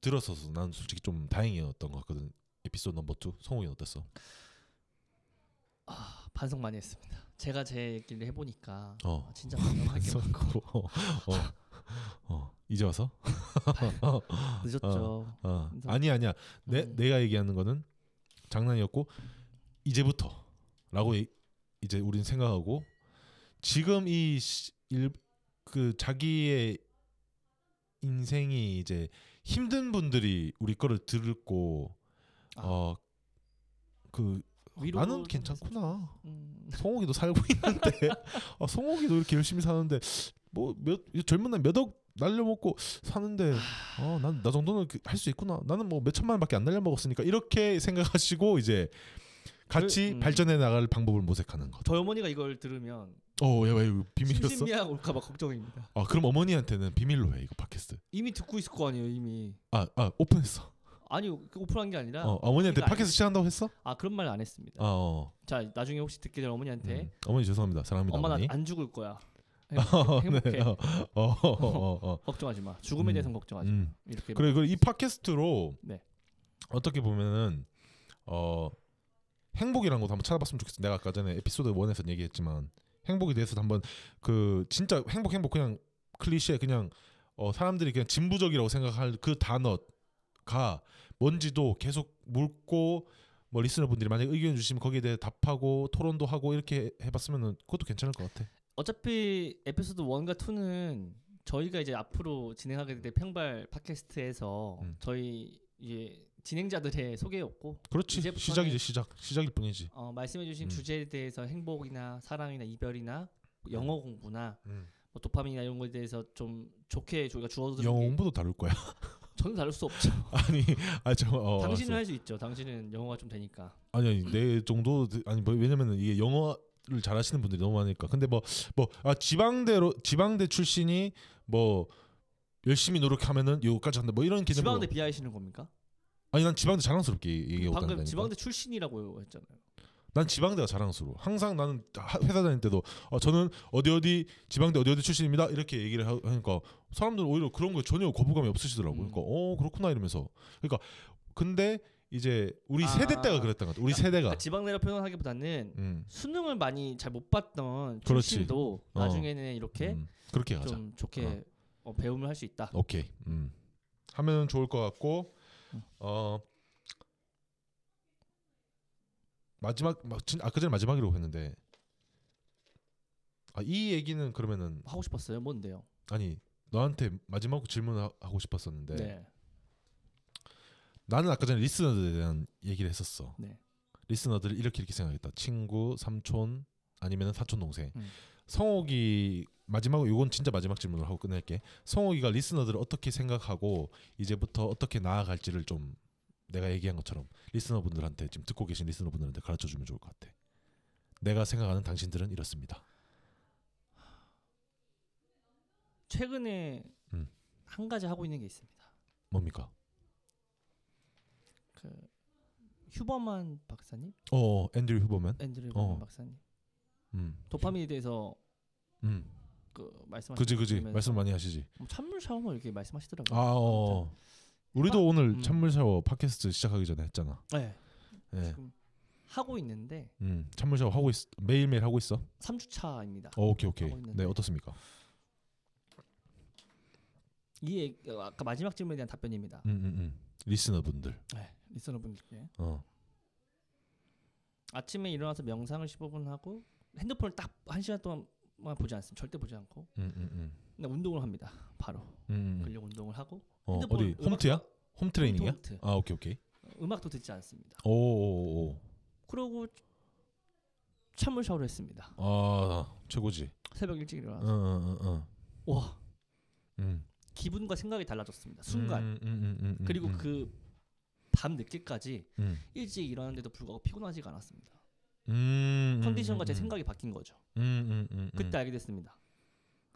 B: 들었어서 난 솔직히 좀 다행이었던 것 같거든 에피소드 넘버 2 성욱이 어땠어?
A: 아, 반성 많이 했습니다. 제가 제 얘기를 해보니까
B: 어.
A: 아, 진짜 반성할 게 많고
B: 어, 어, 어, 이제 와서?
A: 늦었죠.
B: 어.
A: 그래서-
B: 아니 아니야. 내
A: 음.
B: 내가 얘기하는 거는 장난이었고 이제부터라고 이- 이제 우린 생각하고 지금 이일그 자기의 인생이 이제 힘든 분들이 우리 거를 들고 어,
A: 아.
B: 어그
A: 위로
B: 나는 괜찮구나.
A: 음,
B: 성욱이도 살고 있는데 아, 성욱이도 이렇게 열심히 사는데 뭐몇 젊은 날 몇 억 날려먹고 사는데 어, 난 나 정도는 할 수 있구나 나는 뭐 몇 천만 원밖에 안 날려먹었으니까 이렇게 생각하시고 이제 같이
A: 그, 음.
B: 발전해 나갈 방법을 모색하는 것.
A: 저희 어머니가 이걸 들으면
B: 어, 야, 야, 이거 비밀이었어?
A: 심심미약 올까봐 걱정입니다.
B: 아, 그럼 어머니한테는 비밀로 해 이거 팟캐스트.
A: 이미 듣고 있을 거 아니에요 이미.
B: 아, 아 오픈했어.
A: 아니 그 오픈한 게 아니라
B: 어, 어머니한테
A: 그러니까
B: 팟캐스트 시작한다고 했어?
A: 아 그런 말 안 했습니다.
B: 아, 어.
A: 자 나중에 혹시 듣게 될 어머니한테
B: 음. 어머니 죄송합니다. 사랑합니다.
A: 네. 엄마
B: 어머니.
A: 나 안 죽을 거야.
B: 어,
A: 행복해.
B: 네, 어, 어, 어, 어, 어.
A: 걱정하지 마. 죽음에
B: 음.
A: 대해서 는 걱정하지 마.
B: 음.
A: 이렇게
B: 그래 그이 팟캐스트로
A: 네.
B: 어떻게 보면은 어 행복이라는 것도 한번 찾아봤으면 좋겠어. 내가 아까 전에 에피소드 1에서 얘기했지만 행복에 대해서도 한번 그 진짜 행복 행복 그냥 클리셰 그냥 어, 사람들이 그냥 진부적이라고 생각할 그 단어가 뭔지도 계속 묻고 뭐 리스너분들이 만약에 의견 주시면 거기에 대해 답하고 토론도 하고 이렇게 해봤으면 그것도 괜찮을 것 같아.
A: 어차피 에피소드 1과 2는 저희가 이제 앞으로 진행하게 될 평발 팟캐스트에서
B: 음.
A: 저희 이제 진행자들의 소개였고
B: 그렇지
A: 이제부터는-
B: 시작이지 시작 시작일 뿐이지.
A: 어, 말씀해주신
B: 음.
A: 주제에 대해서 행복이나 사랑이나 이별이나 영어 공부나
B: 음.
A: 뭐 도파민이나 이런 거에 대해서 좀 좋게 저희가 주어드는
B: 영어
A: 게
B: 공부도 다룰 거야.
A: 저는 다를 수 없죠.
B: 아니 아저 어,
A: 당신은 할 수 있죠. 당신은 영어가 좀 되니까.
B: 아니 아니 내 정도 아니 뭐 왜냐면은 이게 영어를 잘하시는 분들이 너무 많으니까 근데 뭐 뭐 아 지방대로 지방대 출신이 뭐 열심히 노력하면은 요까지 한다 뭐 이런 개념
A: 지방대 비하하시는 겁니까?
B: 아니 난 지방대 자랑스럽게
A: 방금
B: 얘기하고 다닌다니까. 그러니까
A: 지방대 출신이라고 했잖아요.
B: 난 지방대가 자랑스러워 항상 나는 하- 회사 다닐 때도 어, 저는 어디 어디 지방대 어디 어디 출신입니다 이렇게 얘기를 하- 하니까 사람들은 오히려 그런 거에 전혀 거부감이 없으시더라고요
A: 음.
B: 그러니까 어 그렇구나 이러면서 그러니까 근데 이제 우리
A: 아.
B: 세대 때가 그랬던 것 같아 우리 세대가
A: 그러니까 지방대라 표현하기보다는
B: 음,
A: 수능을 많이 잘 못 봤던
B: 그렇지.
A: 출신도
B: 어.
A: 나중에는 이렇게
B: 음, 그렇게 가자
A: 좀 좋게 어, 배움을 할 수 있다.
B: 오케이. 음. 하면 좋을 것 같고
A: 음.
B: 어 마지막 막 진- 아까 그 전에 마지막이라고 했는데 아, 이 얘기는 그러면은
A: 하고 싶었어요. 뭔데요?
B: 아니 너한테 마지막 질문하고 싶었었는데
A: 네.
B: 나는 아까 전에 리스너들에 대한 얘기를 했었어.
A: 네.
B: 리스너들을 이렇게 이렇게 생각했다. 친구, 삼촌 아니면 사촌 동생.
A: 음.
B: 성옥이 마지막으로 이건 진짜 마지막 질문을 하고 끝낼게. 성옥이가 리스너들을 어떻게 생각하고 이제부터 어떻게 나아갈지를 좀 내가 얘기한 것처럼 리스너분들한테 지금 듣고 계신 리스너분들한테 가르쳐 주면 좋을 것 같아. 내가 생각하는 당신들은 이렇습니다.
A: 최근에
B: 음.
A: 한 가지 하고 있는 게 있습니다.
B: 뭡니까?
A: 그 휴버만 박사님,
B: 어, 앤드류 휴버맨.
A: 앤드류
B: 어.
A: 휴버만 박사님,
B: 음,
A: 도파민에 대해서
B: 음,
A: 그 말씀하시는
B: 그지 그지
A: 들으면서
B: 말씀 많이 하시지.
A: 뭐 찬물 샤워 뭐 이렇게 말씀하시더라고요.
B: 아, 어. 우리도 오늘
A: 음.
B: 찬물 샤워 팟캐스트 시작하기 전에 했잖아.
A: 네.
B: 예.
A: 지금 하고 있는데
B: 음, 찬물 샤워 하고 있 매일 매일 하고 있어.
A: 3주 차입니다.
B: 어, 오케이 오케이.
A: 하고 있는데.
B: 네 어떻습니까?
A: 이 얘기- 어, 아까 마지막 질문에 대한 답변입니다.
B: 음, 음, 음. 리스너분들.
A: 네, 리스너분들께
B: 어,
A: 아침에 일어나서 명상을 15분 하고 핸드폰을 딱 한 시간 동안만 보지 않습니다. 절대 보지 않고
B: 음, 음, 음.
A: 그냥 운동을 합니다. 바로
B: 음, 음, 음.
A: 근력 운동을 하고
B: 어,
A: 핸드폰 아,
B: 어디
A: 음악-
B: 홈트야? 홈 트레이닝이야?
A: 홈트, 홈트.
B: 아, 오케이 오케이.
A: 음악도 듣지 않습니다.
B: 오, 오, 오, 오.
A: 그러고 찬물 샤워를 했습니다.
B: 아, 최고지.
A: 새벽 일찍
B: 응,
A: 일어나서
B: 응, 응, 응.
A: 와
B: 음.
A: 기분과 생각이 달라졌습니다. 순간
B: 음, 음, 음, 음, 음,
A: 그리고
B: 음.
A: 그 밤 늦게까지
B: 음.
A: 일찍 일어났는데도 불구하고 피곤하지가 않았습니다.
B: 음, 음,
A: 컨디션과
B: 음,
A: 제
B: 음.
A: 생각이 바뀐 거죠.
B: 음, 음, 음, 음.
A: 그때 알게 됐습니다.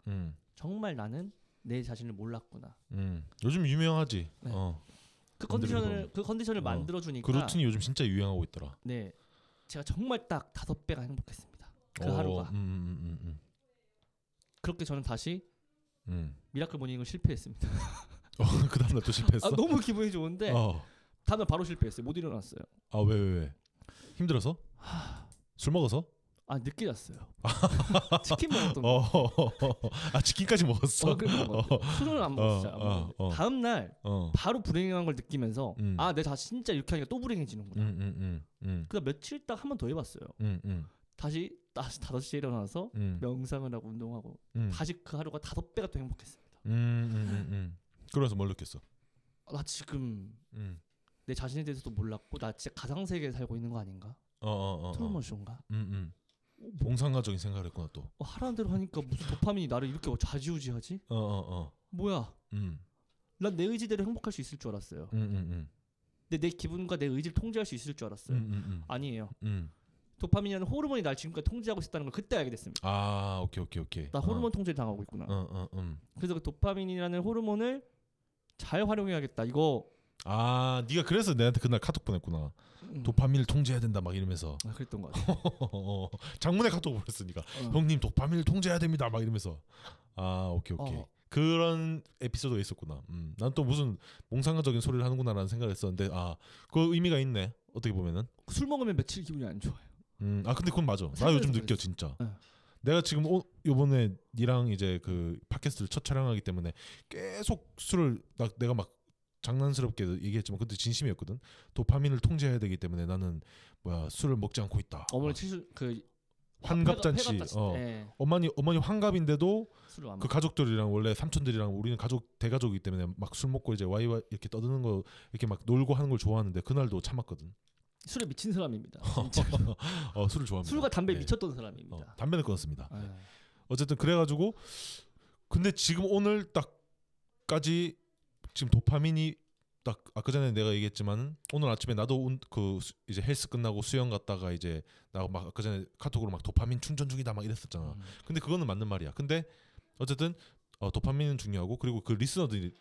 B: 음,
A: 정말 나는 내 자신을 몰랐구나.
B: 음. 요즘 유명하지.
A: 네.
B: 어.
A: 그
B: 건드리고
A: 컨디션을 그 컨디션을
B: 어,
A: 만들어 주니까
B: 그 루틴이 요즘 진짜 유행하고 있더라.
A: 네 제가 정말 딱 다섯 배가 행복했습니다. 그
B: 어,
A: 하루가
B: 음, 음, 음,
A: 그렇게 저는 다시
B: 음, 음.
A: 미라클 모닝을 실패했습니다.
B: 어, 그 다음날 또 실패했어.
A: 아, 너무 기분이 좋은데
B: 어.
A: 다음날 바로 실패했어요. 못 일어났어요.
B: 아, 왜, 왜, 왜? 힘들어서? 술 먹어서?
A: 아 늦게 잤어요. 치킨 먹었던 거.
B: 어, 아, 치킨까지 먹었어.
A: 어, 그런 거. 술은 안 먹었어요.
B: 어, 어, 어.
A: 다음 날
B: 어.
A: 바로 불행한 걸 느끼면서
B: 음.
A: 아 내 자신 진짜 유쾌하니까 또
B: 음,
A: 불행해지는구나.
B: 음, 음, 음,
A: 그다음 며칠 딱 한 번 더 해봤어요.
B: 음, 음,
A: 다시 다시 다섯 시에 일어나서
B: 음,
A: 명상을 하고 운동하고
B: 음,
A: 다시 그 하루가 다섯 배가 더 행복했습니다.
B: 음, 음, 음. 그래서 뭘 느꼈어?
A: 아, 나 지금
B: 음,
A: 내 자신에 대해서도 몰랐고 나 진짜 가상 세계에 살고 있는 거 아닌가?
B: 어, 어, 어, 어.
A: 트루먼쇼인가?
B: 음, 음. 봉상가적인 생각을 했구나 또.
A: 어, 하라는 대로 하니까 무슨 도파민이 나를 이렇게 좌지우지하지?
B: 어, 어, 어.
A: 뭐야?
B: 음,
A: 난 내 의지대로 행복할 수 있을 줄 알았어요.
B: 음, 음, 음.
A: 근데 내 기분과 내 의지를 통제할 수 있을 줄
B: 음,
A: 알았어요.
B: 음, 음.
A: 아니에요.
B: 음.
A: 도파민이라는 호르몬이 날 지금까지 통제하고 있었다는 걸 그때 알게 됐습니다.
B: 아, 오케이, 오케이, 오케이.
A: 나 호르몬 통제를 당하고 있구나.
B: 어, 어, 어, 음.
A: 그래서 그 도파민이라는 호르몬을 잘 활용해야겠다. 이거
B: 아, 네가 그래서 내한테 그날 카톡 보냈구나.
A: 음,
B: 도파민을 통제해야 된다 막 이러면서.
A: 아, 그랬던 것 같아요.
B: 어, 장문의 카톡 보냈으니까
A: 어.
B: 형님 도파민을 통제해야 됩니다 막 이러면서 아 오케이 오케이
A: 어.
B: 그런 에피소드가 있었구나 음, 난 또 무슨 몽상가적인 소리를 하는구나라는 생각을 했었는데 아 그 의미가 있네 어떻게 보면은
A: 술 먹으면 며칠 기분이 안 좋아요.
B: 음, 아 근데 그건 맞아 나
A: 살면서
B: 요즘 느껴
A: 그랬어.
B: 진짜
A: 응.
B: 내가 지금 오, 이번에 니랑 이제 그 팟캐스트를 첫 촬영하기 때문에 계속 술을 나, 내가 막 장난스럽게 얘기했지만 그때 진심이었거든. 도파민을 통제해야 되기 때문에 나는 뭐야 술을 먹지 않고 있다.
A: 어머니 아,
B: 막
A: 칠수 그
B: 환갑잔치,
A: 회갑잔치
B: 어.
A: 때 예.
B: 어머니 어머니 환갑인데도
A: 술을 안
B: 그
A: 먹.
B: 가족들이랑 원래 삼촌들이랑 우리는 가족 대가족이기 때문에 막 술 먹고 이제 와이와이 이렇게 떠드는 거 이렇게 막 놀고 하는 걸 좋아하는데 그날도 참았거든.
A: 술에 미친 사람입니다.
B: 어, 술을 좋아합니다.
A: 술과 담배 에
B: 네.
A: 미쳤던
B: 어,
A: 사람입니다.
B: 담배는 끊었습니다.
A: 아,
B: 어쨌든 그래가지고 근데 지금 오늘 딱까지 지금 도파민이 딱 아까 그 전에 내가 얘기했지만 오늘 아침에 나도 운- 그 수- 이제 헬스 끝나고 수영 갔다가 이제 나 막 아까 전에 카톡으로 막 도파민 충전 중이다 막 이랬었잖아.
A: 음.
B: 근데 그거는 맞는 말이야. 근데 어쨌든 어, 도파민은 중요하고 그리고 그 리스너들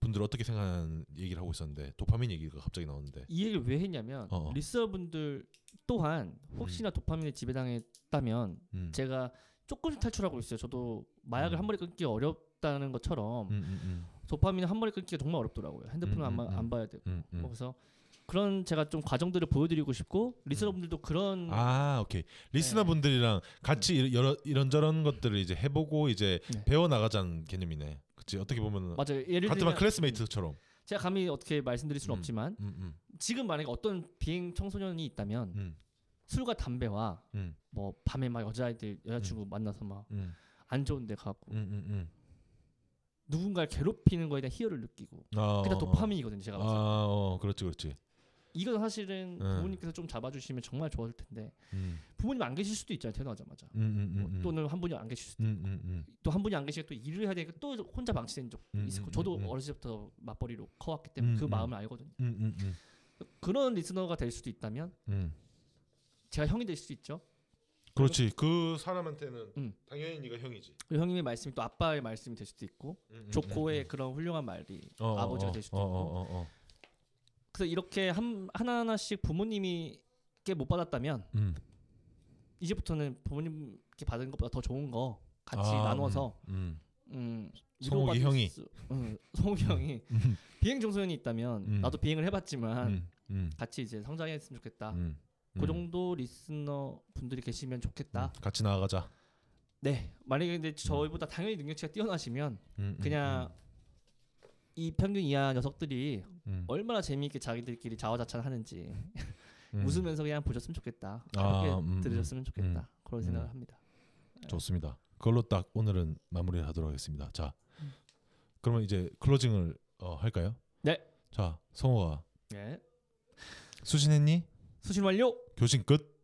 B: 분들 어떻게 생각하는 얘기를 하고 있었는데 도파민 얘기가 갑자기 나오는데
A: 이 얘기를 왜 했냐면
B: 어.
A: 리서분들 또한 혹시나 도파민에 지배당했다면
B: 음.
A: 제가 조금씩 탈출하고 있어요. 저도 마약을
B: 음.
A: 한 번에 끊기 어렵다는 것처럼
B: 음, 음, 음,
A: 도파민을 한 번에 끊기가 정말 어렵더라고요. 핸드폰을
B: 음,
A: 안,
B: 음,
A: 봐- 안 봐야 되고
B: 음, 음.
A: 그래서 그런 제가 좀 과정들을 보여드리고 싶고 리서분들도 그런
B: 아 오케이 리스너 분들이랑 같이 이- 여러 이런저런 것들을 이제 해보고 이제
A: 네.
B: 배워 나가자는 개념이네. 그치 어떻게 보면
A: 맞아요. 예를
B: 같은
A: 들면
B: 반 클래스메이트처럼.
A: 제가 감히 어떻게 말씀드릴 수는
B: 음.
A: 없지만
B: 음, 음,
A: 지금 만약에 어떤 비행 청소년이 있다면
B: 음,
A: 술과 담배와
B: 음,
A: 뭐 밤에 막 여자애들 여자친구 만나서
B: 음,
A: 막 안 좋은 데 가고
B: 음, 음,
A: 누군가를 괴롭히는 거에 대한 희열을 느끼고
B: 음. 아,
A: 그게 다
B: 어,
A: 도파민이거든요
B: 어.
A: 제가 봤을 때
B: 아, 어, 그렇지, 그렇지.
A: 이건 사실은
B: 음.
A: 부모님께서 좀 잡아주시면 정말 좋을 텐데
B: 음,
A: 부모님 안 계실 수도 있잖아요 태어나자마자
B: 음, 음,
A: 뭐
B: 음, 음.
A: 또는 한 분이 안 계실 수도
B: 음, 음, 음.
A: 또 한 분이 안 계시니까 또 일을 해야 되니까 또 혼자 방치된 적
B: 음,
A: 있을 거
B: 음,
A: 저도
B: 음, 음.
A: 어렸을 때부터 맞벌이로 커왔기 때문에
B: 음,
A: 그
B: 음.
A: 마음을 알거든요
B: 음, 음, 음,
A: 그런 리스너가 될 수도 있다면
B: 음.
A: 제가 형이 될 수도 있죠
B: 그렇지. 그 사람한테는
A: 음.
B: 당연히 네가 형이지.
A: 그리고 형님의 말씀이 또 아빠의 말씀이 될 수도 있고
B: 음, 음,
A: 조코의
B: 음,
A: 그런 훌륭한 말이
B: 음. 어,
A: 아버지가
B: 어,
A: 될 수도
B: 어,
A: 있고.
B: 어, 어, 어.
A: 그래서 이렇게 한, 하나하나씩 부모님이 못 받았다면
B: 음.
A: 이제부터는 부모님께 받은 것보다 더 좋은 거 같이
B: 아,
A: 나눠서
B: 음,
A: 음,
B: 성욱이
A: 위로받을
B: 형이.
A: 수- 응, 성욱이 형이 비행 청소년이 있다면
B: 음.
A: 나도 비행을
B: 음,
A: 해봤지만
B: 음, 음,
A: 같이 이제 성장했으면 좋겠다
B: 음,
A: 그
B: 음.
A: 정도 리스너 분들이 계시면 좋겠다
B: 음, 같이 나아가자.
A: 네 만약에 근데 저희보다 당연히 능력치가 뛰어나시면
B: 음, 음,
A: 그냥 이 평균 이하 녀석들이
B: 음,
A: 얼마나 재미있게 자기들끼리 자화자찬하는지
B: 음.
A: 웃으면서 그냥 보셨으면 좋겠다.
B: 아,
A: 가볍게
B: 음, 음.
A: 들으셨으면 좋겠다. 그런 생각을
B: 음.
A: 합니다.
B: 좋습니다. 그걸로 딱 오늘은 마무리를 하도록 하겠습니다. 자, 그러면 이제 클로징을 어, 할까요?
A: 네.
B: 자, 성호가
A: 네.
B: 수신했니?
A: 수신 완료.
B: 교신 끝.